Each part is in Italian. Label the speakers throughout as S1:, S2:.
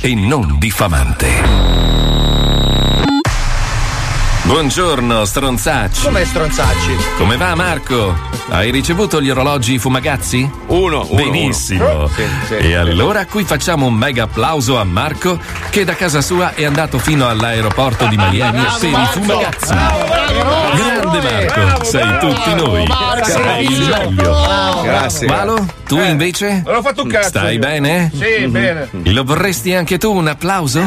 S1: e non diffamante. Buongiorno, stronzacci.
S2: Come stronzacci?
S1: Come va Marco? Hai ricevuto gli orologi Fumagazzi?
S3: Uno, uno,
S1: Benissimo.
S3: uno. Sì, sì.
S1: e allora qui facciamo un mega applauso a Marco che da casa sua è andato fino all'aeroporto di Miami per i Fumagazzi. Grande Marco, sei tutti noi. sei il meglio.
S3: Grazie.
S1: Malo, tu invece?
S4: Non ho fatto un cazzo.
S1: Stai
S4: io.
S1: bene? Mhm.
S4: Sì,
S3: Mhm.
S4: bene.
S1: Lo vorresti anche tu un applauso?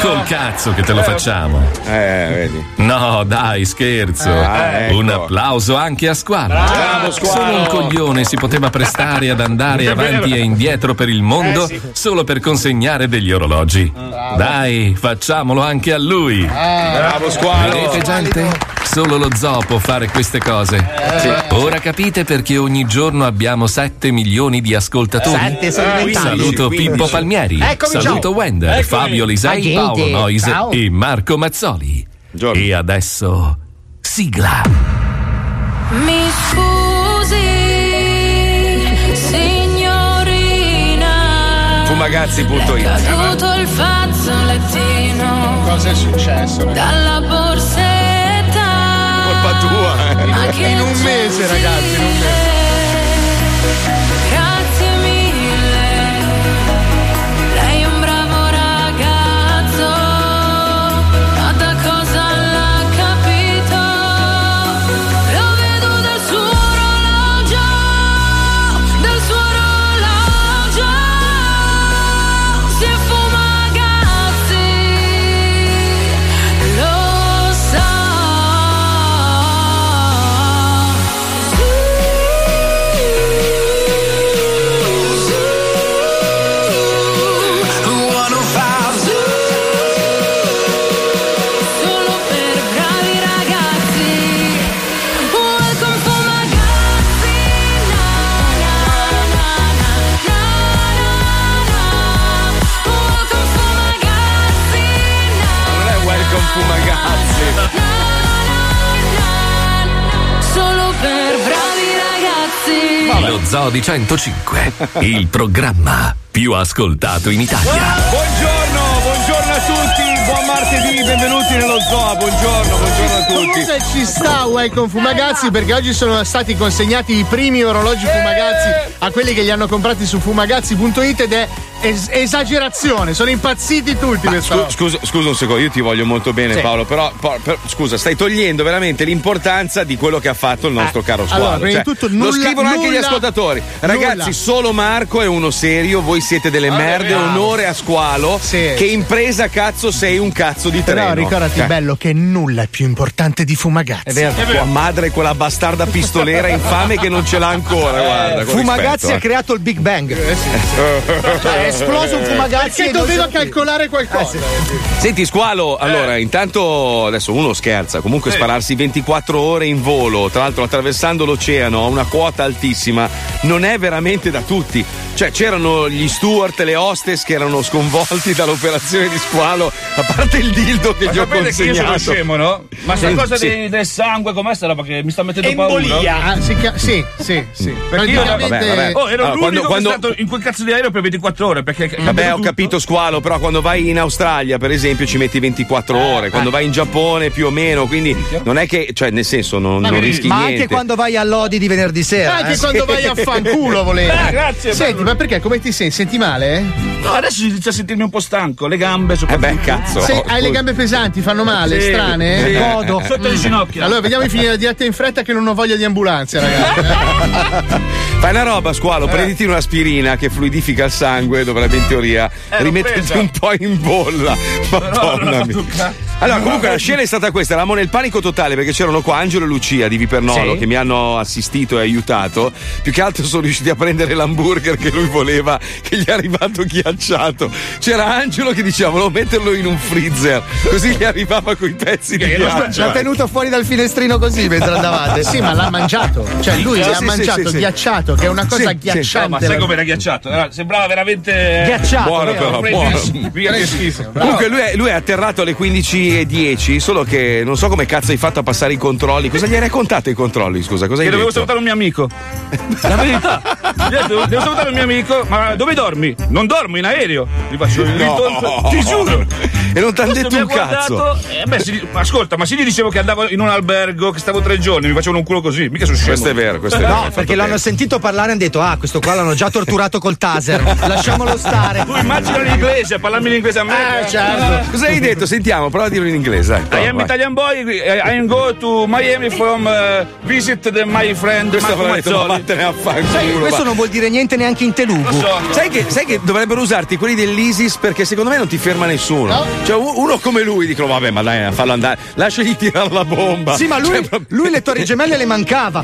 S1: Col cazzo che te lo facciamo.
S3: Eh, vedi.
S1: No, dai, scherzo.
S3: Ah, ecco.
S1: Un applauso anche a Squalo.
S3: Bravo, Squalo.
S1: Solo un coglione si poteva prestare ad andare avanti e indietro per il mondo
S3: Eh,
S1: solo per consegnare degli orologi.
S3: Ah,
S1: Dai, facciamolo anche a lui.
S3: Bravo
S1: Vedete,
S3: squalo.
S1: gente? Solo lo zoo può fare queste cose.
S3: Eh,
S1: Ora capite perché ogni giorno abbiamo 7 milioni di ascoltatori?
S2: Sette sono diventati.
S1: Ah, Saluto Pippo Palmieri,
S2: Eccomi, ciao.
S1: saluto Wender, Fabio Lisei,
S2: Ma gente,
S1: Paolo Noise
S2: ciao.
S1: e Marco Mazzoli.
S3: Giorno.
S1: E adesso sigla.
S5: Mi scusi, signorina. È
S3: Fumagazzi.it.
S5: caduto il fazzolettino
S6: Cosa è successo? ragazzi?
S5: dalla borsetta.
S3: Colpa tua. eh.
S5: Ma che
S6: In un mese, ragazzi, in un mese.
S5: gentile. Grazie mille. Lei è un bravo ragazzo. Ma da cosa l'ha capito? Lo vedo dal suo orologio. Dal suo orologio. Si è fumagazzi. Lo so. Solo per bravi ragazzi Welcome for my ragazzi Na na na na na na Welcome for my ragazzi Na
S3: Non è welcome Fumagazzi.
S5: na na Solo per bravi ragazzi
S1: Lo zoo di 105, il programma più ascoltato in Italia.
S3: Buongiorno, buongiorno a tutti. Buon martedì, benvenuti nello zoo. Buongiorno, buongiorno a tutti.
S6: Comunque ci sta Welcome Fumagazzi perché oggi sono stati consegnati i primi
S3: Eh.
S6: orologi Fumagazzi a quelli che li hanno comprati su fumagazzi.it ed è es- esagerazione, sono impazziti tutti
S3: Ma
S6: questa
S3: scu- scusa, scusa un secondo, io ti voglio molto bene,
S6: Sì.
S3: Paolo. Però, po- per- scusa, stai togliendo veramente l'importanza di quello che ha fatto il nostro caro squalo.
S6: Eh, allora, prima di tutto,
S3: lo
S6: nulla-
S3: scrivono anche gli
S6: nulla-
S3: ascoltatori. Ragazzi,
S6: nulla.
S3: solo Marco è uno serio, voi siete delle merde. Onore a squalo.
S6: Sì.
S3: Che impresa cazzo sei un cazzo di
S6: Però
S3: treno.
S6: ricordati,
S3: Cioè,
S6: bello, che nulla è più importante di Fumagazzi.
S3: È vero, tua madre è quella bastarda pistolera infame che non ce l'ha ancora. Guarda, con
S7: Eh, Fumagazzi ha
S3: rispetto, eh.
S7: creato il Big Bang. è esploso un Fumagazzi.
S6: Perché
S7: e non
S6: doveva
S7: si capiva.
S6: calcolare qualcosa.
S3: eh. Senti, squalo, allora, intanto adesso uno scherza, comunque spararsi 24 ore in volo, tra l'altro attraversando l'oceano a una quota altissima, non è veramente da tutti. Cioè, c'erano gli steward e le hostess che erano sconvolti dall'operazione di squalo, a parte il dildo che
S4: Ma
S3: gli ho
S4: sapete che io sono
S3: consegnato.
S4: scemo, no? Ma sta
S3: Sì.
S4: cosa
S3: Sì.
S4: dei- del sangue, com'è sta roba che mi sta mettendo paura?
S6: Ah, si chia- sì, sì, sì.
S4: Perché io-
S6: Praticamente-
S3: vabbè, vabbè.
S4: Oh, ero
S3: Allora, quando-
S4: l'unico
S3: quando- Mm.
S4: che è stato in quel cazzo di aereo per 24 ore perché
S3: Eh, Vabbè, ho capito squalo, però quando vai in Australia, per esempio, ci metti 24
S7: Eh,
S3: ore, quando vai in Giappone più o meno, quindi non è che, cioè, nel senso, non, non rischi
S7: Ma
S3: niente.
S7: anche quando vai a Lodi di venerdì sera.
S6: Anche
S7: eh.
S6: quando vai a fanculo volevo.
S3: Eh,
S4: Ah, grazie,
S6: Senti,
S4: bello.
S6: ma perché? Come ti senti? Senti male? eh?
S4: No, adesso si inizia a sentirmi un po' stanco, le gambe
S3: Eh
S4: soprattutto.
S3: beh, cazzo.
S6: Se
S3: Oh,
S6: hai le
S3: scusa.
S6: gambe pesanti, fanno male,
S4: Sì.
S6: strane? eh?
S3: Sì.
S7: Godo.
S4: Sotto le ginocchia.
S6: Allora, vediamo di finire la diretta in fretta che non ho voglia di ambulanza, ragazzi.
S3: Fai una roba,
S7: Eh.
S3: squalo, prenditi un'aspirina che fluidifica il sangue, dovrebbe in teoria
S4: l'ho
S7: Eh,
S3: rimetterti
S4: presa.
S3: un po' in bolla.
S4: Però non ho
S3: Madonna
S4: fatto
S3: mia.
S4: un cazzo.
S3: Allora, comunque la scena è stata questa, eravamo nel panico totale perché c'erano qua Angelo e Lucia di Vipernolo
S8: Sì.
S3: che mi hanno assistito e aiutato. Più che altro sono riusciti a prendere l'hamburger che lui voleva, che gli è arrivato ghiacciato. C'era Angelo che diceva volevo metterlo in un freezer, così gli arrivava coi pezzi di ghiaccio.
S7: L'ha tenuto fuori dal finestrino così mentre andavate.
S6: Sì, ma l'ha mangiato. Cioè, lui
S7: Sì,
S6: l'ha
S7: sì,
S6: mangiato
S7: sì, sì, sì.
S6: ghiacciato, che è una cosa
S7: Sì, sì.
S6: ghiacciante.
S4: No, ma sai com'era ghiacciato? Era- sembrava veramente. eh,
S6: Ghiacciato,
S3: Buono
S4: vero?
S3: però,
S4: Prendi-
S3: buono.
S4: Via che schifo.
S3: Comunque lui è, lui è atterrato alle 15.10, solo che non so come cazzo hai fatto a passare i controlli. Cosa gli hai raccontato i controlli, scusa? Cosa hai
S4: Che dovevo
S3: detto?
S4: salutare un mio amico. La verità. Gli ho detto, Devo salutare un mio amico, ma dove dormi? Non dormo in aereo. Gli faccio il
S3: No.
S4: ritorno. Ti giuro.
S3: E non t'han
S4: Questo
S3: detto
S4: mi ha
S3: un cazzo.
S4: guardato, eh, beh, sì, ma ascolta, ma se gli dicevo che andavo in un albergo, che stavo tre giorni, mi facevano un culo così, mica sono scemo. Eh,
S3: Questo è vero, questo è vero.
S7: No, perché l'hanno sentito parlare e hanno detto: Ah, questo qua l'hanno già torturato col taser. Lasciamolo stare.
S4: Tu immagina l'inglese, parlarmi l'inglese a me. Eh, certo.
S3: Cosa hai detto? Sentiamo, prova a dirlo in inglese. dai, prova,
S4: I am
S3: vai.
S4: Italian boy, eh, I am go to Miami from uh, visit the, my friend
S3: Questo
S4: Marco
S3: avrà detto, ma
S4: Mazzoli.
S3: vattene a
S7: Sai che
S3: fanculo.
S7: questo
S3: va.
S7: non vuol dire niente neanche in telugu.
S4: Lo so.
S3: Sai che, sai che dovrebbero usarti quelli dell'ISIS perché secondo me non ti ferma nessuno. Cioè, u- uno come lui dicono: Vabbè, ma dai, fallo andare, lasciagli tirare la bomba.
S7: Sì, ma lui,
S3: Cioè, proprio-
S7: lui le torri gemelle le mancava.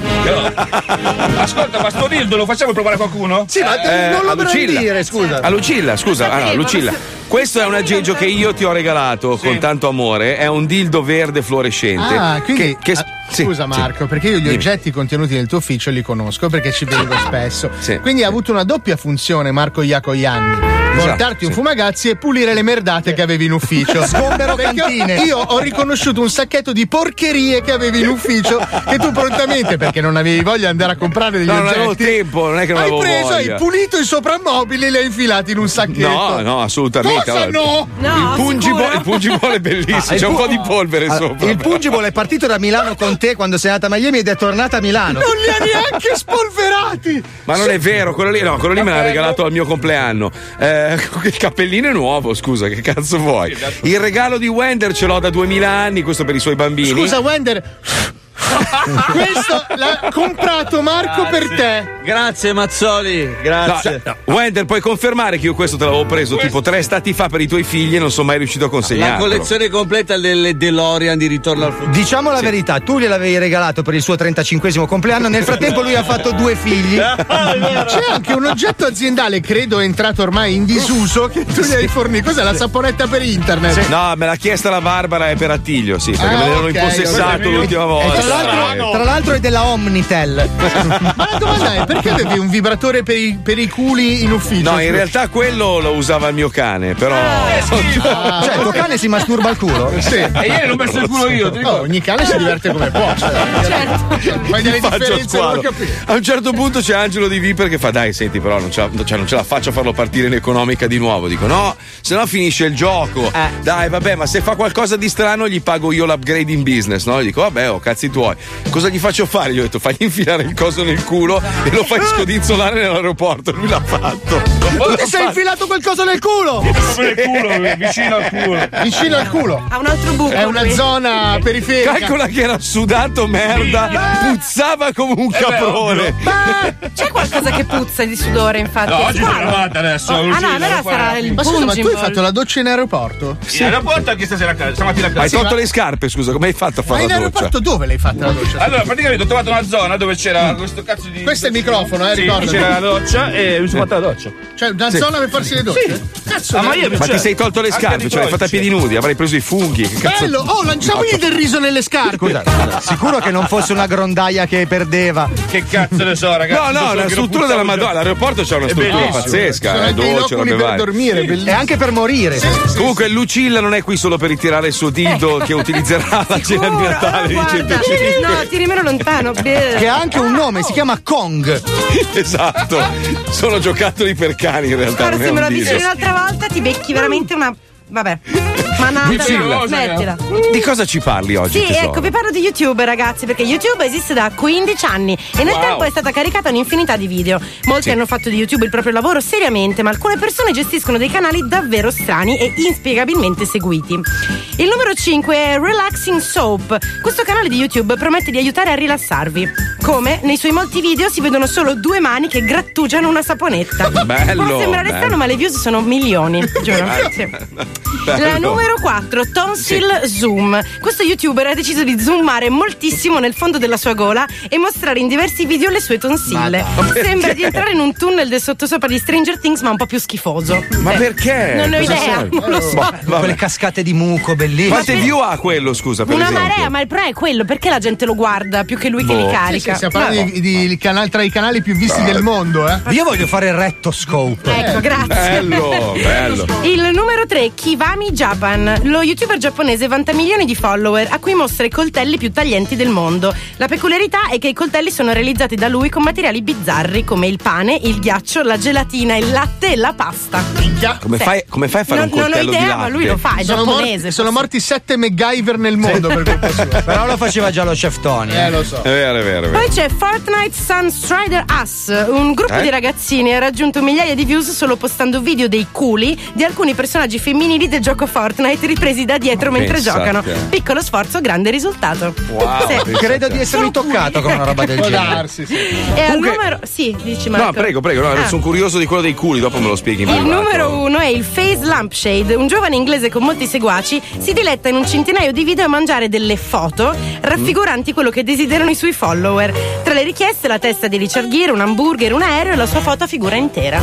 S4: Ascolta, ma sto dildo lo facciamo provare a qualcuno?
S7: Sì, ma
S3: Eh,
S7: non
S3: a
S7: lo
S3: Lucilla.
S7: brandire, scusa.
S3: A Lucilla, scusa, ah, no, Lucilla. Questo è un aggeggio che io ti ho regalato con tanto amore. È un dildo verde fluorescente.
S6: Ah, quindi
S3: Che- che-
S6: ah,
S3: sì,
S6: scusa
S3: sì.
S6: Marco, perché io gli
S3: Dimmi.
S6: oggetti contenuti nel tuo ufficio li conosco perché ci vedevo spesso.
S3: Sì, Esatto,
S6: quindi ha avuto una doppia funzione Marco Iacoianni. Portarti un
S3: sì.
S6: fumagazzi e pulire le merdate che avevi in ufficio.
S7: Sgombero
S6: Perché
S7: cantine.
S6: Io ho riconosciuto un sacchetto di porcherie che avevi in ufficio che tu prontamente, perché non avevi voglia di andare a comprare degli
S3: No, non avevo
S6: oggetti,
S3: tempo, non è che non
S6: hai
S3: avevo
S6: preso,
S3: voglia.
S6: hai pulito i soprammobili e li hai infilati in un sacchetto.
S7: certo.
S3: No, no, assolutamente.
S6: Cosa
S3: Allora,
S6: no?
S3: il pungibo, il pungibo è
S7: Ah,
S3: bellissimo,
S7: il
S3: c'è un
S7: pu- Ah,
S3: po' di polvere
S7: Allora,
S3: sopra.
S7: il Pungibol è partito da Milano con te quando sei andata a Miami ed è tornata a Milano.
S6: Non li ha neanche spolverati!
S3: Ma non è vero, quello lì, no, quello lì me l'ha regalato al mio compleanno. Eh, il cappellino è nuovo, scusa, che cazzo vuoi? Il regalo di Wender ce l'ho da 2000 anni, questo per i suoi bambini.
S6: Scusa, Wender. Questo l'ha comprato Marco
S4: Ah,
S6: per te.
S9: Grazie Mazzoli, grazie.
S3: No, no. Wender, puoi confermare che io questo te l'avevo preso tipo tre stati fa per i tuoi figli e non sono mai riuscito a
S9: La
S3: consegnarlo.
S9: collezione completa delle DeLorean di Ritorno al futuro.
S7: Diciamo la verità, tu gliel'avevi regalato per il suo 35 compleanno, nel frattempo lui ha fatto due figli.
S3: Ah,
S6: C'è anche un oggetto aziendale, credo entrato ormai in disuso, che tu gli hai fornito. Cos'è la saponetta per internet?
S3: No, me l'ha chiesta la Barbara e per Attilio, sì, perché
S6: Ah,
S3: me l'erano
S6: ok, Eh,
S3: impossessato
S4: ok.
S3: l'ultima
S7: E
S3: volta.
S7: tra l'altro, tra l'altro è della Omnitel.
S6: Ma la domanda è perché avevi un vibratore per i, per i culi in ufficio? Ah,
S3: No, in realtà quello lo usava il mio cane, però.
S7: Cioè, tuo cane si masturba al culo.
S6: Sì.
S4: E ieri l'ho messo il culo io, ti
S6: Oh,
S4: ricordo.
S6: ogni cane si diverte come può. Certo. Ma delle
S3: faccio
S6: differenze
S3: squalo.
S6: non capire.
S3: A un certo punto c'è Angelo di Viper che fa: Dai, senti, però non ce la, cioè, non ce la faccio a farlo partire in economica di nuovo. Dico: No, se no finisce il gioco.
S6: Eh.
S3: Dai, vabbè, ma se fa qualcosa di strano, gli pago io l'upgrade in business. No? Gli dico: Vabbè, oh, cazzi tuoi. Cosa gli faccio fare? Gli ho detto: Fagli infilare il coso nel culo e lo fai scodinzolare nell'aeroporto. Lui l'ha fatto.
S7: Tu ti sei infilato qualcosa nel culo!
S4: Proprio nel culo, vicino al culo.
S6: Vicino al culo.
S10: Ha un altro buco.
S6: È una
S10: lui.
S6: zona periferica. Eh.
S3: Calcola che era sudato merda, puzzava come un caprone.
S10: C'è qualcosa che puzza di sudore, infatti.
S4: No, oggi
S10: Squalo.
S4: sono arrivata adesso.
S10: Ah, no, allora sarà il
S6: Ma scusa, ma tu hai fatto
S10: Bungimball.
S6: la doccia in aeroporto?
S4: Sì, l'aeroporto anche stasera a casa, stamattina a
S3: Hai
S4: casa.
S3: tolto le scarpe, scusa, come hai fatto a
S6: Ma
S3: fare
S6: in
S3: la doccia?
S6: aeroporto dove l'hai fatta la doccia?
S4: Allora, praticamente ho trovato una zona dove c'era questo cazzo di.
S6: Questo è il microfono, eh,
S4: Sì,
S6: ricordati.
S4: c'era la doccia e mi sono fatta la doccia.
S6: Cioè, una zona per farsi le docce? Cazzo,
S4: Ah, ma io
S3: Ma
S4: cioè,
S3: ti sei tolto le
S4: anche
S3: scarpe,
S4: di
S3: cioè l'hai
S4: Troia,
S3: fatta a
S4: sì.
S3: piedi nudi, avrei preso i funghi. Che cazzo
S6: Bello! Oh, lanciamogli del riso nelle scarpe!
S7: Sicuro che non fosse una grondaia che perdeva.
S4: Che cazzo ne so,
S3: No,
S4: ragazzi.
S3: no,
S4: la
S3: la struttura della Madonna. L'aeroporto c'è una struttura
S4: bellissimo.
S3: pazzesca. È
S6: Sono dei
S3: dolce, robe
S6: loculi per
S3: varie.
S6: dormire,
S7: E
S6: bellissimo.
S7: anche per morire.
S3: Comunque, Lucilla non è qui solo per ritirare il suo dildo che utilizzerà alla cena di Natale di
S10: Eh. Guarda,
S3: 105.
S10: No, tiri meno lontano.
S7: Che ha anche un nome, si chiama Kong.
S3: Esatto. Sono giocattoli per cani in realtà.
S10: Guarda,
S3: Non è
S10: se
S3: un
S10: me lo avvicini
S3: dildo.
S10: un'altra volta ti becchi veramente una. Vabbè. Manata,
S3: Lucilla.
S10: no, smettila.
S3: Di cosa ci parli oggi?
S10: Sì,
S3: tesoro?
S10: ecco, vi parlo di YouTube, ragazzi, perché YouTube esiste da 15 anni e nel
S3: Wow.
S10: tempo è stata caricata un'infinità di video. Molti hanno fatto di YouTube il proprio lavoro seriamente, ma alcune persone gestiscono dei canali davvero strani e inspiegabilmente seguiti. Il numero 5 è Relaxing Soap. Questo canale di YouTube promette di aiutare a rilassarvi. Come? Nei suoi molti video si vedono solo due mani che grattugiano una saponetta.
S3: Bello,
S10: Può sembrare
S3: bello.
S10: strano, ma le views sono milioni, giuro. Sì. La
S3: Bello.
S10: numero Numero 4, Tonsil Zoom. Questo youtuber ha deciso di zoomare moltissimo nel fondo della sua gola e mostrare in diversi video le sue tonsille.
S3: Ma no,
S10: Sembra
S3: perché?
S10: di entrare in un tunnel del sottosopra di Stranger Things, ma un po' più schifoso.
S3: Ma
S10: Eh,
S3: perché?
S10: Non ne ho
S3: Cosa
S10: idea,
S3: serve?
S10: non lo so.
S3: Boh, vabbè.
S7: Quelle cascate di muco bellissime.
S3: Quante view ha quello, scusa, per
S10: Una
S3: esempio?
S10: marea, ma il problema è quello, perché la gente lo guarda più che lui che
S3: Boh.
S10: li
S6: Sì, sì,
S10: carica?
S6: stiamo parlando
S10: Vabbè.
S6: di, di canal- tra i canali più visti del mondo, eh.
S7: Io voglio fare il rettoscope.
S10: Ecco, grazie.
S3: Bello, bello.
S10: Il numero 3, Kivami Japan. Lo youtuber giapponese vanta milioni di follower a cui mostra i coltelli più taglienti del mondo. La peculiarità è che i coltelli sono realizzati da lui con materiali bizzarri come il pane, il ghiaccio, la gelatina, il latte e la pasta.
S3: Come
S10: Sì.
S3: fai, come fai a fare
S10: non,
S3: un coltello
S10: non ho idea,
S3: di latte?
S10: ma lui lo fa, è
S6: Sono, morti-
S10: giapponese.
S6: sono
S10: forse.
S6: morti sette MacGyver nel mondo per colpa sua.
S7: Però lo faceva già lo chef Tony.
S6: Eh, lo so.
S3: È vero, è vero, è vero.
S10: Poi c'è Fortnite Sun Strider Us, un gruppo
S3: Eh?
S10: di ragazzini ha raggiunto migliaia di views solo postando video dei culi di alcuni personaggi femminili del gioco Fortnite ripresi da dietro
S3: Ma
S10: mentre
S3: pensa
S10: giocano.
S3: te.
S10: Piccolo sforzo, grande risultato.
S3: Wow,
S10: Sì.
S3: pensa
S7: Credo
S3: te.
S7: di essermi toccato con una roba del
S6: Può
S7: genere.
S6: darsi, sì.
S10: E al
S3: Comunque-
S10: numero. Sì, dici Marco.
S3: No, prego, prego, no,
S10: Ah.
S3: sono curioso di quello dei culi, dopo me lo spieghi in
S10: Il
S3: privato.
S10: numero uno è il Face Lampshade, un giovane inglese con molti seguaci, si diletta in un centinaio di video a mangiare delle foto raffiguranti quello che desiderano i suoi follower. Tra le richieste la testa di Richard Gere, un hamburger, un aereo e la sua foto a figura intera.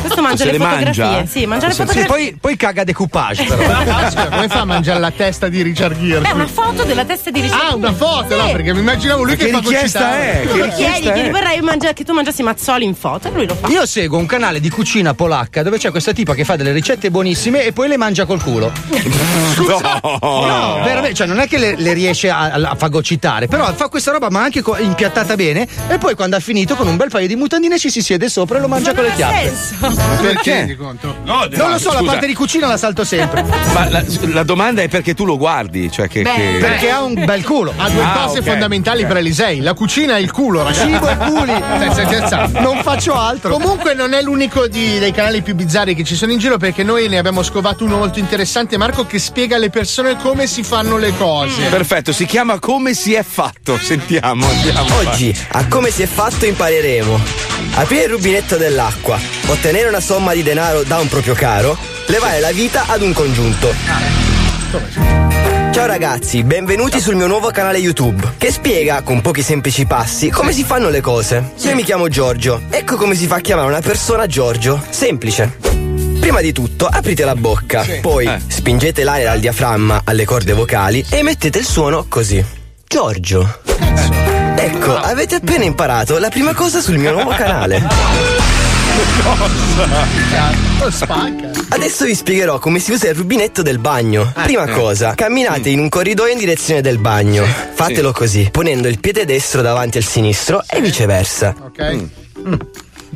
S10: Questo
S3: Se
S10: mangia
S3: le
S10: le fotografie.
S3: mangia?
S10: Sì, mangia le
S7: Sì,
S10: fotografie.
S7: poi, poi caga decoupage però.
S6: Aspetta, come fa a mangiare la testa di Richard Gere?
S10: Beh, una foto della testa di Richard
S6: Ah,
S10: Gere.
S6: una foto,
S10: Sì.
S6: no, perché mi immaginavo lui
S3: Ma
S6: che,
S3: che
S6: fa
S3: richiesta
S6: cocitare.
S3: è? Che
S10: Lo chiedi,
S3: richiesta
S10: chiedi,
S3: è?
S10: vorrei mangia- che tu mangiassi mazzoli in foto e lui lo fa.
S7: eh? Io seguo un canale di cucina polacca dove c'è questa tipa che fa delle ricette buonissime e poi le mangia col culo. No,
S3: No,
S7: veramente, cioè non è che le, le riesce a, a fagocitare, però fa questa roba ma anche co- impiattata bene e poi quando ha finito con un bel paio di mutandine ci si siede sopra e lo mangia
S10: Ma
S7: con
S10: non
S7: le
S10: ha
S7: chiappe.
S10: senso.
S6: Ma
S3: Perché?
S6: Perché? di conto?
S4: No,
S7: Non lo so, la
S3: Scusa.
S7: parte di cucina la salto sempre.
S3: ma la, la domanda è perché tu lo guardi, cioè che...
S10: Beh,
S3: che-
S7: perché ha un bel culo.
S6: Ha due
S3: Ah,
S6: cose
S3: ok,
S6: fondamentali
S3: ok.
S6: per Elisei: la cucina e il culo, ragazzi.
S7: Cibo e culi.
S6: Stai- stai scherzando?
S7: Non faccio altro.
S6: Comunque non è l'unico di- dei canali più bizzarri che ci sono in giro perché noi ne abbiamo scovato uno molto interessante, Marco, che spiega alle persone come si fanno le cose.
S3: Perfetto, si chiama Come si è fatto. Sentiamo, andiamo.
S8: Oggi, a come si è fatto, impareremo. Aprire il rubinetto dell'acqua, ottenere una somma di denaro da un proprio caro, levare la vita ad un congiunto. Ciao ragazzi, benvenuti sul mio nuovo canale YouTube che spiega con pochi semplici passi come si fanno le cose. Io mi chiamo Giorgio, ecco come si fa a chiamare una persona Giorgio. Semplice. Prima di tutto aprite la bocca, poi spingete l'aria dal diaframma alle corde vocali e mettete il suono così. Giorgio. Ecco, avete appena imparato la prima cosa sul mio nuovo canale.
S6: Lo spacca.
S8: Adesso vi spiegherò come si usa il rubinetto del bagno. Prima cosa, camminate in un corridoio in direzione del bagno. Fatelo così, ponendo il piede destro davanti al sinistro e viceversa,
S6: Ok?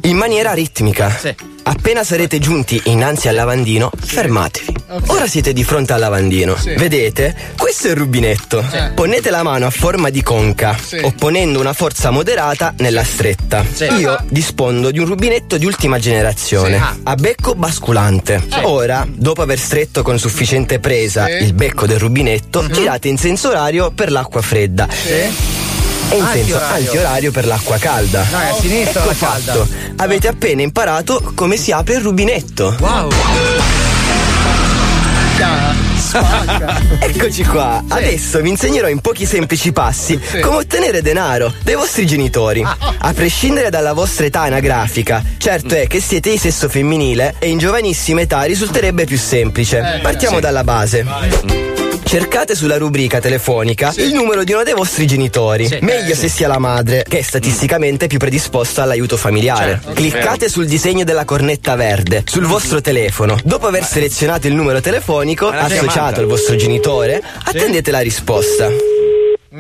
S8: in maniera ritmica. Appena sarete giunti innanzi al lavandino, fermatevi. Ora siete di fronte al lavandino. Vedete? Questo è il rubinetto. Ponete la mano a forma di conca, opponendo una forza moderata nella stretta. Io dispondo di un rubinetto di ultima generazione,
S7: Ah.
S8: a becco basculante. Ora, dopo aver stretto con sufficiente presa il becco del
S7: Mhm.
S8: rubinetto, girate in senso orario per l'acqua fredda. E in senso antiorario per l'acqua calda.
S7: No, è a sinistra
S8: Ecco
S7: la calda.
S8: fatto. Avete appena imparato come si apre il rubinetto.
S7: Wow.
S8: Eccoci qua. Adesso vi insegnerò in pochi semplici passi come ottenere denaro dai vostri genitori. A prescindere dalla vostra età anagrafica, certo è che siete di sesso femminile e in giovanissima età risulterebbe più semplice. Partiamo dalla base. Cercate sulla rubrica telefonica il numero di uno dei vostri genitori. Meglio se sia la madre, che è statisticamente più predisposta all'aiuto familiare. Cliccate sul disegno della cornetta verde sul vostro telefono. Dopo aver selezionato il numero telefonico
S3: Ma la chiamata.
S8: associato al vostro genitore, attendete la risposta.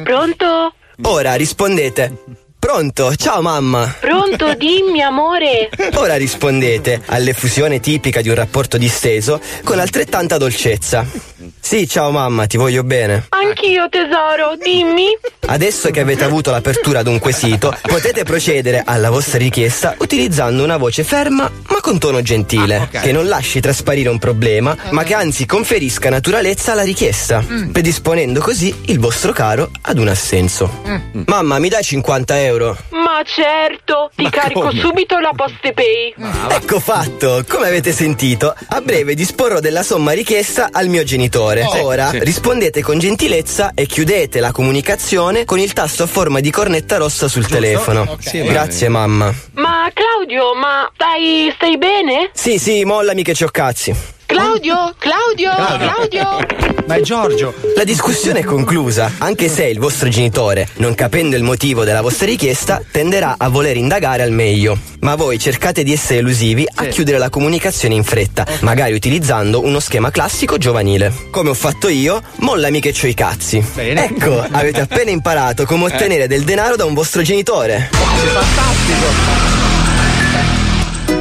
S11: Pronto?
S8: Ora rispondete. Pronto, ciao mamma.
S11: Pronto? Dimmi, amore.
S8: Ora rispondete all'effusione tipica di un rapporto disteso con altrettanta dolcezza. Sì, ciao mamma, ti voglio bene.
S11: Anch'io, tesoro. Dimmi.
S8: Adesso che avete avuto l'apertura ad un quesito, potete procedere alla vostra richiesta utilizzando una voce ferma ma con tono gentile, che non lasci trasparire un problema, ma che anzi conferisca naturalezza alla richiesta, predisponendo così il vostro caro ad un assenso. Mamma, mi dai 50 euro?
S11: Ma certo, ti carico subito la Postepay.
S12: Ah,
S8: Ecco fatto, come avete sentito, a breve disporrò della somma richiesta al mio rumore.
S12: Sì,
S8: Ora
S12: sì.
S8: rispondete con gentilezza e chiudete la comunicazione con il tasto a forma di cornetta rossa sul telefono.
S12: Ok. Sì,
S8: Grazie, mamma.
S11: Ma Claudio, ma stai, stai bene?
S8: Sì, sì, mollami che ci ho cazzi.
S11: Claudio, Claudio, Claudio.
S8: Ma è Giorgio. La discussione è conclusa, anche se il vostro genitore, non capendo il motivo della vostra richiesta, tenderà a voler indagare al meglio. Ma voi cercate di essere elusivi a chiudere la comunicazione in fretta,
S3: Eh.
S8: magari utilizzando uno schema classico giovanile. Come ho fatto io, mollami che c'ho i cazzi. Ecco, avete appena imparato come
S3: Eh.
S8: ottenere del denaro da un vostro genitore.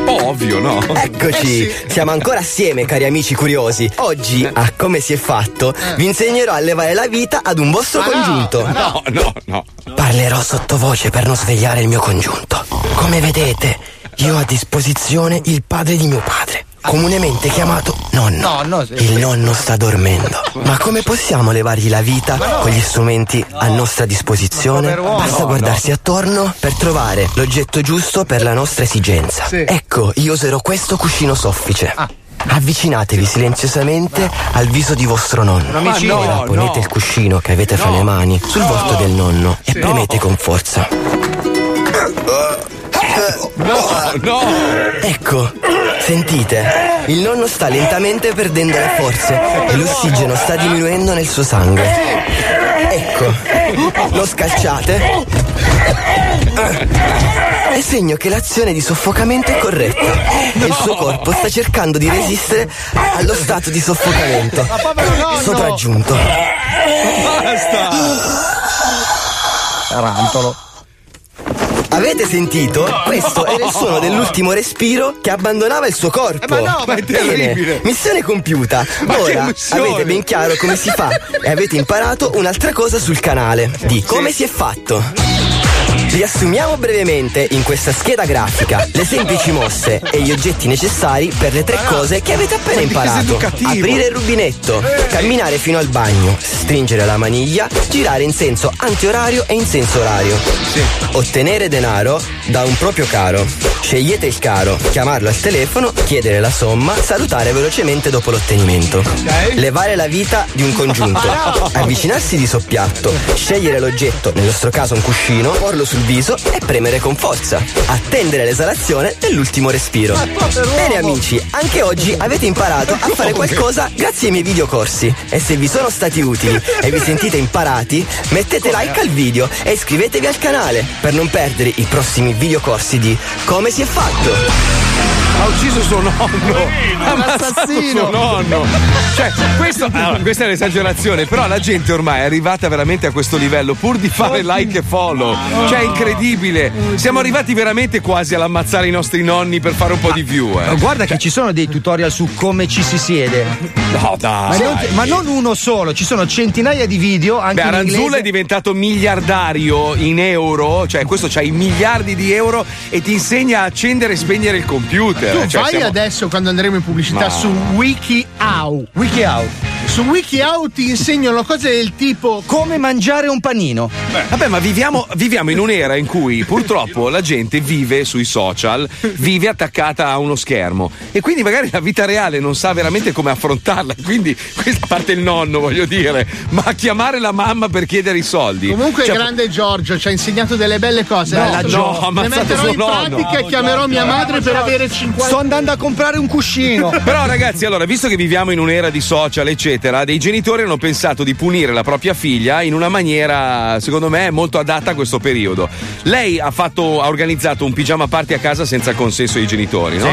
S3: Ovvio, no? Eh
S8: Eccoci, siamo ancora assieme, cari amici curiosi. Oggi, a come si è fatto, vi insegnerò a levare la vita ad un vostro congiunto.
S3: Eh. Ah, No, no, no.
S8: Parlerò sottovoce per non svegliare il mio congiunto. Come vedete, io ho a disposizione il padre di mio padre, comunemente chiamato nonno. Il nonno sta dormendo. Ma come possiamo levargli la vita con gli strumenti a nostra disposizione? Basta guardarsi attorno per trovare l'oggetto giusto per la nostra esigenza. Ecco, io userò questo cuscino soffice.
S12: Ah.
S8: Avvicinatevi silenziosamente al viso di vostro nonno.
S12: Un omicidio.
S8: Ora
S12: No, no.
S8: ponete il cuscino che avete fra le mani sul volto del nonno e premete con forza.
S3: No, no!
S8: Ecco, sentite, il nonno sta lentamente perdendo le forze e l'ossigeno sta diminuendo nel suo sangue. Ecco, lo scalciate. È segno che l'azione di soffocamento è corretta. E il suo corpo sta cercando di resistere allo stato di soffocamento. Sopraggiunto. Tarantolo. Avete sentito? Questo era il suono dell'ultimo respiro che abbandonava il suo corpo.
S12: Eh, ma no, ma è
S8: Bene,
S12: terribile.
S8: missione compiuta.
S12: Ma che
S8: Ora
S12: missione?
S8: avete ben chiaro come si fa e avete imparato un'altra cosa sul canale di come si è fatto. Riassumiamo brevemente in questa scheda grafica le semplici mosse e gli oggetti necessari per le tre cose che avete appena imparato.
S12: diseducativo.
S8: Aprire il rubinetto, camminare fino al bagno, stringere la maniglia, girare in senso antiorario e in senso orario. Ottenere denaro da un proprio caro. Scegliete il caro, chiamarlo al telefono, chiedere la somma, salutare velocemente dopo l'ottenimento. Levare la vita di un congiunto. Avvicinarsi di soppiatto, scegliere l'oggetto, nel nostro caso un cuscino, porlo sul viso e premere con forza. Attendere l'esalazione dell'ultimo respiro. Bene amici, anche oggi avete imparato a fare qualcosa grazie ai miei videocorsi. E se vi sono stati utili e vi sentite imparati, mettete like al video e iscrivetevi al canale per non perdere i prossimi videocorsi di Come si è fatto.
S3: Ha ucciso suo nonno! Ha ammazzato
S12: Assassino.
S3: suo nonno! Cioè, questo- allora, questa è un'esagerazione, però la gente ormai è arrivata veramente a questo livello, pur di fare like e follow. Cioè, è incredibile! Siamo arrivati veramente quasi all'ammazzare i nostri nonni per fare un po' di view,
S7: Ma
S3: eh.
S7: Guarda che ci sono dei tutorial su come ci si siede.
S3: No,
S7: Ma
S3: Ah, dai!
S7: non, ma non uno solo, ci sono centinaia di video anche
S3: Beh,
S7: in
S3: Aranzulla è
S7: inglese.
S3: diventato miliardario in euro, cioè questo c'ha i miliardi di euro e ti insegna a accendere e spegnere il computer.
S6: Tu
S3: Cioè,
S6: vai
S3: siamo-
S6: adesso quando andremo in pubblicità
S3: Ma-
S6: su WikiHow.
S7: WikiHow.
S6: Su WikiHow ti insegnano cose del tipo
S7: come mangiare un panino.
S3: Vabbè, ma viviamo, viviamo in un'era in cui purtroppo la gente vive sui social, vive attaccata a uno schermo e quindi magari la vita reale non sa veramente come affrontarla. Quindi, questa a parte il nonno, voglio dire, ma chiamare la mamma per chiedere i soldi.
S6: Comunque
S3: Cioè,
S6: grande Giorgio ci ha insegnato delle belle cose.
S3: Bella
S6: Adesso
S3: Gio, ha
S6: le
S3: ammazzato
S6: metterò
S3: suo
S6: in
S3: nonno.
S6: pratica e
S3: Bravo,
S6: chiamerò
S3: Giorgio.
S6: mia madre per
S7: Bravo,
S6: avere 50
S7: Sto andando a comprare un cuscino.
S3: Però ragazzi, allora, visto che viviamo in un'era di social, eccetera, dei genitori hanno pensato di punire la propria figlia in una maniera, secondo me, molto adatta a questo periodo. Lei ha, fatto, ha organizzato un pigiama party a casa senza il consenso dei genitori, no?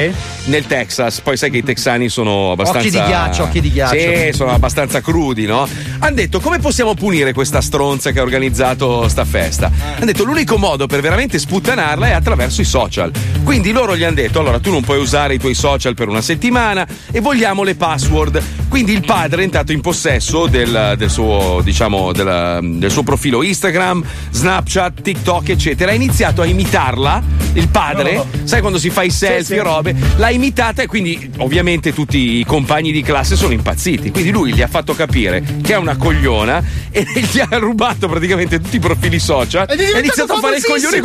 S3: Nel Texas, poi sai che i texani sono abbastanza...
S7: Occhi di ghiaccio, occhi di ghiaccio.
S3: Sì, sono abbastanza crudi, no? Hanno detto, come possiamo punire questa stronza che ha organizzato sta festa? Hanno detto, l'unico modo per veramente sputtanarla è attraverso i social. Quindi loro gli hanno detto, allora tu non puoi usare i tuoi social per una settimana e vogliamo le password. Quindi il padre è entrato in possesso del, del suo, diciamo, della- del suo profilo Instagram, Snapchat, TikTok, eccetera. Ha iniziato a imitarla, il padre, sai quando si fa i selfie,
S12: sì.
S3: robe, l'ha imitata e quindi ovviamente tutti i compagni di classe sono impazziti. Quindi lui gli ha fatto capire che è una cogliona e gli ha rubato praticamente tutti i profili social.
S12: Ed è
S3: E ha
S12: diventato
S3: iniziato a fare il coglione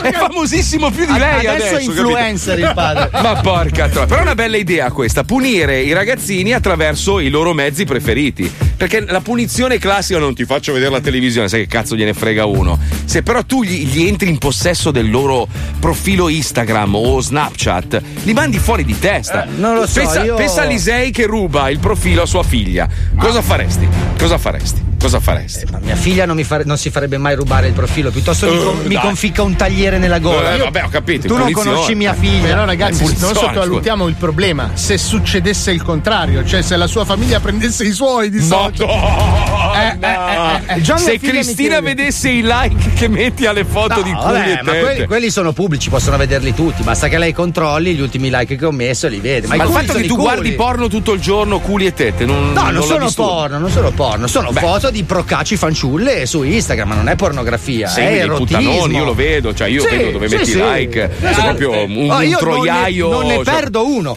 S3: come lei.
S12: adesso,
S3: È
S12: cazzo.
S3: famosissimo più di
S12: Ad-
S3: lei
S12: adesso è
S3: adesso. capito?
S12: influencer il padre.
S3: Ma porca troia. Però è una bella idea questa, punire i ragazzini attraverso i loro mezzi preferiti. Perché la punizione classica non ti faccio vedere la televisione, sai che cazzo gliene frega uno. Se però tu gli, gli entri in possesso del loro profilo Instagram o Snapchat, li mandi fuori di testa.
S7: non lo so,
S3: Pensa,
S7: io-
S3: pensa a Lisei che ruba il profilo a sua figlia. Cosa faresti? Cosa faresti? Cosa faresti?
S7: Mia figlia non, mi fare- non si farebbe mai rubare il profilo, piuttosto mi, con-
S3: Eh,
S7: mi
S3: dai.
S7: conficca un tagliere nella gola.
S3: Eh,
S7: Io-
S3: vabbè, ho capito,
S7: Tu non
S3: punizione. Eh,
S7: conosci mia figlia.
S6: Però, ragazzi, non
S7: Punizione, scusa.
S6: sottovalutiamo il problema. Se succedesse il contrario, cioè se la sua famiglia prendesse i suoi di solito. Eh, eh, eh, eh, eh. Già mia
S3: Se
S6: figlia mi
S3: Cristina
S6: chiede-
S3: vedesse i like che metti alle foto
S7: No,
S3: di eh. culi
S7: vabbè,
S3: e
S7: ma
S3: tette.
S7: quelli, quelli sono pubblici, possono vederli tutti. Basta che lei controlli gli ultimi like che ho messo e li vede.
S3: Ma,
S7: i
S3: il
S7: culi
S3: fatto
S7: sono
S3: che
S7: i
S3: tu
S7: culi.
S3: guardi porno tutto il giorno, culi e tette, non,
S7: No, non,
S3: la
S7: sono
S3: disturbi.
S7: porno, non sono porno, sono foto di procacci fanciulle su Instagram, ma non è pornografia,
S3: Segui
S7: è
S3: eh, dei
S7: erotismo.
S3: puttanoni, io lo vedo, cioè io
S7: Sì,
S3: vedo dove
S7: sì,
S3: metti i
S7: sì.
S3: like. Sei
S7: Esatto.
S3: proprio un, un
S7: Ah, io non ne-
S3: troiaio.
S7: Non ne,
S3: cioè-
S7: perdo uno.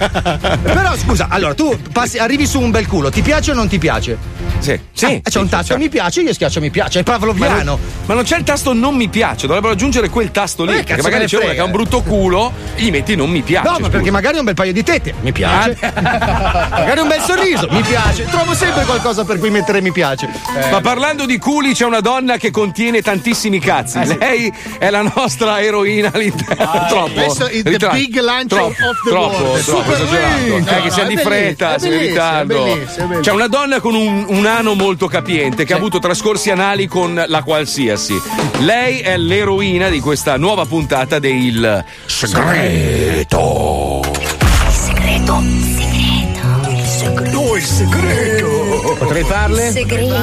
S7: Però scusa, allora tu passi- arrivi su un bel culo, ti piace o non ti piace? Ah, eh,
S3: Sì, sì. cioè-
S7: c'è un tasto mi piace, io schiaccio mi piace, è
S3: Ma non-
S7: pavloviano.
S3: ma non c'è il tasto non mi piace, dovrebbero aggiungere quel tasto lì.
S7: Eh,
S3: perché
S7: cazzo me
S3: magari
S7: ne
S3: c'è uno
S7: frega.
S3: che ha un brutto culo, gli metti non mi piace.
S7: no, ma
S3: scusa. Ah.
S7: perché magari un bel paio di tette, mi piace. magari un bel sorriso, mi piace. Trovo sempre qualcosa per cui mettere mi piace. Eh,
S3: Ma parlando di culi, c'è una donna che contiene tantissimi cazzi.
S6: Ah,
S3: Lei è la nostra eroina all'interno. troppo.
S6: Questo è the
S3: Ritratto.
S6: big lunch
S3: troppo,
S6: of the
S3: troppo,
S6: world.
S3: Troppo,
S6: Super
S3: esagerato.
S6: rich.
S3: Eh,
S6: No,
S3: che
S6: no,
S3: siamo
S6: è
S3: di
S6: bellissimo,
S3: fretta,
S6: è
S3: siamo in
S6: bellissimo, è
S3: ritardo.
S6: bellissimo, è bellissimo.
S3: C'è una donna con un, un ano molto capiente che ha avuto trascorsi anali con la qualsiasi. Lei è l'eroina di questa nuova puntata del segreto.
S13: Segreto, segreto. Il segreto.
S7: Potrei
S13: farle? Segreto.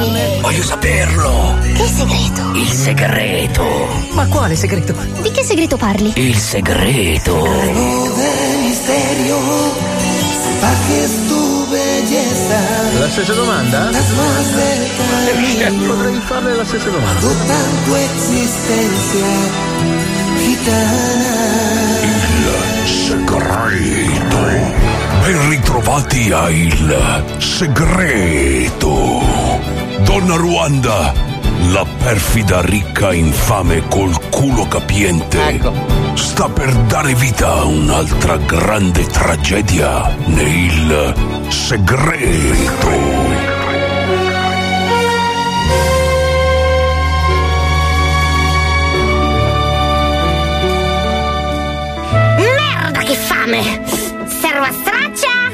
S13: Voglio saperlo. Che segreto? Il segreto. Ma quale segreto? Di che segreto parli? Il segreto.
S14: misterio, que tu belleza.
S15: La stessa domanda? Eh,
S14: Las más del camino.
S15: Potrei farle la stessa domanda.
S14: tu existencia gitana.
S16: Segreto. Ben ritrovati a Il Segreto. Donna Ruanda, la perfida ricca infame col culo capiente, sta per dare vita a un'altra grande tragedia nel Segreto.
S13: Merda che fame! Serva straccia!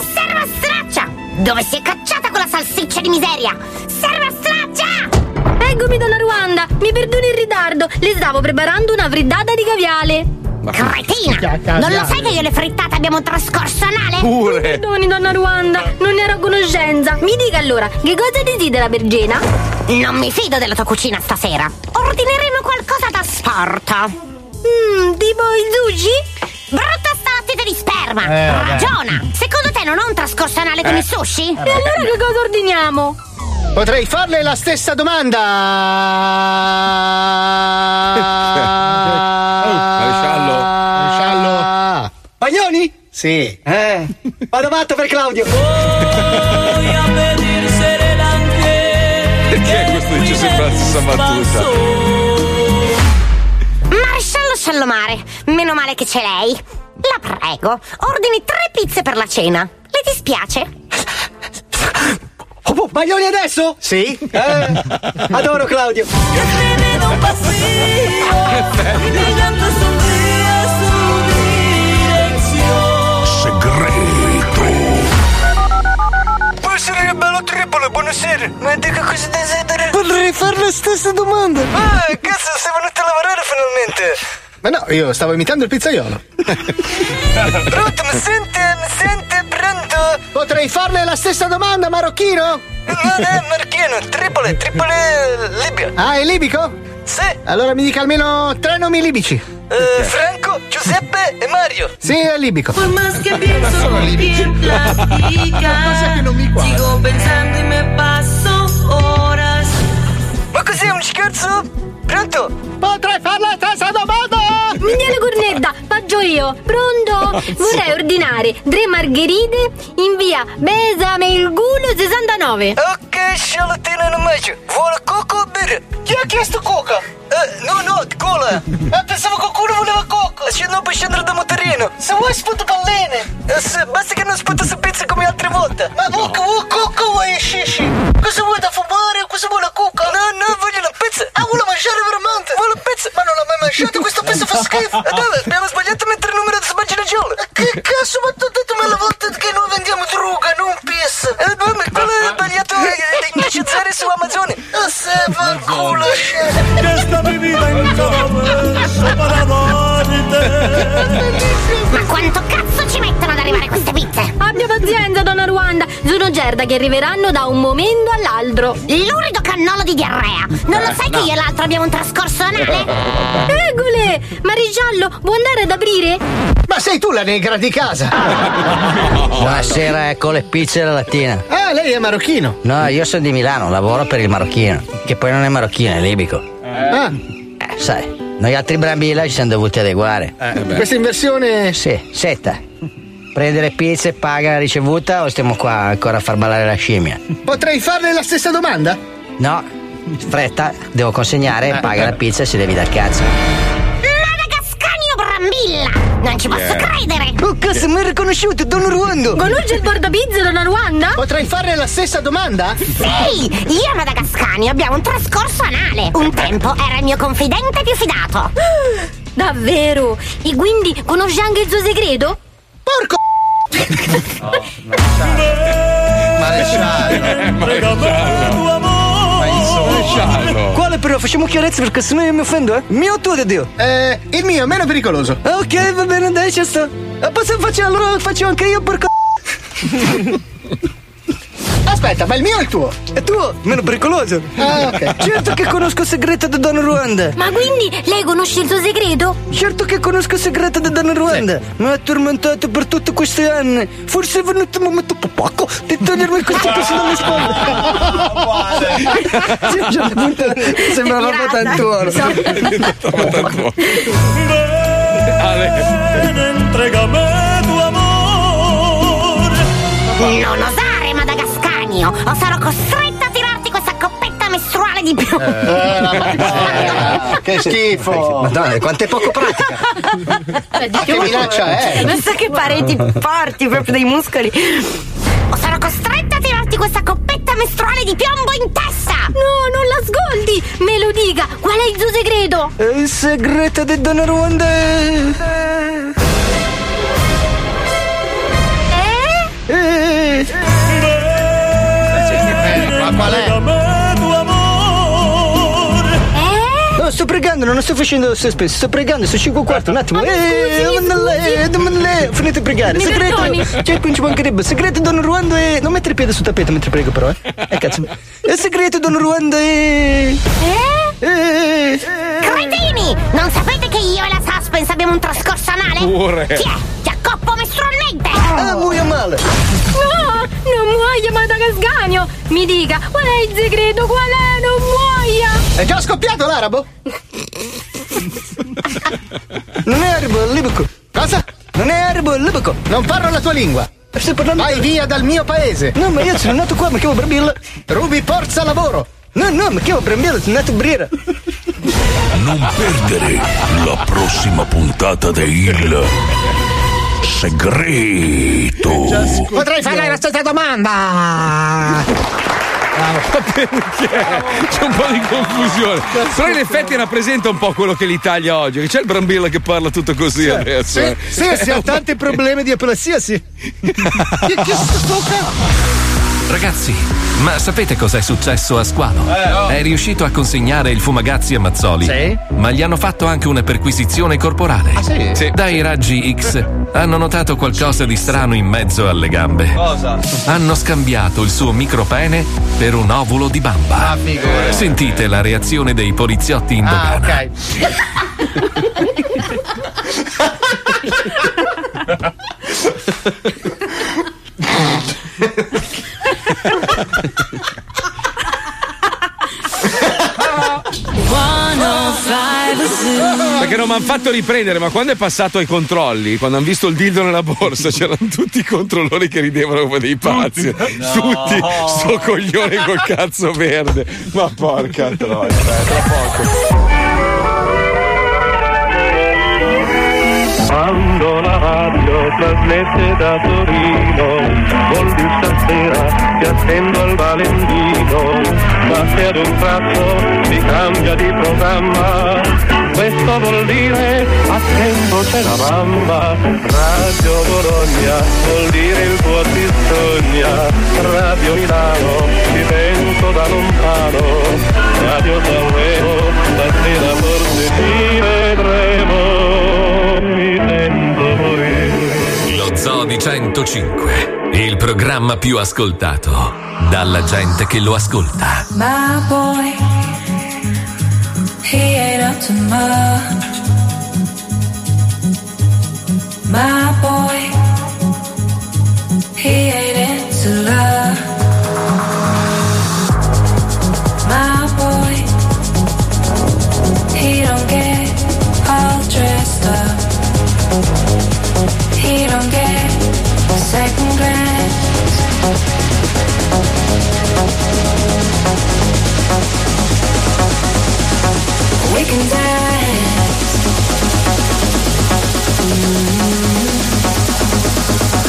S13: Serva straccia! Dove si è cacciata quella salsiccia di miseria? Serva straccia!
S12: Eccomi dalla Ruanda, mi perdoni il ritardo, le stavo preparando una frittata di caviale.
S13: Cretina! Non lo sai che io e le frittate abbiamo trascorso anale?
S3: Pure!
S12: Perdoni, donna Ruanda, non ne ero a conoscenza. Mi dica allora, che cosa desidera per cena?
S13: Non mi fido della tua cucina stasera. Ordineremo qualcosa da sporto.
S12: Mmm, tipo il sushi?
S13: Brutta stalattite di sperma!
S12: Eh, vabbè.
S13: Ragiona! Secondo te non ho un trascorso anale con
S12: Eh.
S13: il sushi?
S12: E allora che cosa ordiniamo?
S6: Potrei farle la stessa
S15: Oh,
S6: domanda.
S15: Maresciallo.
S6: Pagnoni?
S15: Sì. Eh.
S6: Ah. Vado matto per Claudio.
S3: Perché questo dice sempre la stessa battuta?
S13: Maresciallo Sciallomare, meno male che c'è lei. La prego, ordini tre pizze per la cena. Le dispiace?
S15: Maglioni adesso? Sì. Adoro Claudio.
S14: Buonasera, bello Tripoli, buonasera. Ma dica cosa desidera? Potrei fare la stessa domanda. Ah, cazzo, sei venuto a lavorare finalmente.
S6: Ma no, io stavo imitando il pizzaiolo.
S14: Pronto, mi sente, mi sente, pronto?
S6: Potrei farle la stessa domanda, marocchino?
S14: Non è marchino, Tripoli, Tripoli, Libia.
S6: Ah, è libico?
S14: Sì.
S6: Allora mi dica almeno tre nomi libici.
S14: Eh, Franco, Giuseppe e Mario.
S6: Sì, è libico.
S14: Ma sono libici.
S6: Cosa che non mi quadra.
S17: Sigo pensando y me paso horas.
S14: Ma cos'è un scherzo? Pronto?
S6: Potrei fare la stessa domanda!
S12: Mignolo Cornetta, faccio io. Pronto? Vorrei ordinare tre margherite in via Besame il Gulo 69.
S14: Ok, scialottina non mangio. Vuole coco o birra? Chi ha chiesto coca?
S18: Eh, no, no, cola! Eh, pensavo qualcuno voleva cocco! Se no puoi scendere da motorino! Se vuoi sputo palline! Eh, se- basta che non sputa su pizza come altre volte! Ma vuoi vuoi cocco o vuoi scisci? Cosa vuoi da fumare? Cosa vuoi la cucca? No, no, voglio la pizza! Ah, vuole mangiare veramente! Vuole la pizza! Ma non l'ho mai mangiata, questo pezzo fa schifo! Eh, dove? Abbiamo sbagliato a mettere il numero della sbagliagiola! Eh, che cazzo, ma tu hai detto mille volte che noi vendiamo droga, non pizza! Eh, ma ma quello è sbagliato eh, indicizzare su Amazon! Eh, se va il culo, scemo!
S13: Che sta bevita in cove sopra la morte.
S16: Ma quanto cazzo ci mettono ad arrivare queste pizze? Abbia pazienza, donna Ruanda. Sono certa che arriveranno da un momento all'altro. Lurido cannolo di diarrea.
S12: Non lo sai che io e l'altro abbiamo un trascorso anale?
S16: Regole! Marigiallo, vuoi andare ad aprire?
S6: Ma sei tu la negra di casa!
S19: Buonasera, ecco le pizze della mattina.
S6: Ah, lei è marocchino.
S19: No, io sono di Milano, lavoro per il marocchino, che poi non è marocchino, è libico.
S6: Ah,
S19: Eh, sai, noi altri brambilla ci siamo dovuti adeguare.
S6: Eh, questa inversione.
S19: Sì, setta. Prendere pizze, paga la ricevuta o stiamo qua ancora a far ballare la scimmia?
S6: potrei farle la stessa domanda?
S19: No, fretta, devo consegnare, paga la pizza e si devi dal cazzo.
S12: Madagascanio Brambilla! Non ci posso
S19: Yeah.
S12: credere!
S19: Oh, cazzo, mi ha riconosciuto, Don Ruando!
S16: Conosce il bordabizzo, Don Ruanda?
S6: Potrei farle la stessa domanda?
S12: Sì! Io e Madagascanio abbiamo un trascorso anale! Un tempo era il mio confidente più fidato!
S16: Davvero? E quindi conosci anche il suo segreto?
S6: Porco!
S13: Eh,
S14: Quale però? Facciamo chiarezza perché se no io mi offendo, eh? Mio o tuo di Dio?
S6: Eh, il mio, meno pericoloso.
S14: Ok, va bene, dai, ci sto. E poi se faccio allora lo faccio anche io, porco.
S6: Aspetta, ma il mio o il tuo?
S14: È tuo, meno pericoloso.
S6: Ah, ok.
S14: Certo che conosco il segreto di Don Ruanda.
S16: Ma quindi lei conosce il suo segreto?
S14: Certo che conosco il segreto di Don Ruanda. Mi ha tormentato per tutti questi anni. Forse è venuto il momento popacco di togliermi questo pezzo dalle spalle. Sì, a un certo punto sembrava
S13: Pirata.
S14: Patantuolo.
S13: Entregame tu amore.
S12: Non osare, Madagascanio! O sarò costretta a tirarti questa coppetta mestruale di più!
S6: che schifo!
S19: Madonna, quanto è poco pratica!
S12: Cioè,
S10: Ma
S6: che minaccia è?
S10: Non so che pareti forti, proprio dei muscoli.
S12: O sarò costretta a tirarti questa coppetta mestruale di piombo in testa!
S16: No, non la sgoldi! Me lo dica! Qual è il suo segreto?
S14: Il segreto di Don Ruanda. Eh?
S13: Ma qual è? tu amore.
S14: No, sto pregando, non sto facendo suspense, sto pregando, sono 5 e quarto, un attimo. Eh, non le- non le- finite di pregare.
S13: Mi perdoni.
S14: Segreto. Cioè, qui non ci mancherebbe. Segreto Don Ruando è. Eh, Non mettere il piede sul tappeto mentre prego, però, eh. Eh, cazzo. Il segreto Don Ruando è. Eh?
S12: Cretini! Non sapete che io e la Suspense abbiamo un trascorso anale?
S14: Pure.
S12: Ti è? Ti accoppo mestrualmente!
S14: Ah, muoio male!
S16: No, non muoia Madagascanio! Mi dica, qual è il segreto? Qual è? Non muoia!
S6: È già scoppiato l'arabo?
S14: Non è arabo, è libico.
S6: Cosa?
S14: Non è arabo, è libico.
S6: Non parlo la tua lingua.
S14: Stai parlando
S6: Vai via dal mio paese.
S14: No, ma io sono nato qua, mi chiamo Brambilla.
S6: Rubi forza lavoro.
S14: No, no, mi chiamo Brambilla, sono nato Brera.
S20: Non perdere la prossima puntata di Il Segreto.
S13: Potrei fare la stessa domanda.
S3: Perché? C'è un po' di confusione. Però in effetti rappresenta un po' quello che l'Italia oggi. Che c'è il Brambilla che parla tutto così adesso. eh.
S7: Sì, sì, si ha tanti problemi di epilessia, sì.
S1: Che, Ragazzi, ma sapete cos'è successo a Squalo?
S13: Eh,
S1: È riuscito a consegnare il fumagazzi a Mazzoli, ma gli hanno fatto anche una perquisizione corporale.
S13: Ah, sì? Sì.
S1: Dai raggi X hanno notato qualcosa di strano in mezzo alle gambe.
S13: Cosa?
S1: Hanno scambiato il suo micropene per un ovulo di bamba.
S13: Ah,
S1: Sentite la reazione dei poliziotti in dogana.
S13: Ah, ok.
S5: oh
S3: Perché non mi hanno fatto riprendere, ma quando è passato ai controlli, quando hanno visto il dildo nella borsa, c'erano tutti i controllori che ridevano come dei pazzi. Tutti, sto coglione col cazzo verde. Ma porca troia, è troppo poco.
S1: Quando la radio trasmette da Torino, voglio stasera, ti attendo al Valentino, ma se ad un tratto si cambia di programma, questo vuol dire a tempo c'è la mamma, Radio Bologna vuol dire il tuo ti sogna, Radio Milano ti penso da lontano, Radio Sanremo la sera forse ti vedremo, mi sento morire.
S21: Lo Zoo di 105, il programma più ascoltato dalla gente che lo ascolta.
S22: My boy, he ain't up to much. My boy, he ain't into love. My boy, he don't get all dressed up. He don't get second glance. We can dance.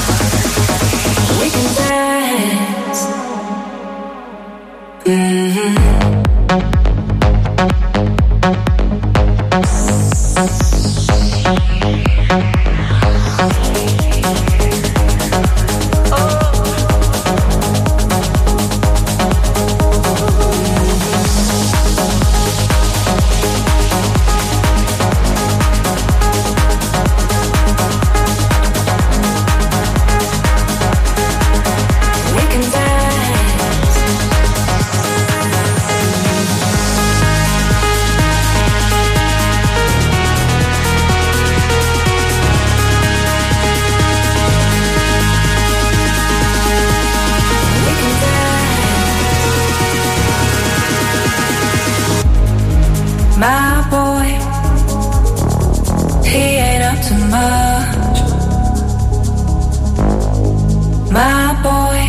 S22: Mm. We can dance. We can dance. My boy, he ain't up to much. My boy,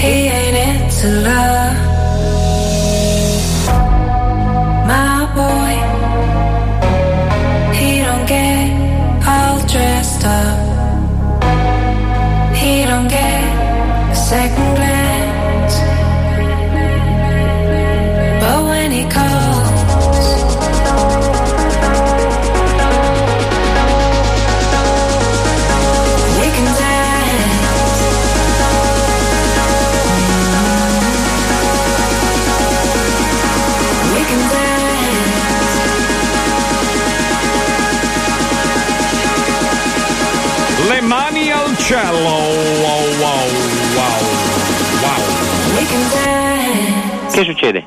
S22: he ain't into love. My boy, he don't get all dressed up. He don't get a second glance. But when he calls, we can dance. Mm. We can dance.
S3: Le mani al cielo. Wow, wow, wow,
S22: We can dance.
S3: wow. Che succede?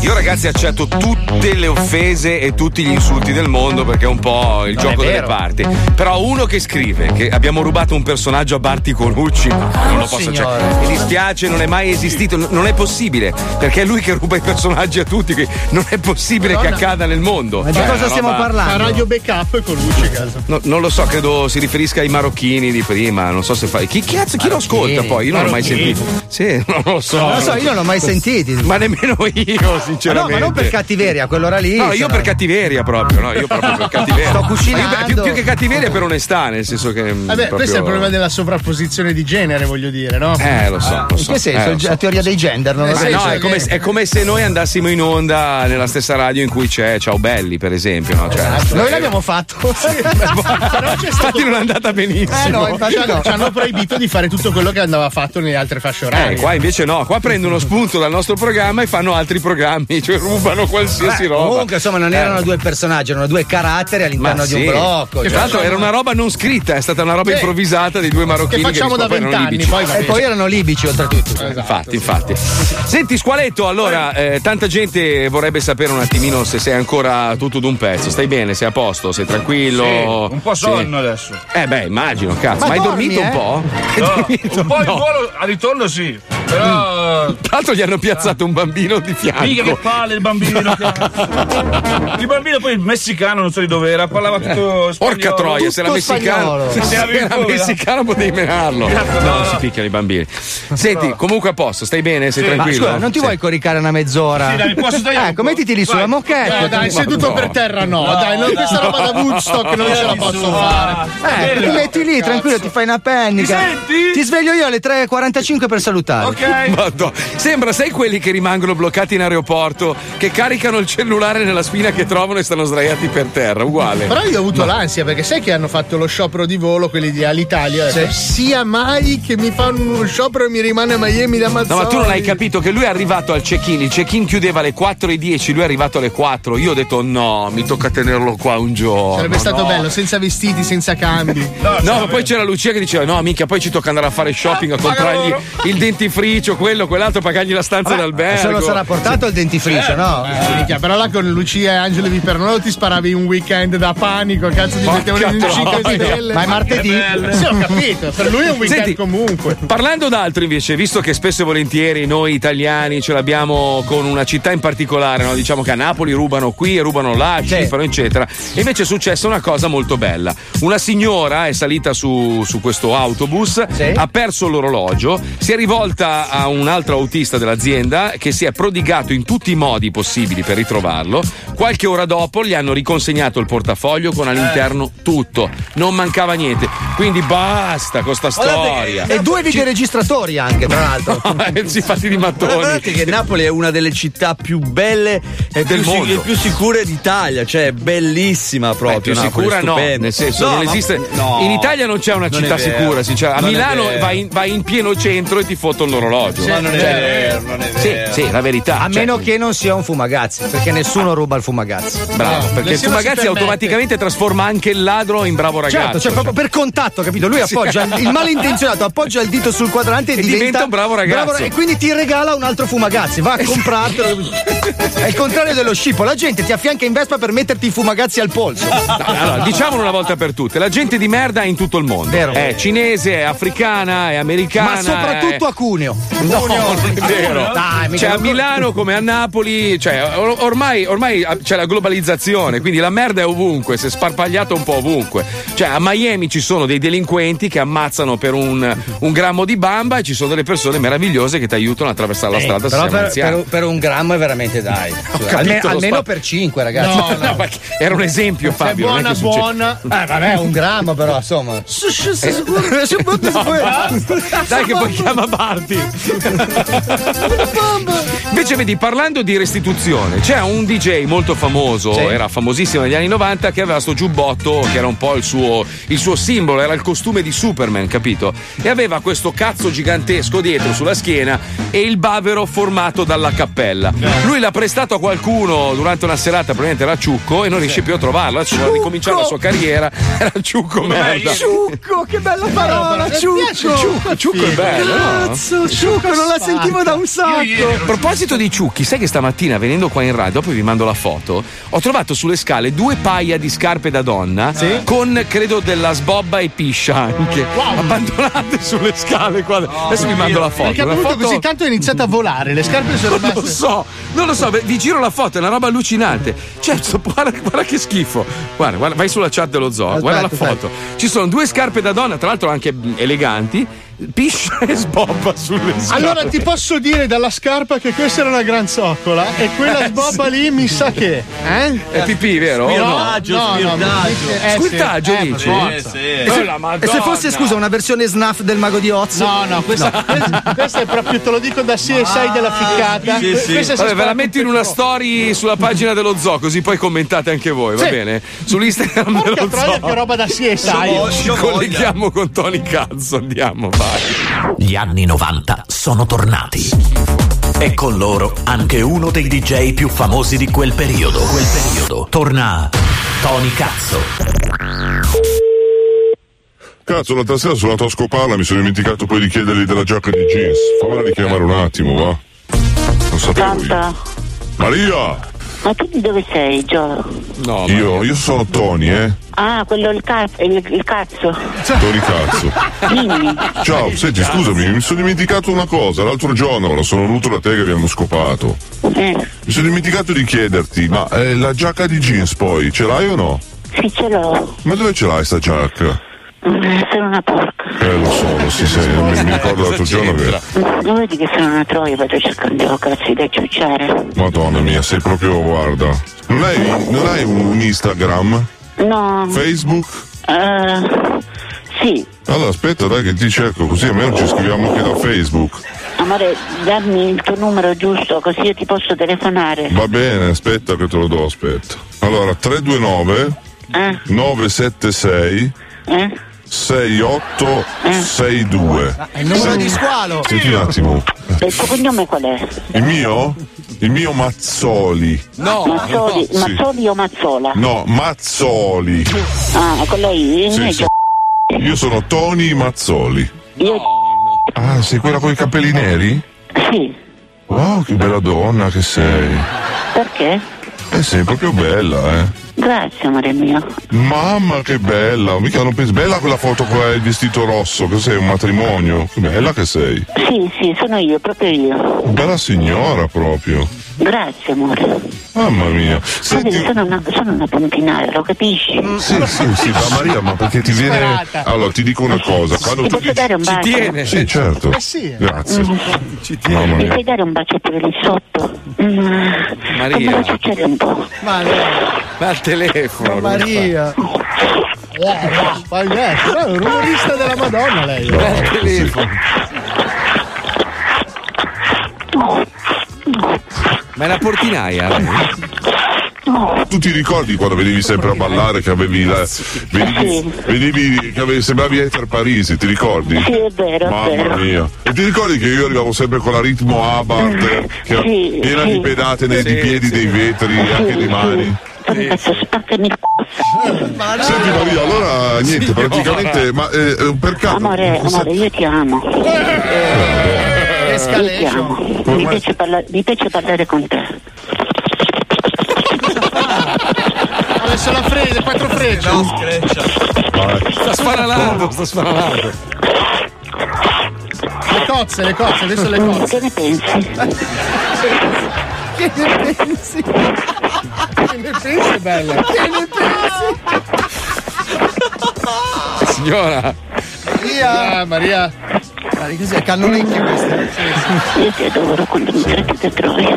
S3: Io ragazzi accetto tutte le offese e tutti gli insulti del mondo perché è un po' il
S23: Non
S3: gioco
S23: è
S3: delle
S23: vero.
S3: parti. Però uno che scrive che abbiamo rubato un personaggio a Barti Colucci, non lo posso
S23: signore.
S3: accettare. Mi dispiace, non è mai esistito, n- non è possibile, perché è lui che ruba i personaggi a tutti, quindi non è possibile che
S6: Madonna.
S3: accada nel mondo.
S6: Ma di
S3: Cioè, è
S6: cosa
S3: una
S6: stiamo
S3: roba-
S6: parlando? radio backup con luce caso.
S3: No, non lo so, credo si riferisca ai marocchini di prima, non so se fa. Chi cazzo, chi lo ascolta poi? Io non l'ho mai
S7: Marocchini.
S3: sentito. Sì, non lo so.
S7: Non lo so, io non l'ho mai sentito.
S3: Ma nemmeno io, sinceramente.
S7: Ma no, ma non per cattiveria, quell'ora lì.
S3: No, io
S7: sono-
S3: per cattiveria proprio, no, io proprio per cattiveria.
S7: Sto
S6: cucinando.
S3: Ma io- Più, più che cattiveria per onestà, nel senso che. mm,
S6: Vabbè, Eh questo è il
S3: proprio-
S6: problema della sovrapposizione di genere, voglio dire, no?
S3: Eh, lo so, lo so.
S6: In che senso?
S3: Eh, lo so.
S6: La
S7: teoria dei gender, non cioè
S3: Ma
S6: lo so.
S3: Eh, no, è come, se- è come se noi andassimo in onda nella stessa radio in cui c'è Ciao Belli, per esempio. No? Cioè,
S7: Esatto.
S6: Noi l'abbiamo fatto.
S3: Infatti non è andata benissimo.
S6: Eh no, infatti no. Cioè, Ci hanno proibito di fare tutto quello che andava fatto nelle altre fasce
S3: Eh,
S6: orarie.
S3: qua invece no, qua prendono spunto dal nostro programma e fanno altri programmi, cioè rubano qualsiasi
S7: Beh,
S3: roba.
S7: Eh, Comunque, insomma, non
S3: Eh.
S7: erano due personaggi, erano due caratteri
S3: Ma
S7: all'interno di
S3: sì.
S7: un blocco.
S3: Tra
S7: cioè.
S3: l'altro era una roba non scritta, è stata una roba
S7: Sì.
S3: improvvisata di due marocchini che,
S7: facciamo da
S3: scoprono
S7: vent'anni,
S3: libici.
S7: poi va E bene. poi erano libici oltretutto.
S3: Infatti, infatti. Senti Squaletto, allora eh, tanta gente vorrebbe sapere un attimino se sei ancora tutto d'un pezzo, stai bene, sei a posto, sei tranquillo.
S4: Sì, un po'
S3: Sì.
S4: sonno adesso.
S3: Eh beh, immagino, cazzo,
S4: Ma
S3: ma, hai
S4: dormi,
S3: dormito
S4: eh?
S3: un po'? Hai
S4: No,
S3: dormito
S4: un po' in
S3: po'?
S4: volo al ritorno sì.
S3: Però. Mm. Tra l'altro gli hanno piazzato un bambino di fianco.
S4: Mica che palle il bambino. cazzo. il bambino poi messicano, non so di dove era, parlava tutto spagnolo.
S3: Eh, Porca troia, se era messicano, se era messicano potevi menarlo.
S4: Cazzo,
S3: No,
S4: no.
S3: non si picchiano i bambini. Senti, comunque a posto, stai bene, sei
S7: Sì.
S3: tranquillo.
S7: Ma scusa, non ti
S3: Sì.
S7: vuoi coricare una mezz'ora?
S3: Sì, dai, posso stare un
S7: Ecco, mettiti lì sulla moquette.
S6: No, dai, seduto per terra no.
S7: No,
S6: dai, non,
S7: dai.
S6: questa roba da Woodstock non ce la posso fare.
S7: Eh, ti metti lì, tranquillo, ti fai una pennica.
S3: Mi
S7: senti? Ti sveglio io alle 3.45 per salutare.
S3: Madonna. Sembra, sai quelli che rimangono bloccati in aeroporto, che caricano il cellulare nella spina che trovano e stanno sdraiati per terra, uguale.
S6: Però io ho avuto l'ansia perché sai che hanno fatto lo sciopero di volo quelli di Alitalia. Ho detto, Sia mai che mi fanno uno sciopero e mi rimane a Miami da
S3: No,
S6: Mazzoni.
S3: ma tu non hai capito che lui è arrivato al check-in, il check-in chiudeva alle 4.10, lui è arrivato alle 4. Io ho detto no, mi tocca tenerlo qua un giorno.
S6: Sarebbe stato
S3: no.
S6: bello, senza vestiti, senza cambi.
S3: No, ma poi c'era Lucia che diceva: No, minchia, poi ci tocca andare a fare shopping, a comprargli il dentifricio, quello, quell'altro, pagargli la stanza d'albergo.
S7: se lo sarà portato al dentifricio, no?
S6: Eh, minchia, però là con Lucia e Angelo di Pernolo ti sparavi un weekend da panico, cazzo ti
S3: Porca
S6: mettevano in 5
S3: troia.
S6: stelle.
S3: Ma è martedì.
S6: Sì, ho capito, per lui è un weekend
S3: Senti,
S6: comunque.
S3: Parlando d'altro invece, visto che spesso e volentieri noi italiani ce l'abbiamo con una città in particolare, no? diciamo che a Napoli rubano qui, rubano là, cifrano eccetera, E invece è successa una cosa molto bella. Una signora è salita su, su questo autobus, ha perso l'orologio, si è rivolta a un altro autista dell'azienda che si è prodigato in tutti i modi possibili per ritrovarlo. Qualche ora dopo gli hanno riconsegnato il portafoglio con all'interno tutto, non mancava niente. Quindi basta con sta storia.
S7: E due videoregistratori anche, tra l'altro.
S3: Ah, eh, si fatti di mattoni.
S9: Guardate che Napoli è una delle città più belle e
S3: Del
S9: più, sic-
S3: mondo.
S9: e più sicure d'Italia, cioè è bellissima proprio.
S3: Beh, più
S9: Napoli,
S3: sicura no,
S9: stupenda.
S3: nel senso
S9: No,
S3: non
S9: ma-
S3: esiste.
S9: no.
S3: In Italia non c'è una
S9: Non
S3: città
S9: è vero.
S3: sicura, sincera. A
S9: Non è
S3: Milano
S9: vero.
S3: vai in, vai in pieno centro e ti fottono l'orologio.
S7: Ma non è
S3: Cioè,
S7: vero, non è vero.
S3: Sì, sì, la verità.
S7: A
S3: Cioè,
S7: meno che non sia un fumagazzi, perché nessuno ruba il fumagazzi.
S6: Eh,
S3: Bravo, perché il fumagazzi automaticamente trasforma anche il ladro in bravo ragazzo.
S7: Certo, cioè proprio per contatto, capito? Lui
S3: Sì.
S7: appoggia il malintenzionato, appoggia il dito sul quadrante e,
S3: E diventa un bravo ragazzo.
S7: ra- e quindi ti regala un altro fumagazzi, va a comprartelo. È il contrario dello scippo, la gente ti affianca in Vespa per metterti i fumagazzi al polso.
S3: Allora, diciamolo una volta per tutte, la gente di merda è in tutto il mondo. È cinese, è africana, è americana.
S7: Ma soprattutto
S3: è-
S7: a Cuneo.
S3: No, non è vero.
S7: Dai, Ah, mica
S3: cioè, a
S7: non-
S3: Milano come a Napoli, cioè, or- ormai, ormai ah, c'è la globalizzazione, quindi la merda è ovunque, si è sparpagliata un po' ovunque. Cioè, a Miami ci sono dei delinquenti che ammazzano per un, un grammo di bamba e ci sono delle persone meravigliose che ti aiutano a attraversare la
S7: Eh,
S3: strada. se
S7: però
S3: sei
S7: per,
S3: anziano.
S7: per- per un grammo è veramente dai. Cioè,
S3: capito,
S7: alme-
S3: lo
S7: almeno
S3: spacco.
S7: per 5, ragazzi.
S3: No, no, ma che- era un esempio, Fabio, non è che succede.
S7: Eh, vabbè, un grammo, però, insomma. Eh,
S3: No, basta. Dai che poi chiama Barti. Invece vedi, parlando di restituzione, c'è un DJ molto famoso, era famosissimo negli anni 90, che aveva sto giubbotto che era un po' il suo, il suo simbolo, era il costume di Superman, capito? E aveva questo cazzo gigantesco dietro sulla schiena e il bavero formato dalla cappella. Lui l'ha prestato a qualcuno durante una serata, probabilmente era Ciucco, e non riesce più a trovarlo, ha ricominciato la sua carriera, era Ciucco Oh, merda.
S14: Eh, Ciucco, che bella parola, ciucco.
S3: Ciucco, ciucco è bello, no?
S14: Cazzo, ciucco, non la sentivo da un
S3: A
S14: sacco.
S3: proposito di ciucchi, sai che stamattina venendo qua in radio, poi vi mando la foto, ho trovato sulle scale due paia di scarpe da donna con credo della sbobba e piscia anche. Abbandonate sulle scale qua. Adesso vi mando la foto.
S6: Perché ha
S3: La
S6: bevuto
S3: foto-
S6: così tanto è iniziato a volare, le scarpe sono
S3: non
S6: rimaste.
S3: lo so, non lo so, beh, vi giro la foto, è una roba allucinante. Certo, guarda, guarda che schifo. Guarda, guarda, vai sulla chat dello zoo, guarda la
S6: aspetta.
S3: foto. Ci sono due scarpe da donna, tra l'altro anche mm, eleganti, piscia e sbobba sulle scale.
S6: Allora ti posso dire dalla scarpa che questa era una gran zoccola e quella sbobba lì mi sa che. Eh?
S3: Eh, È pipì, vero?
S6: Spiro-
S3: O no?
S6: no, no, mi dice- eh, sì.
S3: Squirtaggio,
S6: Eh, per
S3: dici?
S6: forza.
S3: E se-
S7: E se fosse, scusa, una versione snuff del mago di Oz?
S6: No, no, questa, questa- questa è proprio, te lo dico da sì e sai della ficcata.
S3: Sì, sì.
S6: Questa si
S3: Vabbè, ve
S6: spara
S3: la metto in una story sulla pagina dello zoo, così poi commentate anche voi, va
S6: Sì.
S3: bene? Sull'Instagram
S6: Porca
S3: dello
S6: troia, che
S3: zoo.
S6: roba da sì e sai.
S3: Ci colleghiamo con Tony Cazzo, andiamo, vai.
S24: Gli anni 90 sono tornati. E con loro anche uno dei DJ più famosi di quel periodo. Quel periodo. Torna Tony Cazzo.
S25: Cazzo, l'altra sera sono andato a scoparla, mi sono dimenticato poi di chiedergli della giacca di jeans. Fammela richiamare un attimo, va? Non sapevo io. Maria!
S26: Ma tu di dove sei, Gio?
S27: io, io sono Tony, eh.
S26: Ah, quello il, ca- il, il cazzo.
S27: Tony cazzo.
S26: Dimmi.
S27: Ciao, senti, scusami, mi sono dimenticato una cosa. L'altro giorno, quando sono venuto da te che abbiamo scopato. Mi sono dimenticato di chiederti, ma eh, la giacca di jeans poi ce l'hai o no?
S26: Sì, ce l'ho.
S27: Ma dove ce l'hai sta giacca?
S26: Mm, Sono una porca.
S27: Eh, lo so, lo si sente, mi, mi ricordo l'altro giorno che.
S26: Non vedi che sono una troia, vado cercando cazzi da ciucciare.
S27: Madonna mia, sei proprio, guarda. Non hai, non hai un Instagram?
S26: No.
S27: Facebook?
S26: Eh, sì,
S27: Allora aspetta dai che ti cerco così almeno ci scriviamo anche da Facebook.
S26: amore, dammi il tuo numero giusto così io ti posso telefonare.
S27: Va bene, aspetta che te lo do, aspetta. Allora, 329
S26: Eh?
S27: 976
S26: Eh?
S27: 6862.
S26: È Ah, il numero di squalo.
S27: Senti un attimo.
S26: E il tuo cognome qual è?
S27: Il mio? Il mio Mazzoli.
S26: Mazzoli,
S27: Sì.
S26: Mazzoli o Mazzola?
S27: No, Mazzoli.
S26: Ah, quello lì, il mio
S27: Sì, sì. Io sono Tony Mazzoli.
S26: Io
S27: Ah, sei quella con i capelli neri?
S26: Sì.
S27: Wow, che bella donna che sei.
S26: Perché?
S27: Eh, sei proprio bella, eh.
S26: Grazie, amore mio.
S27: Mamma che bella, mica non pensi bella quella foto qua, il vestito rosso, che sei un matrimonio, che bella che sei.
S26: Sì, sì, sono io, proprio io.
S27: Bella signora proprio.
S26: Grazie, amore.
S27: Mamma mia.
S26: Vedi, sono una, sono una pontinara, lo capisci?
S27: Mm, Sì, sì, sì, ma Maria, ma perché ti viene.
S26: Disperata.
S27: Allora, ti dico una cosa, quando
S26: Ti
S27: tu
S26: posso dare un bacio?
S27: Sì, certo.
S26: Eh sì.
S27: Grazie.
S26: Mm.
S27: Mamma
S26: Mi
S27: mia.
S26: puoi dare un bacio pure lì sotto? Mm.
S3: Maria.
S26: Fammelo ciucciare un po'.
S3: Ma al telefono.
S6: Maria. Ma è Eh, un rumorista della Madonna lei.
S3: Ma è la portinaia lei?
S27: Tu ti ricordi quando venivi sempre a ballare che avevi la. Venivi, venivi che avevi, sembravi Ether Parisi, ti ricordi?
S26: Sì, è vero, è vero.
S27: Mamma mia. E ti ricordi che io arrivavo sempre con la ritmo Abart, eh, che era
S26: Sì,
S27: piena
S26: sì.
S27: di pedate nei di piedi dei vetri e anche dei mani?
S26: Cazzo, spaccami il c***o.
S27: Senti Maria, allora Ah, niente, praticamente, ma eh, eh, per caso.
S26: Amore, amore, io ti amo.
S27: Eh.
S26: Eh, Io ti amo. Mi piace, parla- mi piace parlare con te.
S6: Adesso la frese, quattro frecce.
S3: Sta sparalando, sta sparalando.
S6: Le cozze, le cozze, adesso le cozze.
S26: Che ne pensi?
S6: Che ne pensi? Che ne pensi, bella? Che ne pensi?
S3: Signora.
S6: Maria! Maria! Guarda, così è cannonicchio questo.
S26: Io ti adoro quando mi tratti da troia.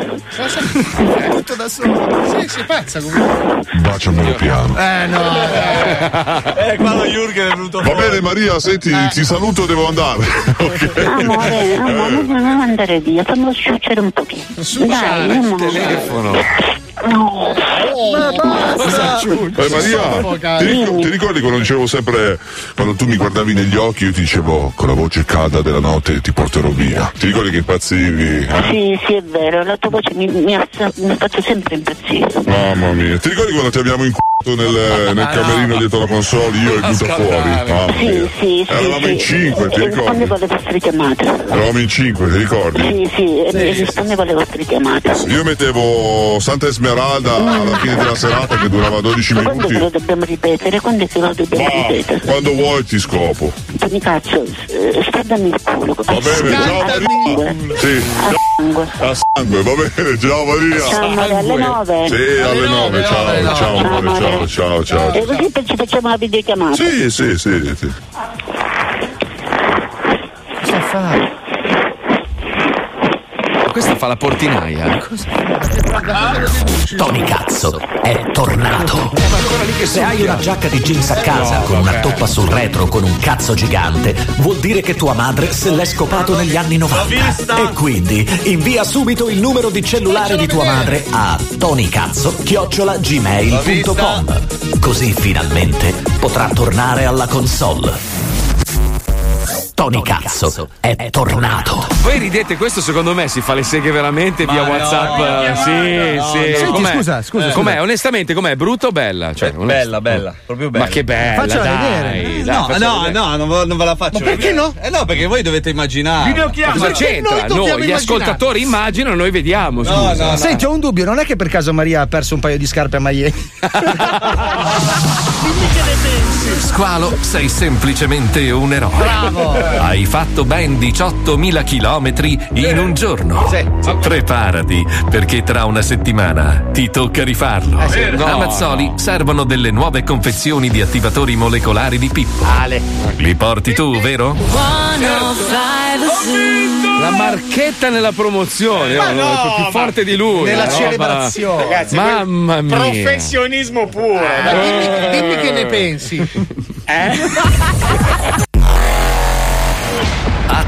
S6: È tutto da solo. Sì, si pazza comunque.
S27: Baciamelo piano.
S6: Eh no,
S27: Eh, qua lo Jurgen è venuto Eh. Va bene Maria, senti, ti saluto, devo andare. ok? Eh.
S26: Amore, amore, non non andare via, fammelo sciucciare un pochino. Dai, amore.
S27: telefono.
S26: No.
S6: Oh.
S27: Eh, Maria, ti, ricor- ti ricordi quando dicevo sempre, quando tu mi guardavi negli occhi, io ti dicevo "Oh, con la voce calda della notte ti porterò via. Ti ricordi che impazzivi? eh?
S26: Sì, sì, è vero, la tua voce mi, mi ha, sa- mi ha fatto sempre impazzire.
S27: Mamma mia, ti ricordi quando ti abbiamo incubato nel, nel camerino dietro la console, io e butta fuori? Mamma
S26: Sì,
S27: mia.
S26: sì, sì.
S27: Ah,
S26: Eh,
S27: Eravamo in
S26: sì.
S27: cinque, ti
S26: E
S27: ricordi?
S26: Rispondevo alle vostre chiamate.
S27: Eravamo in cinque, ti ricordi?
S26: Sì, sì, eh, e- e rispondevo alle vostre chiamate.
S27: Io mettevo Santa Esmeralda alla fine della serata che durava 12
S26: Quando ve lo
S27: minuti.
S26: dobbiamo ripetere? Quando è che lo dobbiamo ripetere?
S27: Quando vuoi ti scopo.
S26: Mi cazzo, eh, scaldami il culo.
S27: Va bene, ciao Maria. Sì. A sangue, va bene, ciao Maria.
S26: Ciao, amore, alle nove.
S27: Sì, alle 9, ciao, ciao amore, ciao, ciao, ciao.
S9: Eh.
S26: E Eh, così poi ci facciamo la videochiamata.
S27: Sì, sì, sì, sì.
S3: Cosa fa? Questa fa la portinaia.
S6: Ah.
S28: Tony Cazzo è tornato. Se hai una giacca di jeans a casa con una toppa sul retro con un cazzo gigante, vuol dire che tua madre se l'è scopato negli anni 90. E quindi invia subito il numero di cellulare di tua madre a tonicazzo@gmail.com. Così finalmente potrà tornare alla console.
S24: Tony Cazzo è tornato.
S3: Voi ridete, questo secondo me si fa le seghe veramente via
S24: no,
S3: WhatsApp.
S24: via
S3: eh,
S24: chiamata,
S3: sì,
S24: no,
S3: sì.
S24: no. Senti,
S3: Com'è?
S24: scusa, scusa,
S3: Eh,
S24: scusa.
S3: Com'è? Onestamente, com'è? Brutta o bella? Cioè,
S9: bella, bella, proprio bella.
S3: Ma che bella!
S9: Faccela
S3: dai,
S9: vedere.
S3: dai,
S9: No,
S3: faccela
S9: no,
S3: vedere.
S9: no, non, ve- non ve la faccio.
S3: Ma perché
S9: vedere. Eh no, perché voi dovete immaginare.
S3: Ma cosa c'entra? Noi, gli ascoltatori immaginano, noi vediamo. scusa.
S7: Senti, ho un dubbio, non è che per caso Maria ha perso un paio di scarpe a Maie?
S1: Squalo, sei semplicemente un eroe.
S7: Bravo.
S1: Hai fatto ben 18.000 chilometri in un giorno. Preparati, perché tra una settimana ti tocca rifarlo.
S24: Eh sì. No.
S1: A Mazzoli servono delle nuove confezioni di attivatori molecolari di Pippo. Li porti tu, vero?
S3: La marchetta nella promozione,
S1: Ma
S3: oh, no,
S1: no,
S3: è più
S1: ma-
S3: forte di lui.
S1: nella
S3: la roba.
S1: celebrazione.
S8: Ragazzi,
S3: Mamma mia. Eh.
S8: Professionismo puro.
S6: Ma dimmi, dimmi che ne pensi.
S9: Eh?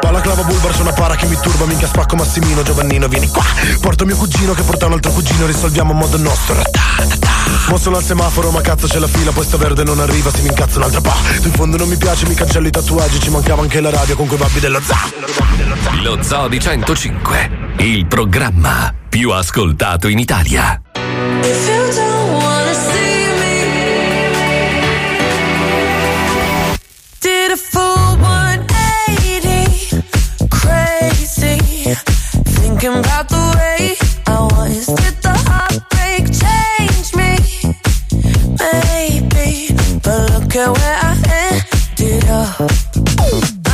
S29: Balaclava Bulbar su una para che mi turba Minchia spacco Massimino Giovannino vieni qua Porto mio cugino che porta un altro cugino Risolviamo a modo nostro Mo sono al semaforo ma cazzo c'è la fila Poi sta verde non arriva se mi incazzo un'altra pa Tu in fondo non mi piace mi cancello i tatuaggi Ci mancava anche la radio con quei babbi dello za
S1: Lo Zoo di 105, il programma più ascoltato in Italia.
S5: If you don't wanna see me, did a full 180, crazy, thinking about the way I was. Did the heartbreak change me? Maybe, but look at where I ended up.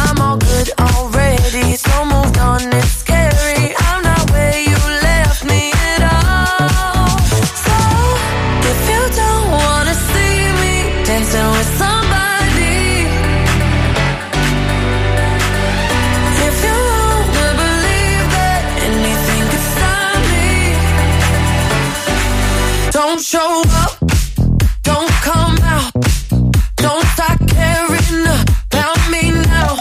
S5: I'm all good already, so moved on. It's scary. I'm not where you left me at all. So if you don't wanna see me dancing with somebody, if you wanna believe that anything could stop me, don't show up, don't come out, don't start caring about me now.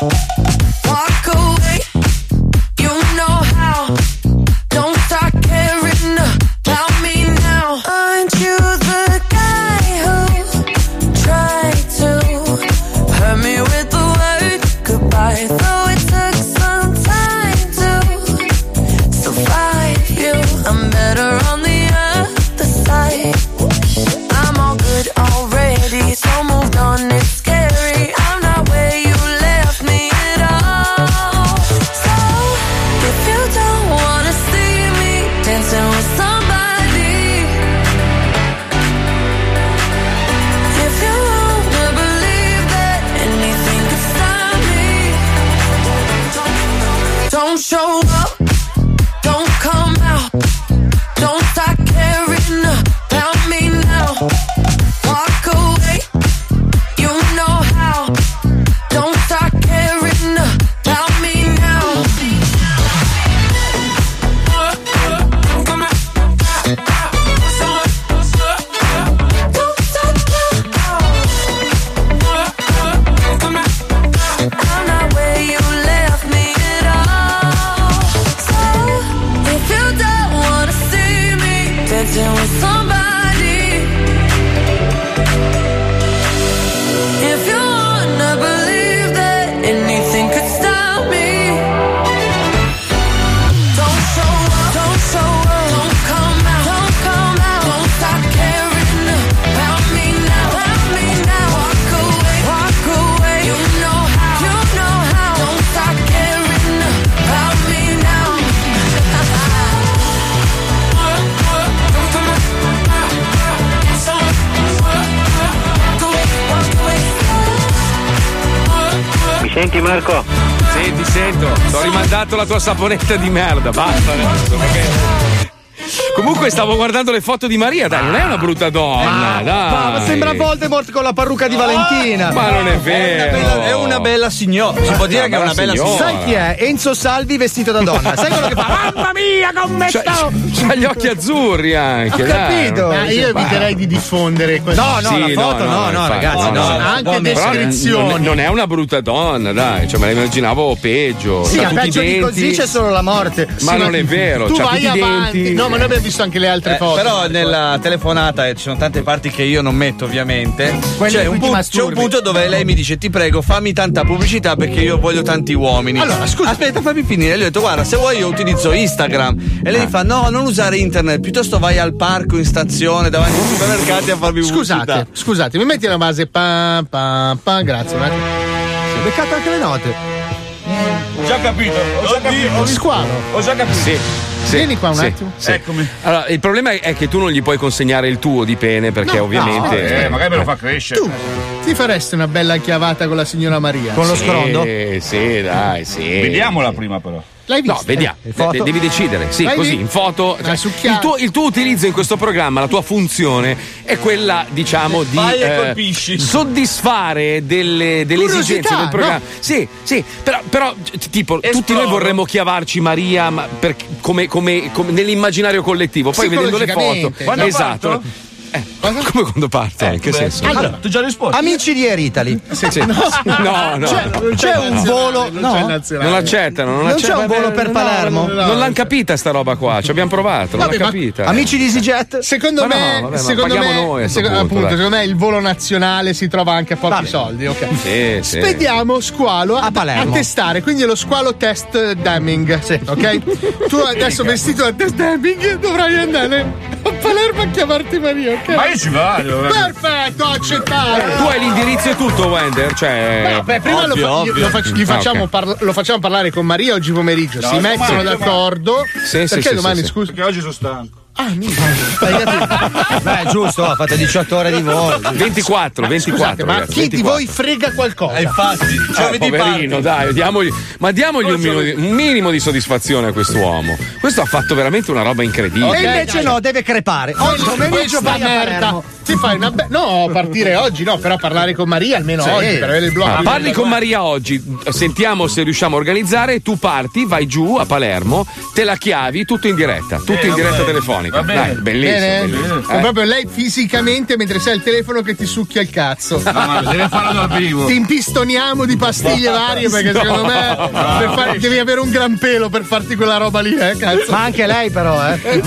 S5: Walk away, you know how. Don't start caring about me now. Aren't you the guy who tried to hurt me with the word goodbye? Though it took some time to survive you, I'm better on the other side. I'm all good already, so moved on. It's scary. I'm not where you left me at all. So if you don't wanna see me dancing with somebody, if you wanna believe that anything could stop me, don't show up, don't come out, don't start caring about me now. Walk away, you know how. Don't start caring about me now. I'm not where you left me at all. So if you don't wanna see me dancing with somebody, if you wanna believe that anything could stop me, don't show up, don't show up, don't come out, don't come out, don't stop caring about me now, about me now. Walk away, walk away. You know how, you know how. Don't stop caring about me now.
S3: Mi senti Marco? Sì, ti sento. Ti ho rimandato la tua saponetta di merda, basta adesso, perché- Comunque stavo guardando le foto di Maria, dai, non è una brutta donna. dai.
S7: Ah, Ma sembra Voldemort con la parrucca di Valentina.
S3: Ma non è
S9: È
S3: vero.
S9: una bella, è una bella signora. Si può dire che è una bella signora.
S7: Sai chi è? Enzo Salvi vestito da donna. Sai quello che fa? Mamma mia,
S6: Cioè,
S3: C'ha,
S7: commetto!
S3: c'ha gli occhi azzurri anche.
S7: Ho
S3: dai.
S7: capito.
S3: Non
S6: Ma io
S3: si fa.
S6: eviterei di diffondere questo.
S7: No, no,
S3: Sì,
S7: la foto no, no,
S3: infatti,
S7: ragazzi, no.
S6: Anche
S3: Però n-
S6: descrizioni.
S3: Non, non è una brutta donna, dai. Cioè, me la immaginavo peggio.
S7: Sì,
S3: C'ha
S7: a
S3: tutti i
S7: peggio di
S3: denti.
S7: così c'è solo la morte.
S3: Ma non è vero,
S6: Tu
S3: c'ha
S6: vai
S3: tutti i
S6: avanti.
S3: denti.
S6: No, ma noi abbiamo visto anche le altre
S9: Eh,
S6: foto.
S9: però nella telefonata eh, ci sono tante parti che io non metto ovviamente
S6: Quelle
S9: c'è
S6: in
S9: un,
S6: cui ti
S9: punto, c'è
S6: masturbi.
S9: un punto dove lei mi dice ti prego fammi tanta pubblicità perché io voglio tanti uomini allora scusa aspetta fammi finire le ho detto guarda se vuoi io utilizzo Instagram e
S6: Eh.
S9: lei fa no non usare internet piuttosto vai al parco in stazione davanti ai supermercati a farmi pubblicità
S6: Scusate, scusate, mi metti la base. Pa, pa, pa, grazie. un attimo. Ho beccato anche le note.
S4: Già capito, ho già capito.
S6: Ho squalo.
S4: Ho già capito. Ecco.
S3: Sì. sì,
S6: Vieni qua un
S3: sì,
S6: attimo.
S3: sì.
S4: Eccomi.
S3: Allora, il problema è che tu non gli puoi consegnare il tuo di pene perché
S6: No,
S3: ovviamente.
S6: no, eh, magari me lo fa
S4: crescere.
S6: Tu ti faresti una bella chiavata con la signora Maria?
S3: Sì, Sì, dai, sì.
S4: Vediamola prima, però.
S6: L'hai vista?
S3: No, vediamo.
S6: Eh,
S3: De- de- devi decidere. Sì,
S6: L'hai
S3: così,
S6: vista?
S3: in foto. cioè,
S6: L'hai succhiata?
S3: il, tuo, il tuo utilizzo in questo programma, la tua funzione è quella, diciamo, di
S9: Vai e colpisci.
S3: soddisfare delle, delle
S9: Curiosità,
S3: esigenze del programma.
S9: no?
S3: Sì, sì, però, però, t- tipo, tutti noi vorremmo chiavarci Maria ma per- come, come- come- nell'immaginario collettivo. Poi vedendo le foto.
S7: Psicologicamente. Quando
S3: esatto.
S7: parto? Ah,
S3: Eh, come quando parte?
S7: Eh,
S3: in che senso?
S7: Allora, tu già rispondi. Amici di Air Italy.
S3: sì. No, no.
S7: C'è,
S3: Non
S7: c'è un volo. No.
S3: Non accettano, non,
S7: Non c'è
S3: accettano.
S7: un volo per Palermo?
S3: non l'hanno capita sta roba qua, ci abbiamo provato, non l'hanno
S6: Vabbè, ma-
S3: capita. eh.
S7: Amici di EasyJet?
S6: Secondo
S3: Ma no,
S6: me,
S3: vabbè, ma
S6: secondo
S3: paghiamo
S6: me,
S3: noi a sto
S6: secondo-
S3: punto,
S6: appunto,
S3: dai.
S6: secondo me il volo nazionale si trova anche a pochi soldi, ok?
S3: Sì, sì.
S6: Spediamo squalo a,
S7: Palermo.
S6: a testare, quindi è lo squalo test damming, ok? Tu adesso vestito da test damming dovrai andare a Palermo a chiamarti Maria, ok?
S4: Ma io ci vado, eh. guarda.
S6: Perfetto, accettato.
S3: Tu hai l'indirizzo e tutto, Wender? Cioè,
S6: Beh, prima lo, fa- gli- lo fac- gli
S3: Ah,
S6: facciamo
S3: ok.
S6: parla- lo facciamo parlare con Maria oggi pomeriggio.
S4: No,
S6: si
S4: domani,
S6: mettono
S4: domani.
S6: d'accordo.
S4: Sì, sì,
S6: perché
S4: sì,
S6: domani,
S4: sì, sì.
S6: scusa? Ah,
S4: Perché oggi sono stanco.
S7: Beh, giusto, ha fatto 18 ore di volo.
S3: 24, 24.
S6: ma
S3: ragazzi,
S6: chi di
S3: 24.
S6: voi frega qualcosa?
S9: infatti,
S3: Eh, poverino, dai, diamogli, ma diamogli un, minu- un minimo di soddisfazione a quest'uomo. Questo ha fatto veramente una roba incredibile.
S7: e invece no, deve crepare. Oggi
S6: Questa
S7: pomeriggio vai a
S6: merda.
S7: Palermo.
S6: Ti fai una be- No, partire oggi, no, però parlare con Maria almeno
S3: Sì.
S6: Eh oggi per avere il blocco.
S3: Ah,
S6: di-
S3: parli con Maria oggi, sentiamo se riusciamo a organizzare. Tu parti, vai giù a Palermo, te la chiavi, tutto in diretta, tutto in diretta telefonica. Dai, bellissimo.
S6: Bene?
S3: bellissimo.
S6: È
S3: Eh.
S6: proprio lei fisicamente mentre sei al telefono che ti succhia il cazzo.
S4: ma deve farlo dal vivo.
S6: Ti impistoniamo di pastiglie varie perché
S4: No.
S6: secondo me per fare- devi avere un gran pelo per farti quella roba lì, eh, cazzo.
S7: Ma anche lei, però, eh.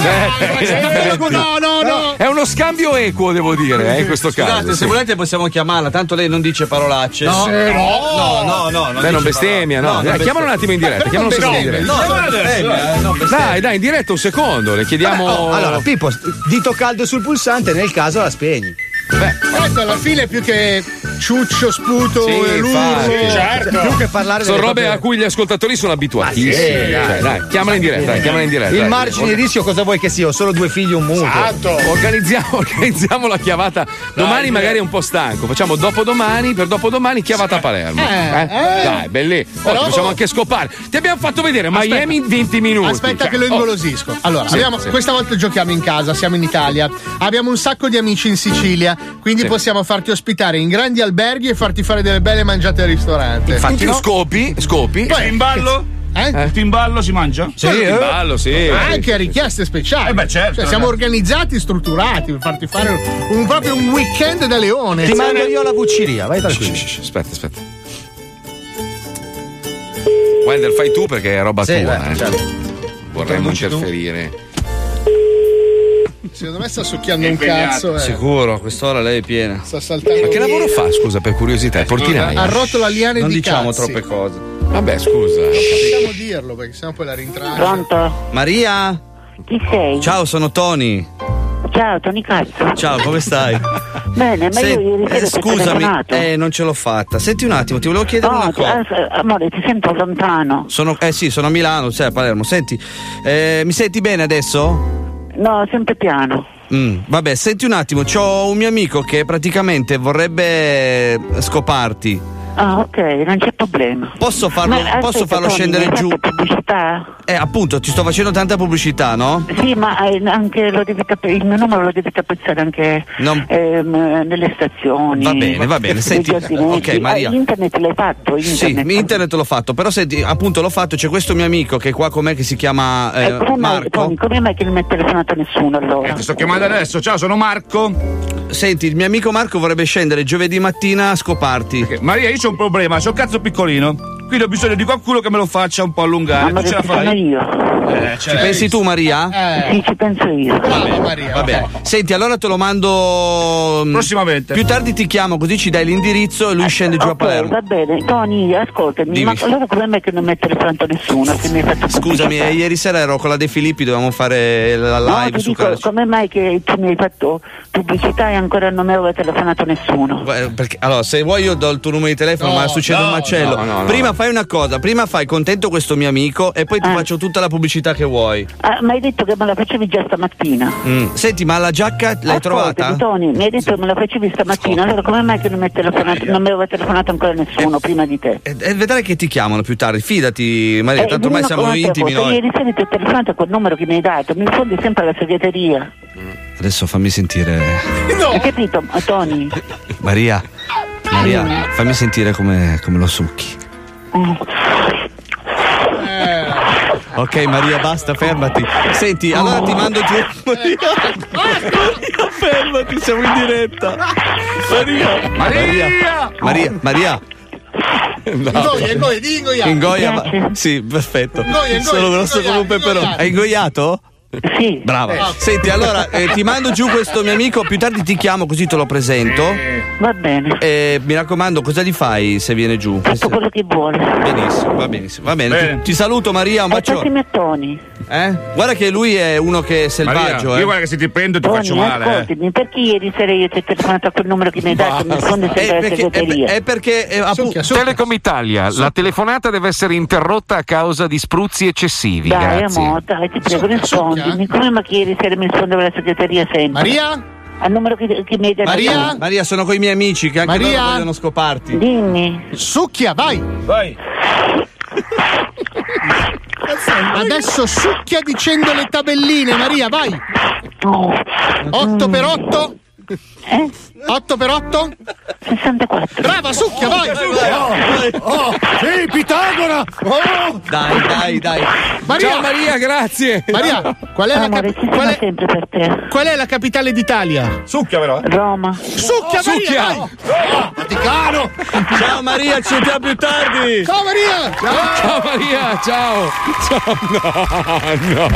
S6: No, no, no.
S3: Eh, È uno scambio equo, devo dire, eh, in questo
S9: Scusate,
S3: caso.
S9: se
S3: sì.
S9: volete possiamo chiamarla, tanto lei non dice parolacce.
S3: No.
S9: Se- no, no, no.
S3: Dai,
S9: dice
S3: non bestemmia, no.
S9: parolacce.
S3: Dai,
S9: non
S3: chiamalo un attimo in diretta, chiamalo un secondo in diretta.
S9: bestemmia. No, non bestemmia, eh, non bestemmia.
S3: Dai, dai, in diretta un secondo, le chiediamo.
S7: Oh, allora, Pippo, dito caldo sul pulsante, nel caso la spegni.
S6: Questo alla fine è più che ciuccio, sputo,
S3: Sì,
S6: l'urlo.
S3: infatti.
S7: Più che parlare
S3: sono
S7: delle
S3: robe
S7: proprie-
S3: a cui gli ascoltatori sono abituatissimi. Cioè, dai, chiamala in diretta, dai, chiamala in diretta.
S7: Il
S3: dai. Ah,
S7: margine di rischio cosa vuoi che sia? Ho solo due figli e un mutuo.
S3: Organizziamo, organizziamo la chiavata. Domani magari è un po' stanco. Facciamo dopodomani, per dopodomani chiavata a Palermo.
S6: Eh,
S3: Eh?
S6: eh.
S3: Dai, belli. Oh,
S6: Però-
S3: ti facciamo anche scopare. Ti abbiamo fatto vedere Miami in 20 minuti.
S6: Aspetta
S3: Cioè,
S6: che lo
S3: oh.
S6: ingolosisco. Allora,
S3: Sì,
S6: abbiamo-
S3: sì.
S6: questa volta giochiamo in casa, siamo in Italia. Abbiamo un sacco di amici in Sicilia, quindi
S3: Sì.
S6: possiamo farti ospitare in grandi alberghi e farti fare delle belle mangiate al ristorante.
S3: Infatti,
S6: No?
S3: scopi, scopi.
S4: Poi in ballo?
S6: Eh? Ah,
S4: Tutto in ballo si mangia?
S3: Sì, in ballo, sì.
S6: Anche a richieste speciali.
S4: Eh beh, certo,
S6: Cioè, siamo
S4: ragazzi.
S6: organizzati, strutturati per farti fare un, proprio un weekend da leone.
S7: Ti mando io alla vucciria, vai tranquillo.
S3: Shh, shh, Aspetta, aspetta. Wender, fai tu perché è roba
S7: Sì,
S3: tua.
S7: beh,
S3: eh.
S7: certo.
S3: Vorremmo interferire.
S6: Secondo me sta succhiando
S4: È
S6: un
S4: impegnato.
S6: cazzo. eh.
S9: Sicuro, quest'ora lei è piena.
S6: Sta saltando. Eh,
S3: Ma che lavoro fa, scusa, per curiosità? È portinaio.
S6: Arrotola liane
S9: Non
S6: di
S9: diciamo
S6: cazzi.
S9: troppe cose.
S3: Vabbè, scusa.
S6: Possiamo dirlo perché sennò poi la rintraccia.
S26: Pronto?
S9: Maria?
S26: Chi sei?
S9: Ciao, sono Tony.
S26: Ciao, Tony Cazzo.
S9: Ciao, come stai?
S26: Bene, ma
S9: Se-
S26: io ieri sera
S9: eh,
S26: ti ho
S9: scusami,
S26: telefonato.
S9: eh, non ce l'ho fatta. Senti un attimo, ti volevo chiedere
S26: No,
S9: una
S26: ti-
S9: cosa.
S26: eh, amore, ti sento lontano.
S9: Sono, eh sì, sono a Milano, cioè a Palermo. Senti, eh, mi senti bene adesso?
S26: No, sempre piano.
S9: Mm, vabbè, senti un attimo, c'ho un mio amico che praticamente vorrebbe scoparti.
S26: Ah, ok, non c'è problema.
S9: Posso farlo,
S26: Ma aspetta,
S9: posso farlo
S26: Tony,
S9: scendere
S26: mi hai
S9: giù?
S26: fatto Pubblicità?
S9: Eh, appunto, ti sto facendo tanta pubblicità, no?
S26: Sì, ma eh, anche lo devi cap- il mio numero lo devi capezzare anche
S9: Non-
S26: ehm, nelle stazioni.
S9: Va bene, va bene,
S26: nei
S9: senti-
S26: giardinetti.
S9: ok, Maria.
S26: Ah, internet l'hai fatto?
S9: Sì,
S26: Internet.
S9: internet l'ho fatto, però senti, appunto l'ho fatto, c'è questo mio amico che è qua con me che si chiama eh,
S26: Eh, come, mai,
S9: Marco.
S26: Tony, come mai che non mi ha telefonato nessuno allora?
S9: sto chiamando adesso, ciao, sono Marco. Senti, il mio amico Marco vorrebbe scendere giovedì mattina a scoparti.
S4: Maria, io c'ho un problema, c'ho un cazzo piccolino. Quindi ho bisogno di qualcuno che me lo faccia un po' allungare.
S9: Ah, ma
S4: tu ce la
S9: perché
S4: fai?
S9: sono
S4: Eh,
S9: Ci pensi tu, Maria?
S26: Sì, ci penso io.
S9: Maria. Vabbè. Senti, allora te lo mando. mm,
S4: Prossimamente.
S9: Più tardi ti chiamo, così ci dai l'indirizzo e lui scende giù a
S26: Eh, Ok,
S9: Palermo.
S26: va bene, Tony, ascoltami,
S9: Dimmi.
S26: ma allora come mai che non mi ha telefonato nessuno? Che mi hai fatto
S9: Scusami,
S26: pubblicità?
S9: eh, ieri sera ero con la De Filippi, dovevamo fare la
S26: No,
S9: live
S26: ti
S9: su
S26: dico,
S9: calcio.
S26: come mai che tu mi hai fatto pubblicità e ancora non mi aveva telefonato nessuno?
S9: Eh, perché- allora, se vuoi io do il tuo numero di telefono,
S26: No,
S9: ma succede
S26: no,
S9: un macello.
S26: no, no, no.
S9: prima fai una cosa, prima fai contento questo mio amico e
S26: Eh.
S9: poi ti faccio tutta la pubblicità che vuoi.
S26: Ah, mi hai detto che me la facevi già stamattina.
S9: Mm. Senti, ma la giacca l'hai
S26: Ascoltami,
S9: trovata?
S26: Tony, mi hai detto che me la facevi stamattina, allora come mai che non mi, hai telefonato, non mi aveva telefonato ancora nessuno prima di te?
S9: E Eh, vedrai che ti chiamano più tardi, fidati Maria,
S26: Eh,
S9: tanto ormai
S26: dimmi
S9: siamo
S26: una cosa,
S9: intimi
S26: cosa,
S9: noi.
S26: Ieri sera ti ho telefonato col numero che mi hai dato, mi fondi sempre alla segreteria.
S9: Adesso fammi sentire.
S26: Hai capito, eh, Tony?
S9: Eh, Maria, Maria, fammi sentire come, come lo succhi.
S26: Mm,
S9: Ok Maria, basta, fermati. Senti, allora ti mando giù.
S6: Eh.
S9: Maria, Maria, fermati, siamo in diretta. Maria, Maria, Maria, Maria. No.
S6: Ingoia, ingoia, di ingoia.
S9: Ingoia,
S6: Mi piace.
S9: ma... sì, perfetto.
S6: Ingoia, ingoia,
S9: Solo grosso
S6: ingoia,
S9: come un peperone.
S6: ingoia.
S9: Hai ingoiato?
S26: Sì.
S9: Brava.
S26: Eh.
S9: Senti, allora eh, ti mando giù questo mio amico, più tardi ti chiamo così te lo presento.
S26: Va bene.
S9: E mi raccomando, cosa gli fai se viene giù?
S26: Tutto quello che vuole.
S9: Benissimo, va benissimo, va bene. Ti, ti saluto Maria, un
S26: Eh,
S9: bacione.
S26: passami a Tony.
S9: Eh? Guarda che lui è uno che è selvaggio,
S4: Maria,
S9: eh.
S4: io guarda che se ti prendo ti
S26: Tony,
S4: faccio male. eh.
S26: ascoltami, perché ieri sera io ti ho telefonato a quel numero che mi hai dato? Mi fondi
S9: Eh,
S26: sempre alla segreteria.
S9: perché eh,
S3: Telecom Italia, la telefonata deve essere interrotta a causa di spruzzi eccessivi.
S26: Dai,
S3: grazie.
S26: amore, dai, ti prego, rispondimi. Come ma che ieri sera mi rispondeva la segreteria sempre?
S9: Maria?
S26: Al numero che, che mi hai dato.
S9: Maria? Maria, sono con i miei amici che anche
S26: Maria?
S9: loro vogliono scoparti.
S26: Dimmi.
S6: Succhia, vai.
S4: Vai.
S6: Adesso succhia dicendo le tabelline, Maria, vai. 8
S26: Mm.
S6: per 8.
S26: Eh?
S6: 8 per 8?
S26: 64.
S6: Brava, succhia, vai.
S13: Oh, sì, Pitagora! Oh!
S9: Dai, dai, dai.
S6: Maria.
S13: Ciao, Maria,
S9: grazie.
S6: Maria, qual è, la, cap- qual è-
S26: sempre per te.
S6: qual è la capitale d'Italia?
S4: Succhia però.
S26: Roma.
S6: Succhia,
S13: Oh, Succhia.
S6: Maria, vai. Vaticano.
S9: Ciao Maria, ci sentiamo più tardi.
S6: Ciao Maria.
S13: Ciao Maria, ciao! Ciao, no,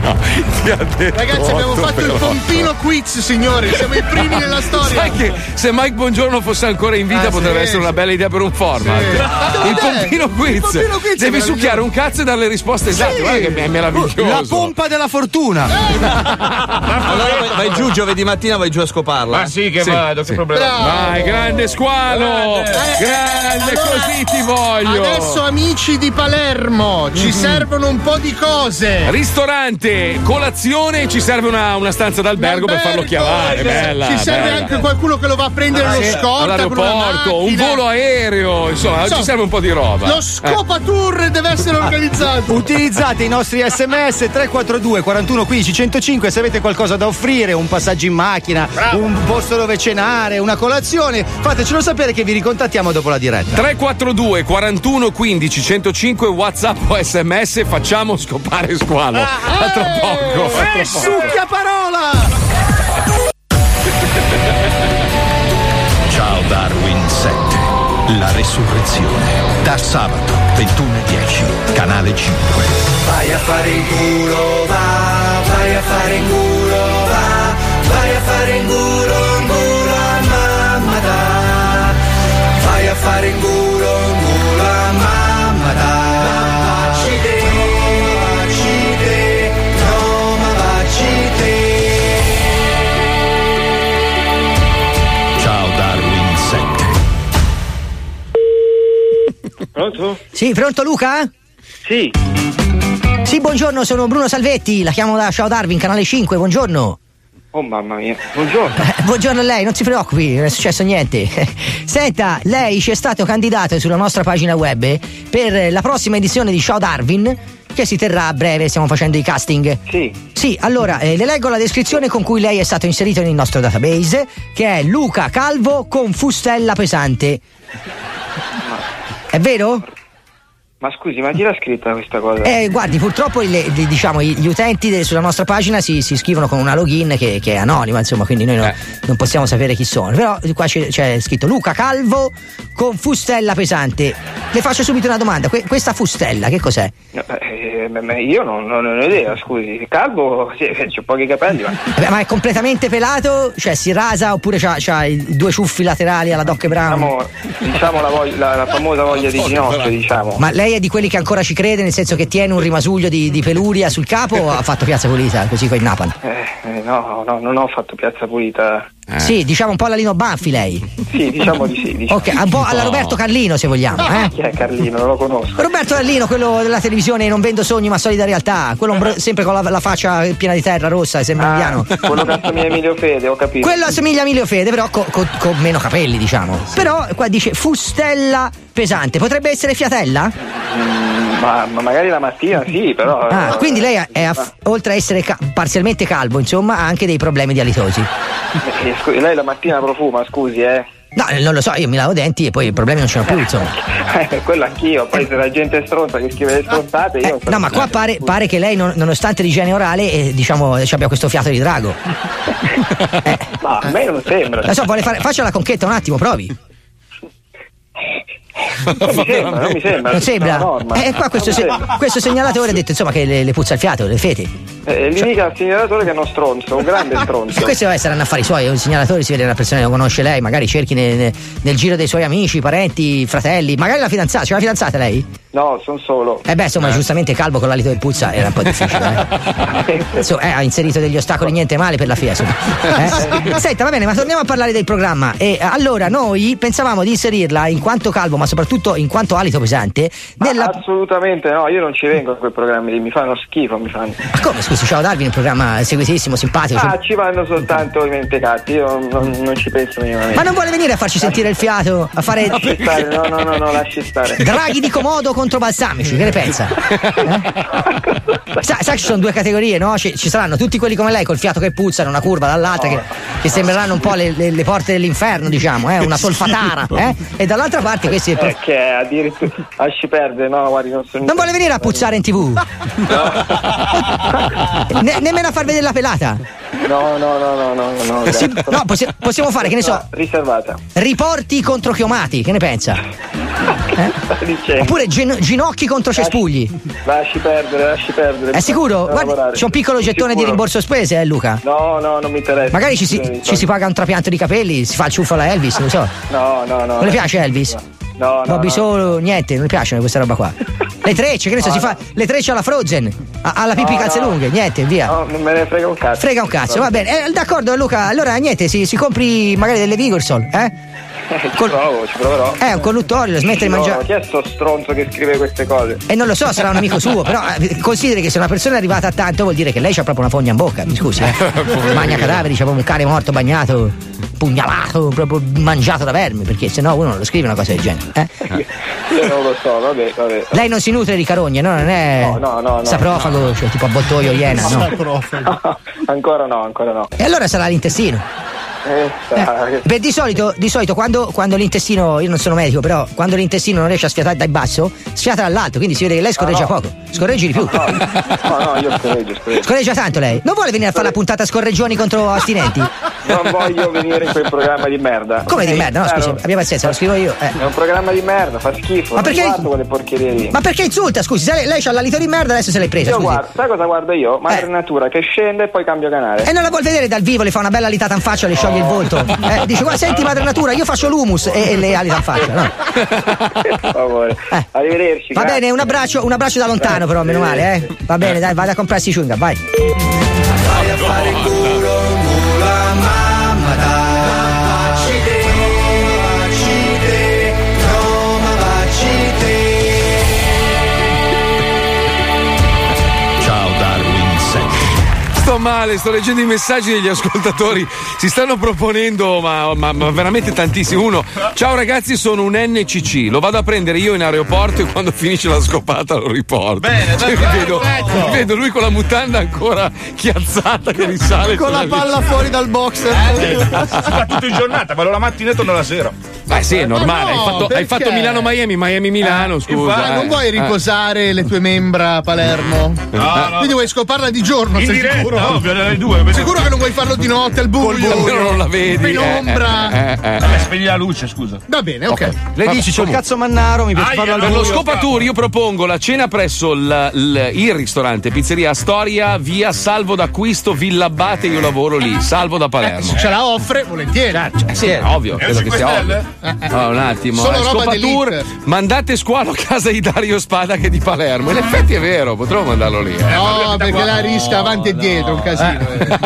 S13: no, Ti ha detto
S6: Ragazzi, abbiamo
S13: otto
S6: fatto il
S13: per otto.
S6: pompino quiz, signori. Siamo i primi nella storia.
S3: Sai che se Mike Buongiorno fosse ancora in vita
S6: Ah,
S3: potrebbe
S6: sì,
S3: essere una
S6: sì.
S3: bella idea per un format.
S6: Sì.
S3: Il pompino quiz.
S6: Il pompino quiz è
S3: Devi
S6: meraviglioso.
S3: succhiare un cazzo e dare le risposte esatte. Guarda che è meraviglioso.
S7: La pompa della fortuna.
S9: Allora vai, vai giù giovedì mattina, vai giù a scoparla.
S3: Ma sì che vado, che problema. Vai, grande squalo! Grande, così ti voglio!
S6: Adesso, amici di Palermo, ci servono un po' di cose.
S3: Ristorante, colazione, ci serve una, una stanza d'albergo per farlo chiavare. Bella,
S6: ci serve
S3: bella. Ah,
S6: anche qualcuno che lo va a prendere lo
S3: Sì,
S6: scorta con una
S3: all'aeroporto, un
S6: macchina.
S3: volo aereo, insomma,
S6: Insomma,
S3: ci serve un po' di roba.
S6: Lo
S3: Eh.
S6: scopa tour deve essere organizzato.
S7: Utilizzate i nostri sms 342 41 15 105 se avete qualcosa da offrire, un passaggio in macchina, un posto dove cenare, una colazione, fatecelo sapere che vi ricontattiamo dopo la diretta.
S3: 342 41 15 105 WhatsApp o SMS facciamo scopare squalo. A tra poco. a
S6: Eh,
S3: tra poco.
S13: succhia
S7: parola!
S1: Ciao Darwin 7, la resurrezione. Da sabato 21.10, canale 5.
S13: Vai a fare in culo, va, vai a fare in culo, va, vai a fare in culo, in culo a mamma da. Vai a fare in culo, in culo a mamma da. Ci te, ci te, no ma baci te.
S1: Ciao Darwin 7.
S7: Pronto? Sì, pronto Luca?
S18: Sì.
S7: Sì, buongiorno, sono Bruno Salvetti, la chiamo da Ciao Darwin, canale 5, buongiorno.
S18: Oh mamma mia, buongiorno.
S19: Eh, Buongiorno a lei, non si preoccupi, non è successo niente. Senta, lei ci è stato candidato sulla nostra pagina web per la prossima edizione di Ciao Darwin che si terrà a breve, stiamo facendo i casting. Sì. Sì, allora eh, le leggo la descrizione con cui lei è stato inserito nel nostro database, che è Luca Calvo con fustella pesante. È vero?
S18: Ma scusi, ma chi l'ha scritta questa cosa?
S19: Eh, guardi, purtroppo il- di- diciamo, i- gli utenti de- sulla nostra pagina si, si iscrivono con una login che, che è anonima, insomma, quindi noi no- non possiamo sapere chi sono. Però eh, qua c'è, c'è scritto Luca Calvo con fustella pesante. Le faccio subito una domanda, que- questa fustella che cos'è?
S18: No, eh, ma- ma io non, non- non ho idea, scusi. Calvo, sì, ho pochi capelli, ma.
S19: Eh beh, ma è completamente pelato? Cioè si rasa oppure c'ha, c'ha i due ciuffi laterali alla Doc Brown?
S18: Diciamo, diciamo la, voglia- la- la famosa voglia di ginocchio, diciamo.
S19: Ma lei è di quelli che ancora ci crede, nel senso che tiene un rimasuglio di, di peluria sul capo o ha fatto piazza pulita, così qua in Napoli?
S18: Eh, eh, no, no, non ho fatto piazza pulita.
S19: Sì, diciamo un po' alla Lino Banfi lei.
S18: Sì, diciamo di sì. Diciamo.
S19: Ok, un po' alla Roberto Carlino se vogliamo, eh?
S18: Chi è Carlino? Non lo conosco.
S19: Roberto Carlino, quello della televisione Non vendo sogni ma solida realtà, quello ombro- sempre con la, la faccia piena di terra rossa, sembra indiano.
S18: Quello che assomiglia a Emilio Fede, ho capito.
S19: Quello assomiglia a Emilio Fede, però co- co- con meno capelli, diciamo. Però qua dice fustella pesante, potrebbe essere fiatella?
S18: Mm, ma, ma magari la mattina sì, però.
S19: Ah,
S18: eh,
S19: quindi lei è- è aff- oltre a essere ca- parzialmente calvo, insomma, ha anche dei problemi di alitosi.
S18: eh, scusi, lei la mattina profuma, scusi, eh.
S19: No, eh, non lo so, io mi lavo i denti e poi i problemi non ce n'ho più, insomma.
S18: Eh, Quello anch'io, poi se la gente è stronza che scrive le stronzate, io.
S19: Eh, No, ma qua pare, pare che lei, non- nonostante l'igiene orale, eh, diciamo, ci abbia questo fiato di drago.
S18: Ma a me non sembra.
S19: Non so, vuole fare. Faccia la conchetta un attimo, provi.
S18: Non mi sembra, non mi sembra.
S19: Non sembra?
S18: No, no, ma-
S19: Eh, qua questo,
S18: non
S19: se-
S18: sembra.
S19: questo segnalatore ha detto insomma che le, le puzza il fiato, le fete.
S18: Eh, gli dica al segnalatore che è uno stronzo, un grande stronzo.
S19: Questi vabbè, saranno affari suoi, un segnalatore si vede una persona che non conosce lei, magari cerchi ne- ne- nel, giro dei suoi amici, parenti, fratelli, magari la fidanzata, c'è la fidanzata lei?
S18: No, sono solo.
S19: Eh beh, insomma, giustamente calvo con l'alito di puzza era un po' difficile. eh. Insomma, eh, ha inserito degli ostacoli niente male per la FIA. insomma. Eh? Senta, va bene, ma torniamo a parlare del programma. E, eh, allora, noi pensavamo di inserirla in quanto calvo, ma soprattutto in quanto alito pesante, nella...
S18: Assolutamente no, io non ci vengo a quei programmi lì, mi fanno schifo, mi fanno.
S19: Ma come, scusi, ciao Darwin, un programma seguitissimo, simpatico.
S18: Ah, ci vanno soltanto i mentecatti, io non, non ci penso minimamente.
S19: Ma non vuole venire a farci sentire il fiato, a fare
S18: Lasci stare, no, no, no, no, lasci stare.
S19: draghi di comodo contro balsamici, che ne pensa? Eh? Sa, sa che ci sono due categorie, no? Ci, ci saranno tutti quelli come lei col fiato che puzzano, una curva dall'altra, che, che sembreranno un po' le, le- le porte dell'inferno, diciamo, eh? una solfatara, eh? E dall'altra parte questi.
S18: Eh, che è, addirittura lasci perdere, no, guardi, non sono.
S19: Non vuole venire a puzzare in tv? Ne- nemmeno a far vedere la pelata?
S18: No, no, no, no, no, no. no,
S19: Sì,
S18: grazie.
S19: no, possi- possiamo fare, che ne so.
S18: Riservata.
S19: Riporti contro chiomati, che ne pensa? Eh?
S18: Sta dicendo.
S19: Oppure gin- ginocchi
S18: Ah,
S19: contro cespugli?
S18: Lasci perdere, lasci perdere.
S19: È sicuro?
S18: Devo
S19: Guarda,
S18: lavorare.
S19: c'è un piccolo gettone di
S18: Sicuro.
S19: rimborso spese, eh, Luca?
S18: No, eh, no, non mi interessa.
S19: Magari ci si,
S18: Non mi
S19: ci si paga un trapianto di capelli, si fa il ciuffo alla Elvis, non so.
S18: No, no, no.
S19: Non le piace Elvis?
S18: No, no.
S19: Bobby
S18: no.
S19: Solo, niente, non le piacciono queste roba qua. Le trecce, che ne so,
S18: No,
S14: no.
S19: si fa le trecce alla Frozen, a- alla pipi
S18: No,
S19: calze
S18: no.
S19: lunghe, niente, via.
S18: No, non me ne frega un cazzo.
S19: Frega un cazzo, va bene. Eh, d'accordo Luca, allora niente, si, si compri magari delle Vigorsol, eh?
S18: Eh, ci provo, ci proverò.
S19: Eh, un colluttorio, smette di
S18: No,
S19: mangiare.
S18: Chi è sto stronzo che scrive queste cose?
S19: E non lo so, sarà un amico suo, però eh, consideri che se una persona è arrivata a tanto vuol dire che lei c'ha proprio una fogna in bocca, mi scusi. Eh?
S18: Poverino.
S19: Magna cadaveri, c'è proprio un cane morto, bagnato, pugnalato, proprio mangiato da vermi, perché se no uno non lo scrive una cosa del genere. eh?
S18: Io non lo so, vabbè, vabbè.
S19: Lei non si nutre di carogne, no? Non è
S18: No, no, no, no,
S19: saprofago, cioè tipo abbottoio iena, no?
S18: ancora no, ancora no.
S19: E allora sarà l'intestino.
S18: Eh, dai.
S19: Beh, di solito, di solito quando, quando l'intestino, io non sono medico, però quando l'intestino non riesce a sfiatare dal basso, sfiata dall'alto, quindi si vede che lei scorreggia
S18: Ah, No, no.
S19: poco. Scorreggi di più.
S18: No, no, io scorreggio, scorreggio.
S13: Cioè,
S19: Scorreggia tanto lei. Non vuole venire a fare la puntata scorreggioni contro astinenti?
S18: Non voglio venire in quel programma di merda.
S19: Come di
S18: Eh,
S19: merda? No,
S18: chiaro.
S19: scusi, abbia pazienza, lo scrivo io. eh.
S18: È un programma di merda, fa schifo.
S19: Ma
S18: non
S19: perché-
S18: Guardo quelle porcherie lì.
S19: Ma perché insulta? Scusi, se lei, lei ha l'alito di merda, adesso se l'hai presa.
S18: Io
S19: Scusi. Eh.
S18: guardo, sai cosa guardo io? Madre Natura che scende e poi cambio canale.
S19: E non la vuol vedere dal vivo, le fa una bella alitata in faccia, le scioglie il volto. Eh, dice, guarda, senti madre natura, io faccio l'humus e, e le alita in faccia. No?
S18: Per favore. Arrivederci.
S19: Eh. Va
S18: grazie.
S19: bene, un abbraccio, un abbraccio da lontano però, meno male, eh. Va bene, dai, vado a comprarsi i chewing gum, vai.
S13: Vai a fare il culo, culo a mamma dai. Vacite, no ma vacite.
S11: Ciao Darwin Sette.
S8: Sto male.
S3: male, sto leggendo i messaggi degli ascoltatori. Si stanno proponendo, ma, ma- ma veramente tantissimi. Uno, ciao ragazzi, sono un NCC. Lo vado a prendere io in aeroporto e quando finisce la scopata lo riporto. Bene, vedo, vedo lui con la mutanda ancora chiazzata che risale. Eh.
S4: Con la palla
S6: fuori dal box.
S4: si fa tutto in giornata, vado la mattina e torno la sera.
S3: Ma sì, è eh, normale. hai fatto, hai fatto Milano-Miami, Miami-Milano. scusa.
S6: Ma non
S3: eh.
S6: vuoi
S3: Eh.
S6: riposare le tue membra a Palermo? Eh,
S3: No, no.
S6: Quindi vuoi scoparla di giorno,
S4: In
S6: sei
S4: diretta,
S6: sicuro?
S4: ovvio, alle due.
S6: Sicuro che non vuoi farlo di notte al buio?
S3: almeno non la vedi.
S6: Penombra.
S3: Eh, eh, eh, eh.
S4: Vabbè, spegni la luce, scusa.
S6: Va bene, ok.
S7: Le
S3: Vabbè,
S7: dici, c'ho il
S3: comunque.
S7: cazzo mannaro, mi piace farlo al
S3: Per lo
S7: buio.
S3: scopatour io propongo la cena presso l- l- il ristorante Pizzeria Astoria, via Salvo d'Acquisto, Villa Abate, io lavoro lì, Salvo da Palermo.
S6: Eh, Se ce la offre, volentieri.
S3: Eh sì, è ovvio, credo che sia ovvio.
S6: Eh,
S3: Ah, un attimo,
S6: Solo
S3: eh,
S6: roba
S3: Scopatour,
S6: d'elite.
S3: mandate squalo a casa di Dario Spada che è di Palermo. In effetti è vero, potremmo mandarlo lì. eh.
S6: No, perché la risca avanti e dietro, un casino. eh.
S3: No,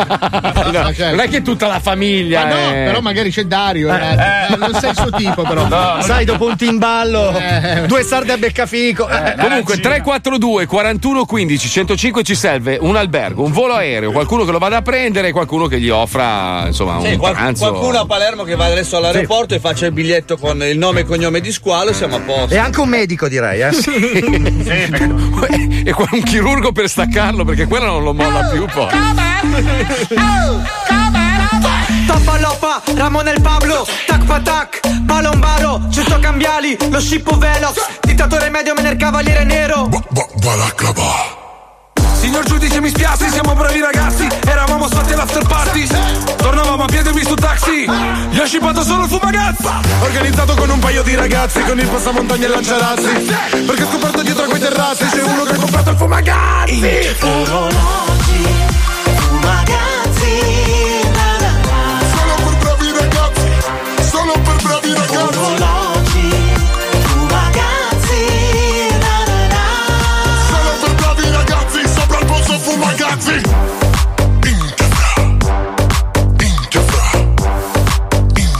S3: Non è che tutta la famiglia.
S6: Ah, certo. Ma no,
S3: eh.
S6: però magari c'è Dario. eh, eh, Non sei il suo tipo, però.
S7: Sai, dopo un timballo, due sarde a beccafico.
S3: Eh, Comunque 342 41 15 105 ci serve un albergo, un volo aereo, qualcuno che lo vada a prendere, qualcuno che gli offra insomma
S9: Sì,
S3: un
S9: qual-
S3: pranzo.
S9: qualcuno a Palermo che va adesso all'aeroporto e faccia il biglietto con il nome e cognome di squalo e siamo a posto.
S7: E anche un medico, direi, eh.
S3: e qua un chirurgo per staccarlo perché quello non lo
S9: Ah,
S3: molla più poi.
S30: Tapalopa, Ramon el Pablo, tac patac, palombaro, cento cambiali, lo scippo velox, dittatore medio mener cavaliere nero.
S20: Signor giudice mi spiace, siamo bravi ragazzi Eravamo stati all'after party Tornavamo a piedi su taxi Gli ho scippato solo il fumagazza
S29: Organizzato con un paio di ragazzi con il passamontagna e lanciarazzi Perché ho scoperto dietro a quei terrazzi c'è uno che ha comprato il fumagazzi
S13: Fumologgi, fumagazzi, na na na. Solo per bravi ragazzi, solo per bravi ragazzi. Fumologgi, fumagazzi, na na na. Solo per bravi ragazzi, sopra il pozzo fumagazzi.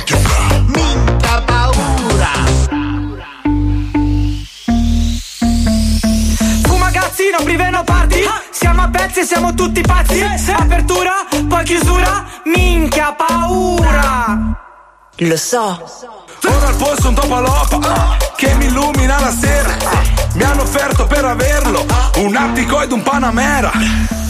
S13: Minchia paura.
S30: Fumagazzino, priveno party, siamo a pezzi, siamo tutti pazzi. Apertura, poi chiusura, minchia paura.
S20: Lo so Ora al posto un
S30: ah,
S20: topalopa Che mi illumina la sera Mi hanno offerto per averlo Un attico ed un panamera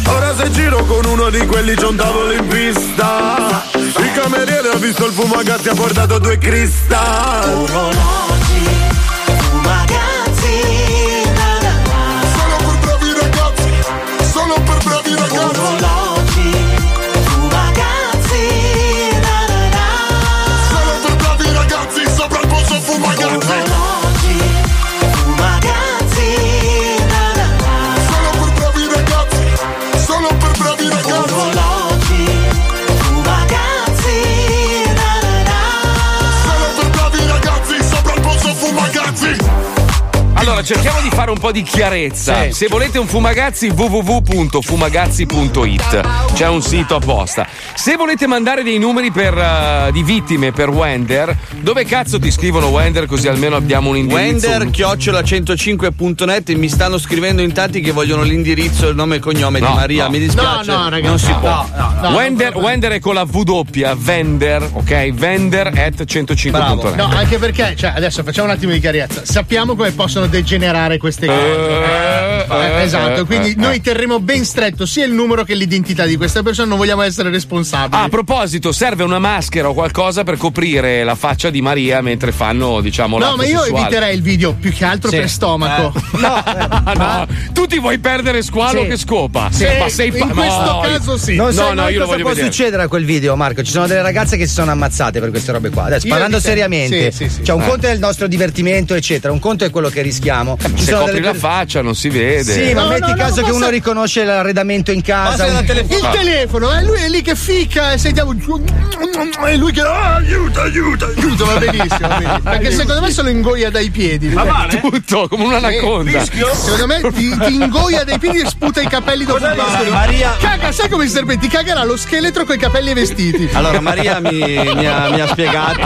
S29: Ora se giro con uno di quelli c'è un tavolo in pista Il cameriere ha visto il fumagazzi ha portato due cristal
S13: Fumagazzi, na na na. Solo per bravi ragazzi, solo per bravi ragazzi. Fumologgi, fumagazzi, na na na. Solo per bravi ragazzi, sopra il pozzo fumagazzi. Fumologgi, fumagazzi, na na na. Solo per bravi ragazzi, solo per bravi ragazzi. Fumologgi, fumagazzi, na na na. Solo per bravi ragazzi, sopra il pozzo fumagazzi.
S3: Allora cerchiamo di fare un po' di chiarezza.
S20: Sì.
S3: Se volete un fumagazzi www.fumagazzi.it c'è un sito apposta. Se volete mandare dei numeri per, eh, di vittime per Wender, dove cazzo ti scrivono Wender così almeno abbiamo un indirizzo?
S9: Wender
S3: un-
S9: chiocciola 105.net mi stanno scrivendo in tanti che vogliono l'indirizzo, il nome e cognome di Maria. Mi dispiace.
S6: No, no, ragazzi,
S9: non si
S6: no,
S9: può.
S6: no, no, no,
S3: Wender, Wender è con la W, Vender, ok? Vender at 105.net.
S6: No, anche perché, cioè, adesso facciamo un attimo di chiarezza. Sappiamo come possono degenerare queste cose. Eh,
S3: eh,
S6: esatto,
S3: eh,
S6: quindi
S3: eh,
S6: noi
S3: eh.
S6: terremo ben stretto sia il numero che l'identità di questa persona, non vogliamo essere responsabili.
S3: Ah, a proposito, serve una maschera o qualcosa per coprire la faccia di Maria mentre fanno, diciamo,
S6: no,
S3: l'atto
S6: ma io
S3: sessuale.
S6: eviterei il video più che altro
S3: Sì.
S6: per stomaco.
S7: Eh.
S3: No, tu ti vuoi perdere squalo
S7: Sì.
S3: che scopa?
S7: Sì.
S3: Ma sei pa-
S7: In questo
S3: no, io-
S7: caso sì.
S3: No,
S7: Non
S3: no,
S7: sai mai
S3: io lo
S7: cosa
S3: voglio
S7: può
S3: vedere.
S7: succedere a quel video, Marco. Ci sono delle ragazze che si sono ammazzate per queste robe qua. Adesso,
S6: Io
S7: parlando
S6: mi sento-
S7: seriamente,
S6: sì, sì, sì.
S7: cioè un
S6: Eh.
S7: conto è il nostro divertimento, eccetera. Un conto è quello che rischiamo. Ci
S3: Eh, Se
S7: sono
S3: copri
S7: delle
S3: la
S7: per-
S3: faccia non si vede.
S7: Sì, ma metti
S6: no, ma
S7: caso che uno
S6: basta-
S7: riconosce l'arredamento in casa. un-
S6: Il "Ah, telefono, eh, lui è lì che fica e sentiamo. E lui che. "Ah, aiuto, aiuto, aiuto. va benissimo. va benissimo. Perché secondo me se lo ingoia dai piedi.
S3: Va
S6: Cioè,
S3: male? Tutto, come un'anaconda.
S6: Sì. Secondo me ti, ti ingoia dai piedi e sputa i capelli dopo
S9: Cosa
S6: il
S9: dici,
S6: bastone.
S9: Maria?
S6: Caga, sai come i serpenti? Cagherà lo scheletro coi capelli e vestiti.
S9: Allora, Maria mi, mi ha, mi ha spiegato.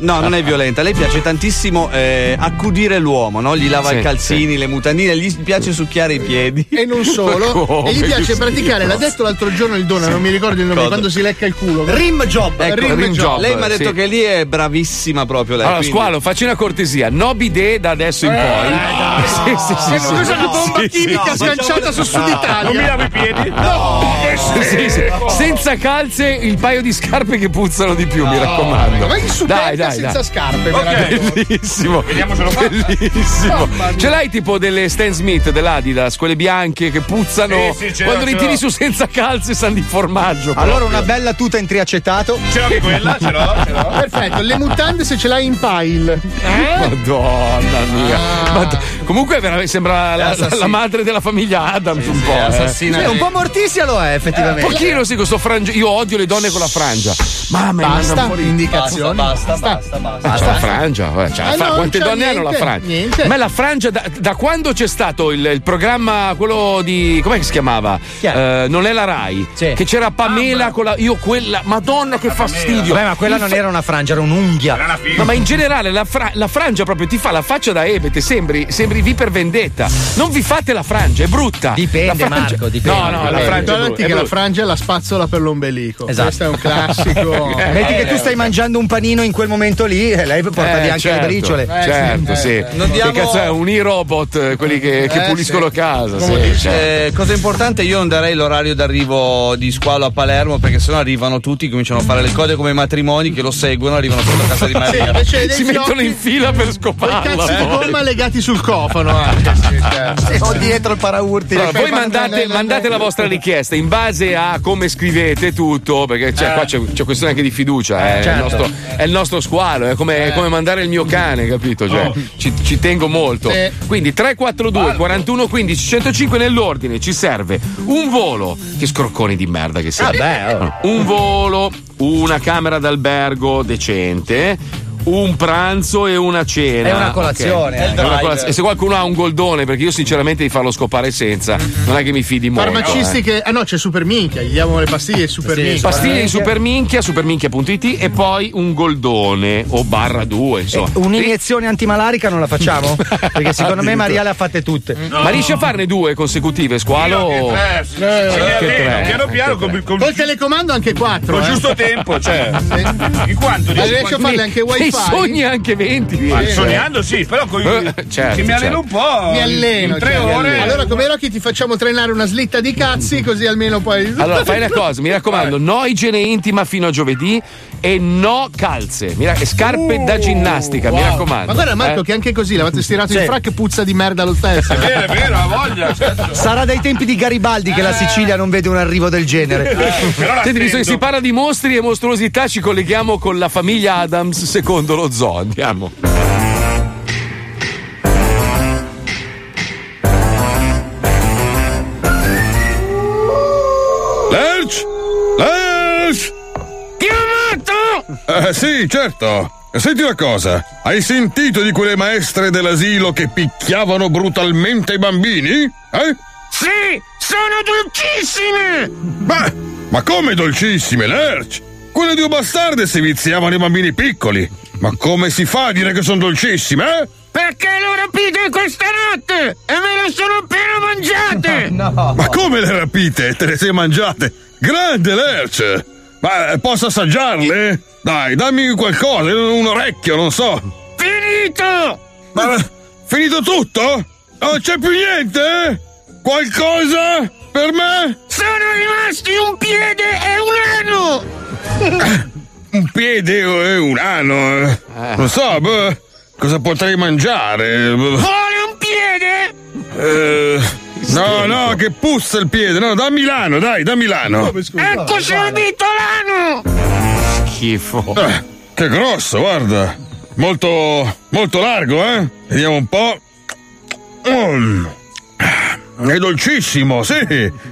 S9: No, non è violenta. A lei piace tantissimo eh, accudire l'uomo, no? Gli lava
S6: Sì,
S9: i calzini, le mutandine, gli piace succhiare i piedi.
S6: E non solo. e gli piace praticare, l'ha detto l'altro giorno il Dona, non mi ricordo il nome,
S9: Cosa?
S6: quando si lecca il culo.
S9: Rim job. Ecco,
S6: Rim, job.
S9: Lei mi ha detto
S6: sì.
S9: che lì è bravissima proprio lei.
S3: Allora,
S9: quindi-
S3: squalo, facci una cortesia. No bidè da adesso in
S9: Eh,
S3: poi.
S9: dai,
S3: Sì, sì, sì,
S9: Eh,
S3: sì.
S9: ma questa è una bomba
S3: Sì, Ah, sì.
S9: chimica No, sganciata facciamo- su Sud Italia.
S4: Non mi lavo i piedi?
S3: No. Sì, sì. Senza calze, il paio di scarpe che puzzano di più, mi raccomando.
S6: Ma il succhietta senza scarpe,
S3: Ok.
S6: veramente.
S3: Bellissimo.
S6: Vediamocelo qua.
S3: Bellissimo.
S6: Mamma mia.
S3: Ce l'hai tipo delle Stan Smith dell'Adidas, quelle bianche che puzzano.
S7: Sì, certo. sì, ce l'ho,
S3: Eh, Quando
S7: ce
S3: li
S7: l'ho.
S3: tiri su senza calze, san di formaggio.
S7: Allora
S3: proprio.
S7: una bella tuta in triacetato.
S4: Ce l'ho quella, ce l'ho, ce l'ho.
S6: Perfetto, le mutande se ce l'hai in pile.
S3: Eh? Madonna mia. Mad- Comunque è vera- sembra la,
S7: assassina.
S3: la madre della famiglia Adams un po'. eh.
S7: Sì, un po' mortizia lo è
S3: Un
S7: effettivamente.
S3: pochino sì, questo frangia. Io odio le donne con la frangia. Mamma
S7: Basta,
S3: indicazioni. Basta, basta, basta. la frangia. eh, cioè,
S7: Eh
S3: fa-
S7: no,
S3: quante
S7: non c'è
S3: donne hanno la
S7: niente,
S3: frangia?
S7: niente.
S3: Ma la frangia, da, da quando c'è stato il, il programma, quello di. com'è che si chiamava? Eh, non è la Rai. Che c'era Pamela con la. Io quella. Madonna,
S9: Ah,
S3: che fastidio.
S7: Ah, Vabbè, ma quella
S3: Il
S7: non
S3: fa-
S7: era una frangia, era un'unghia.
S3: No, ma in generale la, fra- la frangia proprio ti fa la faccia da ebete, sembri, sembri vi per vendetta. Non vi fate la frangia, è brutta.
S6: Dipende,
S3: La frangia-
S6: Marco,
S3: No, no, la frangia. è brutta,
S6: Ricordati
S3: è
S6: che la
S3: brutta.
S6: frangia è la spazzola per l'ombelico.
S7: Esatto.
S6: Questo è un classico. Eh.
S7: Metti che tu stai mangiando un panino in quel momento lì e lei porta
S3: Eh,
S7: via anche
S3: certo,
S7: le briciole.
S3: Certo, sì.
S9: Non diamo-
S3: Che cazzo è un i-robot, eh, quelli che, che
S9: Eh,
S3: puliscono
S9: sì.
S3: casa.
S9: Come
S3: sì,
S9: dice-
S3: certo.
S9: eh, cosa importante, io non darei l'orario d'arrivo di squalo a Palermo perché sennò arrivano tutti, cominciano a fare le code come i matrimoni che lo seguono, arrivano sotto a casa di
S6: Sì,
S9: Maria. Eh,
S6: invece dei Si mettono fiocchi- in
S3: fila per
S6: Quei cazzi di gomma legati sul cofano. eh.
S7: O dietro il paraurti.
S3: Allora, voi mandate, mandate la vostra richiesta in base a come scrivete tutto, perché c'è,
S7: Eh.
S3: qua c'è, c'è questione anche di fiducia. eh,
S7: certo.
S3: è,
S7: Eh.
S3: il nostro, è il nostro squalo, è come, è come mandare il mio cane, capito? Cioè,
S7: Oh.
S3: ci, ci tengo molto.
S7: Sì.
S3: Quindi 342 41 15 105 nell'ordine ci serve un volo. Che scrocconi di merda che siete.
S7: oh.
S3: Un volo, una camera d'albergo decente. Un pranzo e una cena.
S7: E una colazione,
S3: Ok.
S7: eh.
S3: E una colaz- E se qualcuno ha un goldone, perché io sinceramente di farlo scopare senza, non è che mi fidi molto.
S6: Farmacisti che. Ah no, c'è super minchia. Gli diamo le pastiglie super
S3: eh.
S6: minchia.
S3: Pastiglie di superminchia, superminchia.it e poi un goldone o barra due, insomma.
S7: Un'iniezione antimalarica non la facciamo? Perché secondo me
S3: Addirittura.
S7: Maria le ha fatte tutte.
S3: Ma riesci a farne due consecutive, squalo?
S6: Io che tre,
S3: Eh,
S6: sì, sì,
S3: che
S6: sì,
S3: tre.
S6: piano piano,
S3: Che tre.
S6: Col telecomando anche eh. 4.
S3: Con giusto tempo, cioè.
S6: In quanto?
S3: dici?
S6: riesci a farle anche
S3: Mi-
S6: wifi?
S3: mi sogni anche 20.
S4: Ma
S3: riesci, eh.
S4: sognando sì, però con
S3: Eh, certo,
S4: se mi alleno
S3: certo.
S4: un po'.
S6: Mi alleno.
S4: In tre
S6: cioè, mi
S4: ore.
S6: alleno. Allora, come Rocky, ti facciamo trainare una slitta di cazzi, così almeno poi.
S3: Allora, fai una cosa, mi raccomando, no igiene intima fino a giovedì e no calze, mi rac- e scarpe da ginnastica, mi
S6: Wow.
S3: raccomando.
S6: Ma guarda, Marco,
S3: Eh?
S6: che anche così l'avete stirato in
S3: Sì.
S6: frac puzza di merda lo stesso. eh. È
S4: vero, è vero, ha voglia.
S7: Sarà dai tempi di Garibaldi che la Sicilia non vede un arrivo del genere.
S3: Senti, visto che si parla di mostri e mostruosità, ci colleghiamo con la famiglia Adams secondo lo zoo. Andiamo.
S20: Lerch? Lerch? Chiamato! Eh, sì, certo. Senti una cosa, hai sentito di quelle maestre dell'asilo che picchiavano brutalmente i bambini? Eh? Sì, sono dolcissime! Beh, ma come dolcissime, Lerch? Quelle due bastarde si viziavano i bambini piccoli. Ma come si fa a dire che sono dolcissime, eh?
S13: Perché le ho rapite questa notte e me le sono appena mangiate! No!
S20: Ma come le rapite? Te le sei mangiate? Grande Lerch! Ma eh, posso assaggiarle? Dai, dammi qualcosa, un orecchio, non so. Finito! Ma finito tutto? Non c'è più niente? Qualcosa per me?
S13: Sono rimasti un piede e un anno!
S20: Un piede e un ano? eh. Non so, beh, cosa potrei mangiare?
S13: Vuole un piede?
S20: Eh, no, no, che puzza il piede. No, da Milano, dai, da Milano.
S13: Ecco servito l'ano!
S3: Schifo.
S20: Eh, che grosso, guarda. Molto, molto largo, eh? Vediamo un po'. Mm. È dolcissimo, sì.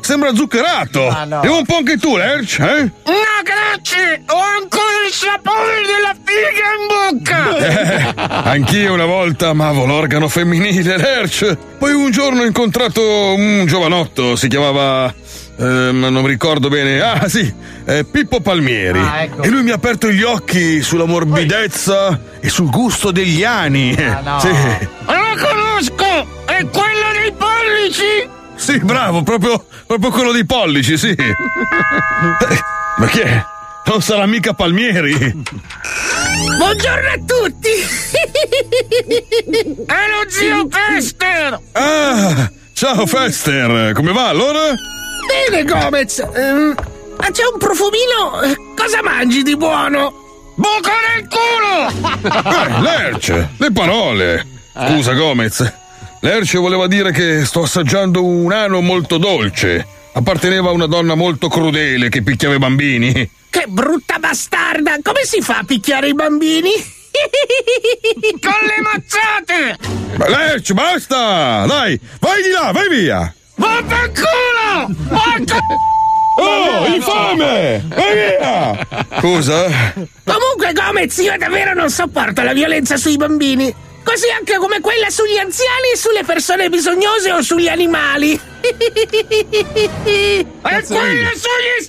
S20: Sembra zuccherato.
S13: Ah, no.
S20: E un po' anche tu, Lerch, eh?
S13: No, grazie! Ho ancora il sapore della figa in bocca!
S20: Eh, anch'io una volta amavo l'organo femminile, Lerch. Poi un giorno ho incontrato un giovanotto, si chiamava. ehm, non mi ricordo bene. Ah, sì, eh, Pippo Palmieri.
S29: Ah, ecco.
S20: E lui mi ha aperto gli occhi sulla morbidezza e sul gusto degli ani. Sì.
S13: Lo conosco! È quello dei pollici!
S20: Sì, bravo, proprio, proprio quello dei pollici, sì. Eh, Ma chi è? Non sarà mica Palmieri.
S13: Buongiorno a tutti! È lo zio Pester!
S20: Ah, ciao Fester, come va allora?
S13: Bene, Gomez! ehm, ma c'è un profumino? Eh, Cosa mangi di buono? Buco nel
S20: Eh,
S13: culo!
S20: Lerch, le parole. Scusa Gomez, Lerch voleva dire che sto assaggiando un ano molto dolce. Apparteneva a una donna molto crudele che picchiava i bambini.
S13: che brutta bastarda! Come si fa a picchiare i bambini? Con le mazzate!
S20: Ma Lerch, basta! Dai, vai di là, vai via!
S13: Vaffanculo! Porco!
S20: Oh, infame! Vai via! Scusa?
S13: Comunque, Gomez, io davvero non sopporto la violenza sui bambini. Così anche come quella sugli anziani e sulle persone bisognose o sugli animali. e quella sugli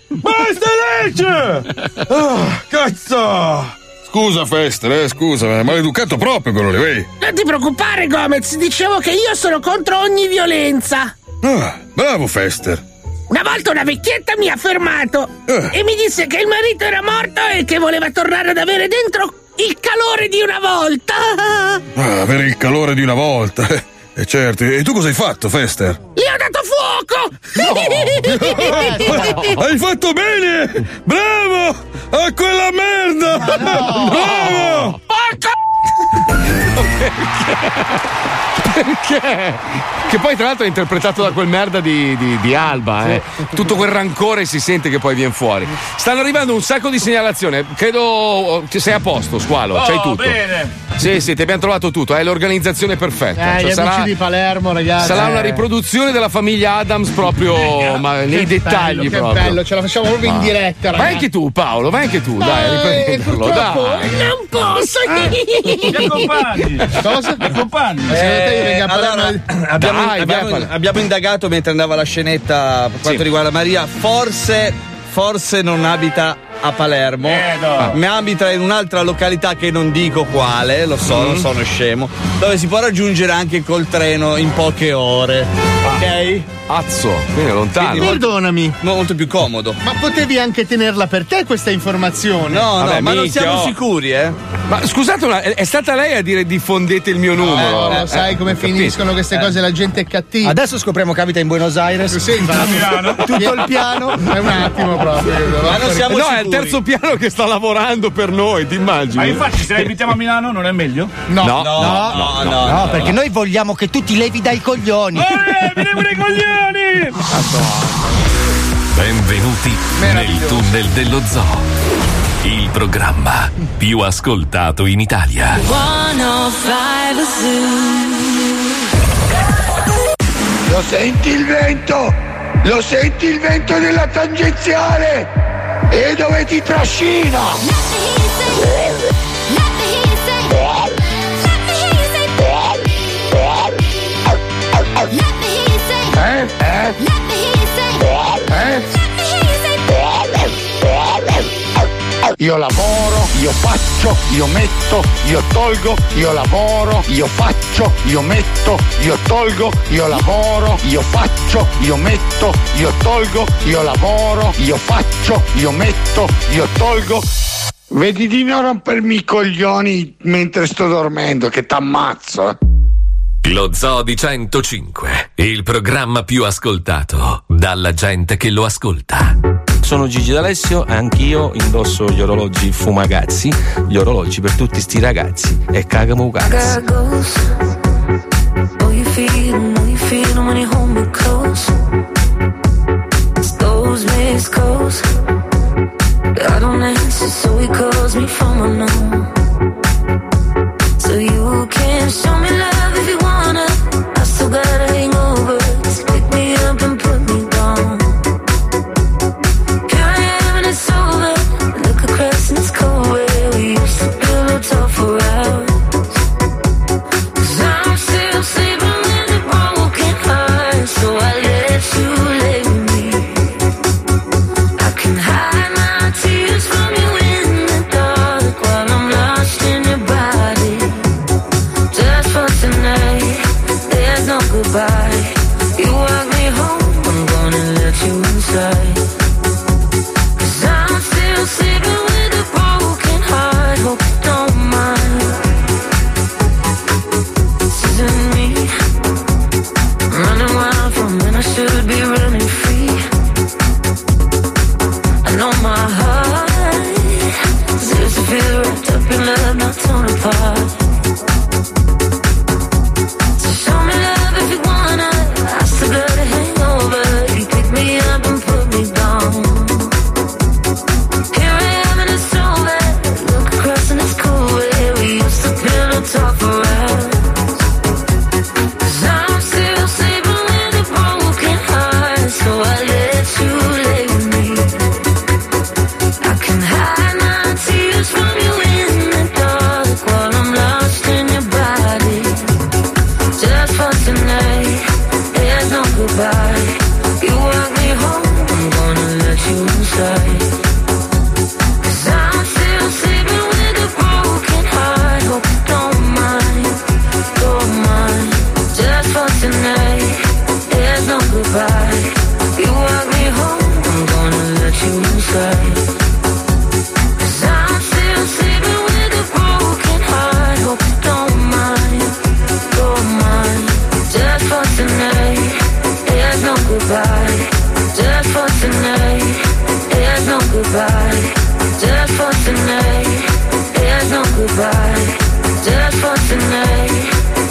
S13: stronzi!
S20: Basta legge! cazzo! Scusa Fester, eh, scusa, ma è maleducato proprio quello lì, vedi?
S13: Non ti preoccupare, Gomez, dicevo che io sono contro ogni violenza.
S20: Ah, bravo Fester.
S13: Una volta una vecchietta mi ha fermato e mi disse che il marito era morto e che voleva tornare ad avere dentro il calore di una volta.
S20: Ah, avere il calore di una volta. E certo, e tu cosa hai fatto, Fester?
S13: Gli ho dato fuoco!
S20: Hai fatto bene! Bravo! A quella merda! Bravo!
S3: Perché? Che poi, tra l'altro, è interpretato da quel merda di, di- di Alba. eh. Tutto quel rancore si sente che poi viene fuori. Stanno arrivando un sacco di segnalazioni. Credo che sei a posto, squalo. C'hai
S6: Oh,
S3: tutto.
S6: bene.
S3: Sì, sì, ti abbiamo trovato tutto. È l'organizzazione perfetta.
S6: Eh,
S3: Cioè,
S6: gli
S3: sarà,
S6: amici di Palermo, ragazzi.
S3: sarà una
S6: Eh.
S3: riproduzione della famiglia Adams proprio ma nei
S6: Che
S3: dettagli
S6: bello, che
S3: proprio.
S6: bello, ce la facciamo proprio in
S3: Ma-
S6: diretta,
S3: Vai
S6: ragazzi.
S3: anche tu, Paolo, vai anche tu.
S6: Eh,
S3: Dai, riprenderlo.
S6: purtroppo-
S3: Dai.
S13: Non posso!
S6: Eh. Mi accompagni?
S13: Cosa? Mi accompagni?
S9: eh, allora, abbiamo,
S13: Dai,
S9: abbiamo-
S13: vai,
S9: abbiamo indagato mentre andava la scenetta per quanto riguarda Maria. Forse, forse non abita a Palermo,
S3: Eh,
S9: ma abita in un'altra località che non dico quale, lo so,
S3: Mm-hmm.
S9: non sono scemo, dove si può raggiungere anche col treno in poche ore. Ok?
S3: Ah. Azzo, quindi è lontano.
S9: Perdonami. Molto più comodo.
S6: Ma potevi anche tenerla per te questa informazione?
S9: No, no,
S3: Vabbè,
S9: ma non
S3: minchia,
S9: siamo
S3: oh.
S9: sicuri, eh?
S3: Ma scusate, una- è è stata lei a dire diffondete il mio numero.
S6: Eh, lo sai come
S3: capisco.
S6: finiscono
S3: Eh.
S6: queste cose, la gente è cattiva.
S4: Adesso scopriamo che abita in Buenos Aires.
S6: Tutto il piano è un attimo proprio.
S3: no, è il terzo piano che sta lavorando per noi, ti immagini?
S4: Ah,
S7: Ma infatti, se la invitiamo a Milano, non è meglio?
S3: No, no,
S4: no, no, perché noi vogliamo che tu ti levi dai coglioni.
S7: Eh, coglioni!
S1: Benvenuti nel tunnel dello zoo. Il programma più ascoltato in Italia.
S5: 105
S13: Lo senti il vento? Lo senti il vento della tangenziale? E dove ti trascina? Eh? Eh? Eh? Io lavoro, io faccio, io metto, io tolgo, io lavoro, io faccio, io metto, io tolgo, io lavoro, io faccio, io metto, io tolgo, io lavoro, io faccio, io metto, io tolgo. Vedi di non rompermi i coglioni mentre sto dormendo, che t'ammazzo. eh.
S1: Lo Zoo di 105, il programma più ascoltato dalla gente che lo ascolta.
S22: Sono Gigi D'Alessio, anch'io indosso gli orologi fumagazzi, gli orologi per tutti sti ragazzi e cagamugazzi.
S5: Gargles. Oh, you feel 'em when you feel 'em when you hold me close. It's those missed calls. I don't answer, so he calls me from unknown. So you can show me love if you wanna. I still got a hangover. Just pick me up and put me down. Here I am and it's over. Look across and it's cold where we used to be. not torn apart. So show me love if you wanna. I still got a hangover. You pick me up and put me down. Here I am and it's over. Look across and it's cool. Yeah, we used to pillow talk for hours. 'Cause I'm still sleeping with a broken heart, so I let you lay with me. I can hide my tears from you in the dark while I'm lost in your body. Just for tonight, there's no goodbye. You walk me home, I'm gonna let you inside. 'Cause I'm still sleeping with a broken heart, hope you don't mind, don't mind. Just for tonight, there's no goodbye. You walk me home, I'm gonna let you inside. 'Cause I'm still sleeping with a broken heart. Hope you don't mind, don't mind. Just for tonight, there's no goodbye. Just for tonight, there's no goodbye. Just for tonight, there's no goodbye. Just for tonight,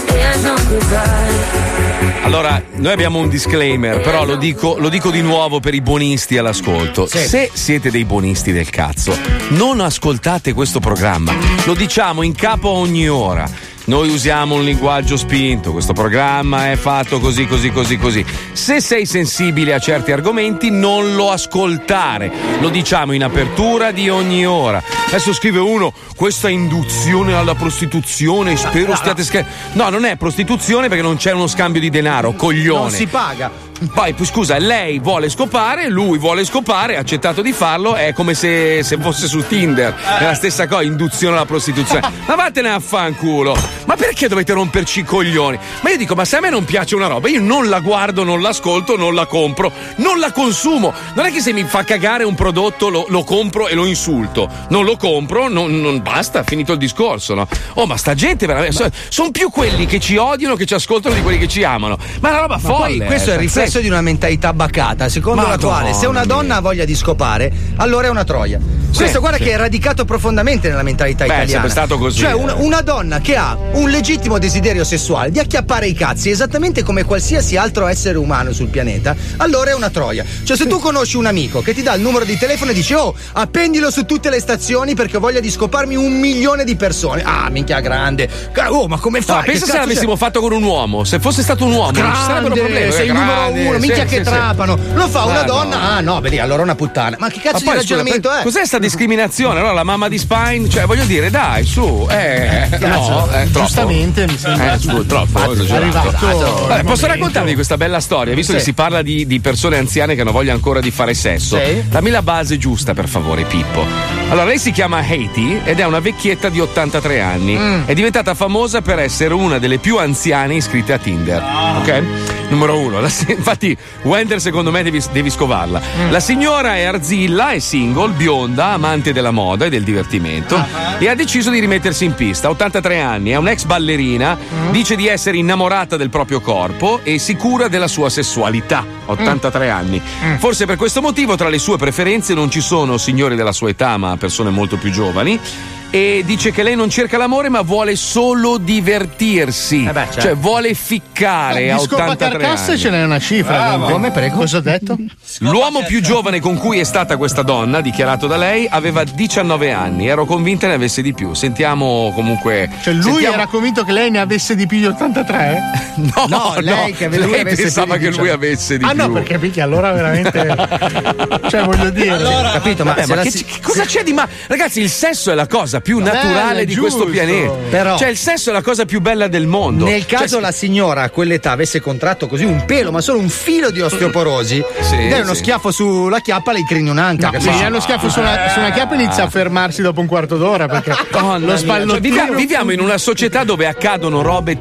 S5: there's no goodbye.
S3: Allora, noi abbiamo un disclaimer, però lo dico, lo dico di nuovo per i buonisti all'ascolto.
S22: Sì.
S3: Se siete dei buonisti del cazzo, non ascoltate questo programma. Lo diciamo in capo a ogni ora. Noi usiamo un linguaggio spinto, questo programma è fatto così, così, così, così. Se sei sensibile a certi argomenti, non lo ascoltare. Lo diciamo in apertura di ogni ora. Adesso scrive uno, questa induzione alla prostituzione, spero stiate scherzando. No, non è prostituzione perché non c'è uno scambio di denaro, coglione.
S7: Non si paga.
S3: Poi, poi, scusa, lei vuole scopare, lui vuole scopare, ha accettato di farlo, è come se, se fosse su Tinder. È la stessa cosa, induzione alla prostituzione. Ma vattene a fanculo! Ma perché dovete romperci i coglioni? Ma io dico, ma se a me non piace una roba, io non la guardo, non l'ascolto, non la compro, non la consumo. Non è che se mi fa cagare un prodotto lo, lo compro e lo insulto. Non lo compro, non, non basta, finito il discorso, no? Oh, ma sta gente veramente. Sono più quelli che ci odiano che ci ascoltano di quelli che ci amano. Ma è una roba
S7: Ma
S3: folle. eh,
S7: poi questo è il
S3: pazzesca.
S7: riflesso di una mentalità baccata, secondo la
S3: Madonna
S7: quale se una donna ha voglia di scopare, allora è una troia.
S3: Sì,
S7: questo guarda
S3: sì.
S7: che è radicato profondamente nella
S3: Beh,
S7: mentalità
S3: è
S7: italiana.
S3: sempre stato così,
S7: Cioè,
S3: eh.
S7: un- una donna che ha un legittimo desiderio sessuale di acchiappare i cazzi, esattamente come qualsiasi altro essere umano sul pianeta, allora è una troia. Cioè, se tu conosci un amico che ti dà il numero di telefono e dici "Oh, appendilo su tutte le stazioni perché ho voglia di scoparmi un milione di persone". Ah, minchia grande. Ca- Oh, ma come fai?
S3: No, pensa
S7: Che
S3: se
S7: cazzo
S3: l'avessimo
S7: c'è?
S3: fatto con un uomo, se fosse stato un eh, uomo, Oh, non ci sarebbero
S7: Grande,
S3: problemi.
S7: sei il numero uno, minchia che trapano. Lo fa una donna, ah no, vedi, allora è una puttana. Ma che cazzo di ragionamento è?
S3: Cos'è sta discriminazione? Allora la mamma di Spine, cioè voglio dire, dai, su, eh,
S6: Cazzo,
S3: no, eh, troppo.
S6: giustamente mi sembra
S3: Eh, scusa, troppo,
S6: Infatti,
S3: esagerato.
S6: è arrivato
S3: Vabbè,
S6: il
S3: posso
S6: momento.
S3: raccontarvi questa bella storia, visto
S6: Sì.
S3: che si parla di, di persone anziane che hanno voglia ancora di fare sesso.
S6: Sì.
S3: Dammi la base giusta, per favore, Pippo. Allora, lei si chiama Haiti ed è una vecchietta di 83 anni. È diventata famosa per essere una delle più anziane iscritte a Tinder. Ok? Numero uno. La si- infatti, Wender, secondo me, devi, devi scovarla. La signora è arzilla, è single, bionda, amante della moda e del divertimento. E ha deciso di rimettersi in pista. 83 anni, è un'ex ballerina. Dice di essere innamorata del proprio corpo e sicura della sua sessualità. 83 anni. Forse per questo motivo, tra le sue preferenze, non ci sono signori della sua età, ma persone molto più giovani. E dice che lei non cerca l'amore, ma vuole solo divertirsi. Cioè, vuole ficcare a
S6: Di Eh, scopa
S3: 83
S6: carcasse
S3: anni.
S6: ce n'è una cifra.
S3: Bravo.
S6: Come prego? Cosa ho detto?
S3: L'uomo più giovane con cui è stata questa donna, dichiarato da lei, aveva 19 anni. Ero convinta ne avesse di più. Sentiamo comunque.
S6: Cioè, lui
S3: sentiamo-
S6: era convinto che lei ne avesse di più di 83?
S3: No, no, lei pensava che lui avesse di
S6: ah,
S3: più.
S6: no, perché picchia, allora veramente. cioè, voglio dire.
S7: capito, ma
S3: Vabbè,
S7: se la
S3: che,
S7: si-
S3: che cosa c'è di ma? Ragazzi, il sesso è la cosa più naturale
S7: Bella,
S3: di
S7: giusto.
S3: questo pianeta.
S7: Però-
S3: cioè, il sesso è la cosa più bella del mondo.
S7: Nel caso
S3: Cioè,
S7: la signora a quell'età avesse contratto così un pelo, ma solo un filo di osteoporosi,
S3: Sì,
S7: dai uno
S3: sì.
S7: schiaffo sulla chiappa, le incrini un'anca.
S6: No,
S7: capisci? Eh.
S6: se gli dai uno schiaffo su una, su una chiappa inizia a fermarsi dopo un quarto d'ora perché lo
S3: Cioè,
S6: spallottino
S3: viviamo, viviamo in una società dove accadono robe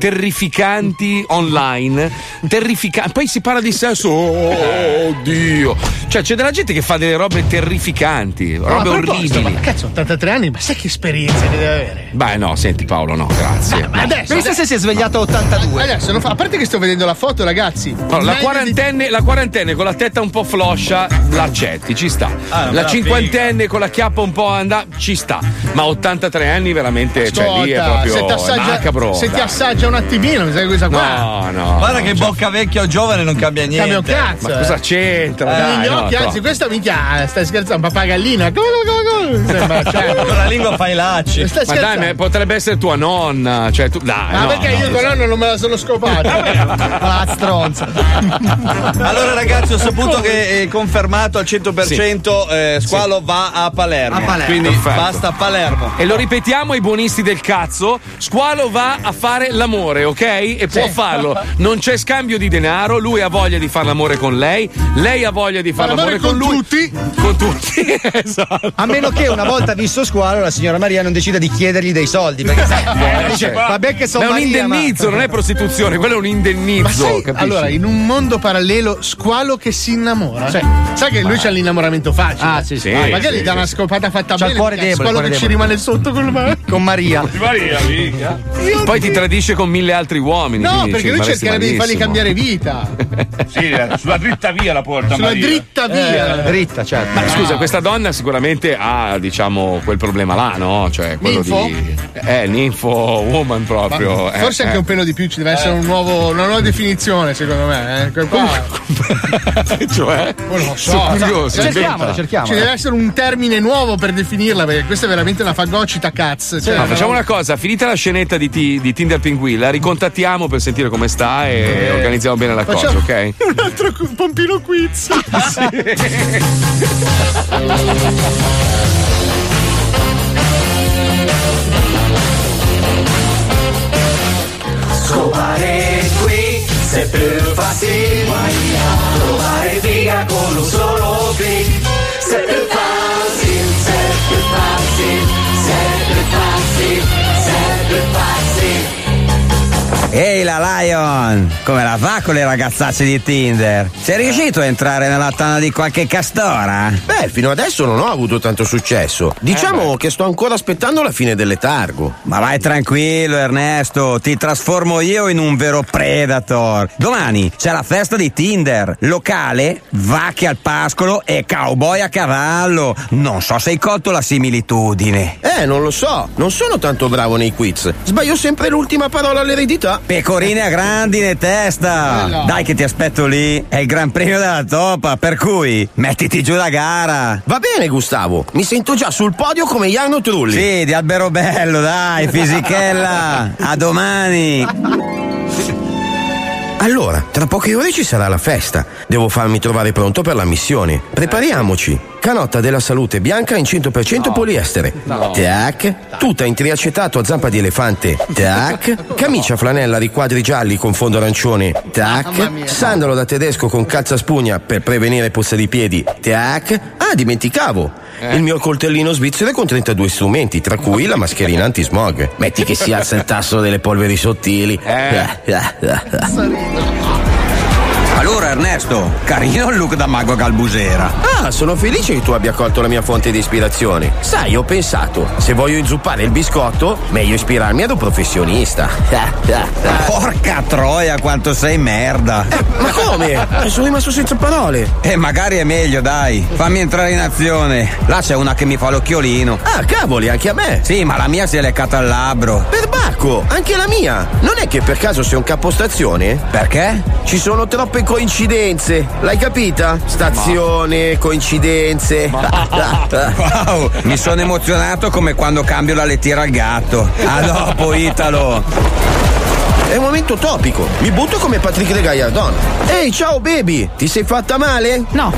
S3: terrificanti online, terrificanti. Poi si parla di sesso, oh, oh, oddio. Cioè, c'è della gente che fa delle robe terrificanti,
S6: No, a
S3: robe
S6: proposito,
S3: orribili.
S6: Ma cazzo, 83 anni, ma sai che spe- esperienze che deve avere.
S3: Beh, no, senti Paolo, no, grazie.
S6: Ma adesso,
S3: Pensa
S6: se si è svegliato a 82. Adesso, non fa- a parte che sto vedendo la foto, ragazzi.
S3: Allora, la,
S6: Meglio di-
S3: quarantenne, la quarantenne con la testa un po' floscia, l'accetti, ci sta.
S6: Ah, una
S3: la
S6: bella
S3: cinquantenne con la chiappa un po' andata, ci sta. Ma 83 anni veramente, cioè lì è
S6: Ascolta,
S3: proprio
S6: se ti
S3: è
S6: assaggia,
S3: macabro.
S6: se ti
S3: dai.
S6: assaggia un attimino, mi sa che questa
S3: No,
S6: qua.
S3: no.
S9: Guarda che bocca vecchia o giovane non cambia niente.
S6: Cambia un cazzo,
S3: Ma cosa c'entra?
S6: Eh,
S3: Certo, Dai,
S6: gli
S3: no,
S6: occhi,
S3: to-
S6: anzi, questa minchia ah, stai scherzando, pappagallina. Come, come, come, come? Sembra, cioè,
S9: Con la lingua fai lacci.
S6: Stai
S3: ma dai,
S6: scherzando?
S3: ma potrebbe essere tua nonna. Cioè, tu, dai,
S6: Ma
S3: no,
S6: perché
S3: no.
S6: io con nonno non me la sono scopata? Ah, la stronza.
S9: Allora ragazzi ho saputo che è confermato al 100% eh, Squalo va a Palermo.
S3: A Palermo.
S9: Quindi
S3: Perfetto.
S9: basta a Palermo.
S3: E lo ripetiamo ai buonisti del cazzo: Squalo va a fare l'amore, ok? E può
S9: Sì.
S3: farlo. Non c'è scambio di denaro, lui ha voglia di fare l'amore con lei, lei ha voglia di fare l'amore con, lui.
S6: tutti.
S3: Con tutti, esatto.
S7: A meno che una volta visto squalo la signora Maria non decida di chiedergli dei soldi. Perché sai, dice, vabbè che sono
S3: Ma è un
S7: Maria, ma-
S3: indennizzo, non è prostituzione, quello è un indennizzo.
S6: Ma sai,
S3: capisci?
S6: allora, in un mondo parallelo, squalo che si innamora. Cioè, sai che lui c'ha l'innamoramento facile. Ah, sì,
S3: sì. Sì,
S6: magari
S3: sì,
S6: dà una
S3: sì.
S6: scopata fatta
S3: C'ha il
S6: bene.
S3: cuore
S6: mica,
S3: debole,
S6: Squalo
S3: il
S6: che
S3: cuore
S6: ci rimane sotto con, ma-
S7: con Maria.
S3: Poi ti tradisce con mille altri uomini.
S6: No,
S3: quindi ci
S6: perché lui
S3: faresti
S6: cercherebbe di fargli
S3: malissimo.
S6: cambiare vita.
S4: Sì, eh, sulla dritta via la porta.
S6: Sulla
S4: Maria.
S6: dritta
S3: Eh,
S6: via.
S7: dritta, certo.
S3: Ma scusa, questa donna sicuramente ha, diciamo, quel problema là, no? Cioè, quello
S6: Ninfo?
S3: di. Eh, ninfo woman
S6: Ma
S3: proprio. eh,
S6: forse anche
S3: eh.
S6: un pelo di più ci deve essere un nuovo- una nuova definizione, secondo me. eh. Quel qua-
S3: cioè.
S6: Non lo so.
S3: Sono curioso.
S6: Cerchiamola,
S3: inventa.
S6: cerchiamola. Ci
S3: Cioè,
S6: deve essere un termine nuovo per definirla, perché questa è veramente una fagocita cioè, cazzo.
S3: No, facciamo una cosa, finita la scenetta di, ti- di Tinder Pinguilla, ricontattiamo per sentire come sta e organizziamo bene la cosa,
S6: Eh, Facciamo-
S3: ok?
S6: Un altro cu- pompino quiz.
S13: Scopare qui, se più facile Trovare figa con un solo clic Se più facile, se più facile Se più facile, se più facile
S24: Ehi la Lion, come la fa con le ragazzacce di Tinder? Sei riuscito a entrare nella tana di qualche castora?
S25: Beh, Eh, fino adesso non ho avuto tanto successo.
S6: Eh
S25: Diciamo che sto ancora aspettando la fine del letargo.
S24: Ma vai tranquillo Ernesto, ti trasformo io in un vero predator. Domani c'è la festa di Tinder, locale, vacche al pascolo e cowboy a cavallo. Non so se hai colto la similitudine.
S25: Eh, non lo so, non sono tanto bravo nei quiz. Sbaglio sempre l'ultima parola all'eredità. Eh,
S24: Pecorine a grandine testa! Dai che ti aspetto lì, è il gran premio della toppa, per cui mettiti giù la gara!
S25: Va bene Gustavo, mi sento già sul podio come Iano Trulli.
S24: Sì, di albero bello, dai, fisichella! A domani!
S25: Allora, tra poche ore ci sarà la festa. Devo farmi trovare pronto per la missione. Prepariamoci. Canotta della salute bianca in 100% poliestere. Tac. Tuta in triacetato a zampa di elefante. Tac. Camicia flanella riquadri gialli con fondo arancione. Tac. Sandalo da tedesco con calza spugna per prevenire pozza di piedi. Tac. Ah, dimenticavo. Il mio coltellino svizzero con 32 strumenti, tra cui la mascherina antismog. Metti che si alza il tasso delle polveri sottili. Eh,
S24: Allora Ernesto, carino il look da mago Galbusera.
S25: Ah, sono felice che tu abbia colto la mia fonte di ispirazione. Sai, ho pensato, se voglio inzuppare il biscotto, meglio ispirarmi ad un professionista.
S24: Porca troia quanto sei merda!
S25: ma come? Sono rimasto senza parole!
S24: E magari è meglio, dai! Fammi entrare in azione! Là c'è una che mi fa l'occhiolino!
S25: Ah, cavoli, anche a me!
S24: Sì, ma la mia si è leccata al labbro!
S25: Perbacco, anche la mia! Non è che per caso sei un capostazione?
S24: Perché?
S25: Ci sono troppe coincidenze, l'hai capita? Stazione, coincidenze.
S24: Ah, Wow, mi sono emozionato come quando cambio la lettiera al gatto. A dopo, Italo.
S25: È un momento topico, mi butto come Patrick De Gagliardon. Ehi, ciao baby, ti sei fatta male?
S24: No.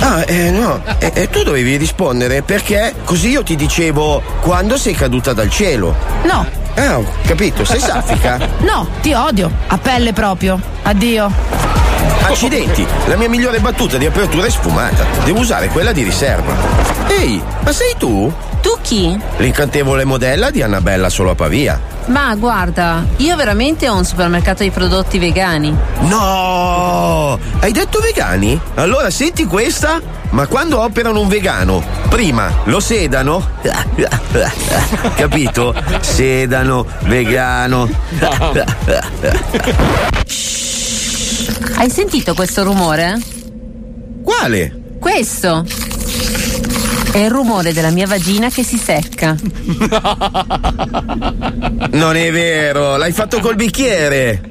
S25: Ah, eh no, e e tu dovevi rispondere perché così io ti dicevo quando sei caduta dal cielo.
S31: No.
S25: Ah, ho capito, sei saffica?
S31: No, ti odio. A pelle proprio. Addio.
S25: Accidenti, la mia migliore battuta di apertura è sfumata. Devo usare quella di riserva. Ehi, ma sei tu?
S32: Tu chi?
S25: L'incantevole modella di Annabella solo a Pavia.
S32: Ma guarda, io veramente ho un supermercato di prodotti vegani.
S25: No! Hai detto vegani? Allora senti questa? Ma quando operano un vegano, prima lo sedano? Capito? Sedano, vegano.
S32: Hai sentito questo rumore?
S25: Quale?
S32: Questo. È il rumore della mia vagina che si secca.
S25: Non è vero, l'hai fatto col bicchiere.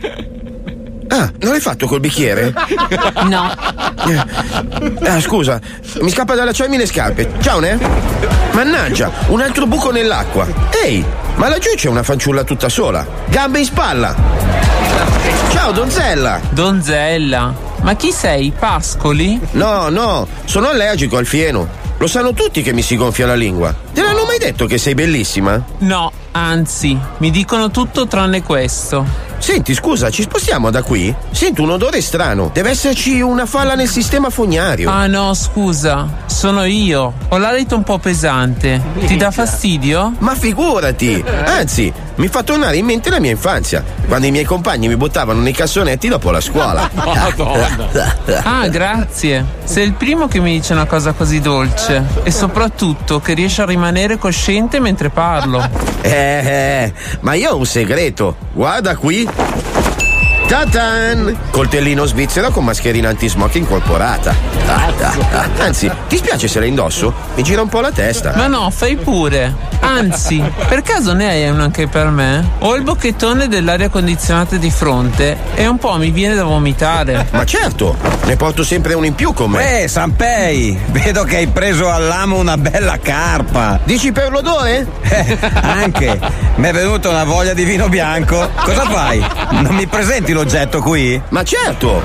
S25: Ah, non l'hai fatto col bicchiere?
S32: No.
S25: Ah, scusa, mi scappa dalla cioè le scarpe. Ciao, ne? Mannaggia, un altro buco nell'acqua. Ehi, ma laggiù c'è una fanciulla tutta sola. Gambe in spalla. Ciao, donzella.
S33: Donzella, ma chi sei? Pascoli?
S25: No, no, sono allergico al fieno. Lo sanno tutti che mi si gonfia la lingua. Te l'hanno mai detto che sei bellissima?
S33: No, anzi, mi dicono tutto tranne questo.
S25: Senti, scusa, ci spostiamo da qui? Sento un odore strano. Deve esserci una falla nel sistema fognario.
S33: Ah no, scusa, sono io. Ho l'alito un po' pesante. Ti dà fastidio?
S25: Ma figurati! Anzi, mi fa tornare in mente la mia infanzia, quando i miei compagni mi buttavano nei cassonetti dopo la scuola.
S33: Ah, grazie. Sei il primo che mi dice una cosa così dolce. E soprattutto che riesce a rimanere cosciente mentre parlo.
S25: Eh, eh, ma io ho un segreto. Guarda qui. Tatan! Coltellino svizzero con mascherina antismog incorporata. Ah, ah, ah. Anzi, ti spiace se la indosso? Mi gira un po' la testa.
S33: Ma no, fai pure. Anzi, per caso ne hai uno anche per me? Ho il bocchettone dell'aria condizionata di fronte e un po' mi viene da vomitare.
S25: Ma certo, ne porto sempre uno in più con me.
S24: Eh, Sampei, vedo che hai preso all'amo una bella carpa.
S25: Dici per l'odore?
S24: Eh, anche. Mi è venuta una voglia di vino bianco. Cosa fai? Non mi presenti l'oggetto qui?
S25: Ma certo!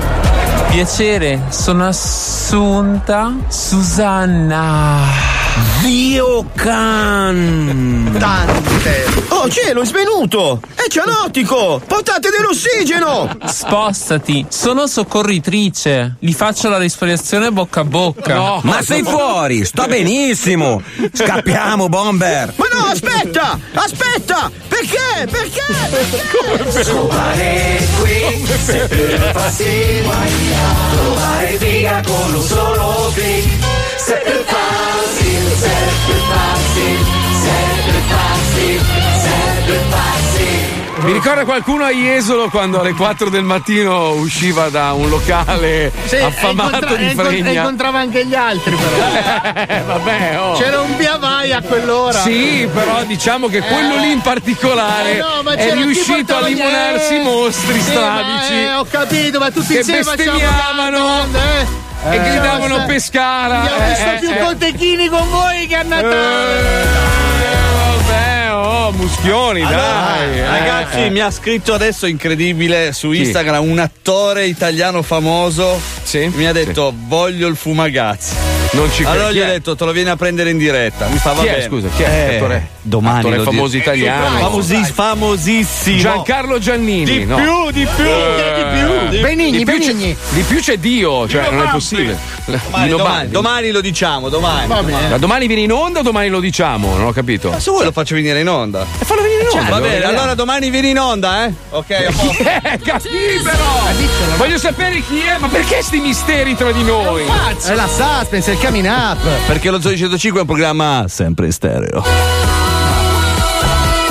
S33: Piacere, sono Assunta Susanna.
S25: Zio Can! Tante! Oh cielo, è svenuto! È cianotico! Portate dell'ossigeno!
S33: Spostati, sono soccorritrice. Gli faccio la respirazione bocca a bocca.
S24: Ma sei fuori, sto benissimo. Scappiamo, bomber.
S25: Ma no, aspetta! Aspetta! Perché? Perché? Perché?
S13: Scopare qui, se per passi guagliato. Trovare via con un solo clic. Sempre facile, sempre facile, sempre facile, sempre facile.
S3: Mi ricorda qualcuno a Jesolo quando alle 4 del mattino usciva da un locale
S6: e
S3: affamato
S6: incontra-
S3: di
S6: e incont- e
S3: fregna.
S6: incontrava anche gli altri, però.
S3: vabbè, oh.
S6: C'era un via vai a quell'ora.
S3: Sì, però diciamo che quello lì in particolare
S6: Eh no, ma
S3: è
S6: c'era chi
S3: riuscito a
S6: portava gli-
S3: limonarsi
S6: eh,
S3: i mostri
S6: sì,
S3: strabici.
S6: ma, eh, ho capito, ma tutti
S3: che
S6: insieme facciamo
S3: bestemmiavano
S6: la- eh.
S3: e
S6: Eh,
S3: gridavano
S6: basta.
S3: pescara.
S6: Abbiamo
S3: eh,
S6: visto
S3: eh,
S6: più
S3: eh.
S6: contechini con voi che a Natale.
S3: Eh, Vabbè, oh, muschioni, dai. eh.
S9: Ragazzi, mi ha scritto adesso incredibile su Instagram un attore italiano famoso. Mi ha detto voglio il fumagazzi.
S3: Non ci credo.
S9: Allora
S3: Chi
S9: gli
S3: è?
S9: ho detto te lo vieni a prendere in diretta. Mi fa va
S3: Chi è,
S9: bene.
S3: scusa, chi è?
S9: Eh,
S3: Attore-
S9: domani
S3: attore
S9: lo Eh,
S3: famoso
S9: dico.
S3: italiano.
S9: Famosi- famosissimo.
S3: Giancarlo Giannini.
S9: Di
S3: no.
S9: più, di più,
S3: Eh.
S9: di più. Benigni,
S3: Di più c'è-
S9: Benigni.
S3: Di più c'è Dio, cioè
S9: Dino
S3: non è
S9: Babbi.
S3: possibile.
S9: Domani,
S3: Dino
S9: domani,
S3: Babbi.
S9: domani lo diciamo, domani.
S3: Ma domani viene in onda o domani lo diciamo? Non ho capito.
S9: Ma se vuoi lo faccio venire in onda. Certo.
S3: E fallo venire in onda.
S9: Va
S3: allora,
S9: bene,
S3: vediamo.
S9: allora domani vieni in onda, eh? Ok, a posto.
S3: Eh, capì però! Voglio sapere chi è, ma perché sti misteri tra di noi?
S7: È la suspense, è il coming up.
S9: Perché lo Zoe 105 è un programma sempre in stereo.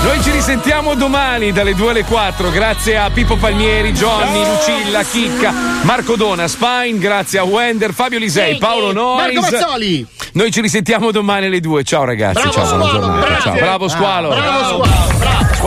S3: Noi ci risentiamo domani dalle 2 alle 4, grazie a Pippo Palmieri, Johnny, Lucilla, Chicca, Marco Dona, Spine, grazie a Wender, Fabio Lisei, Paolo Nois.
S6: Marco Mazzoli.
S3: Noi ci risentiamo domani alle 2. Ciao ragazzi,
S6: Bravo
S3: ciao, buona
S6: Squalo,
S3: giornata.
S6: grazie. Ah,
S3: eh, Ciao, bravo squalo.
S6: Bravo, squalo.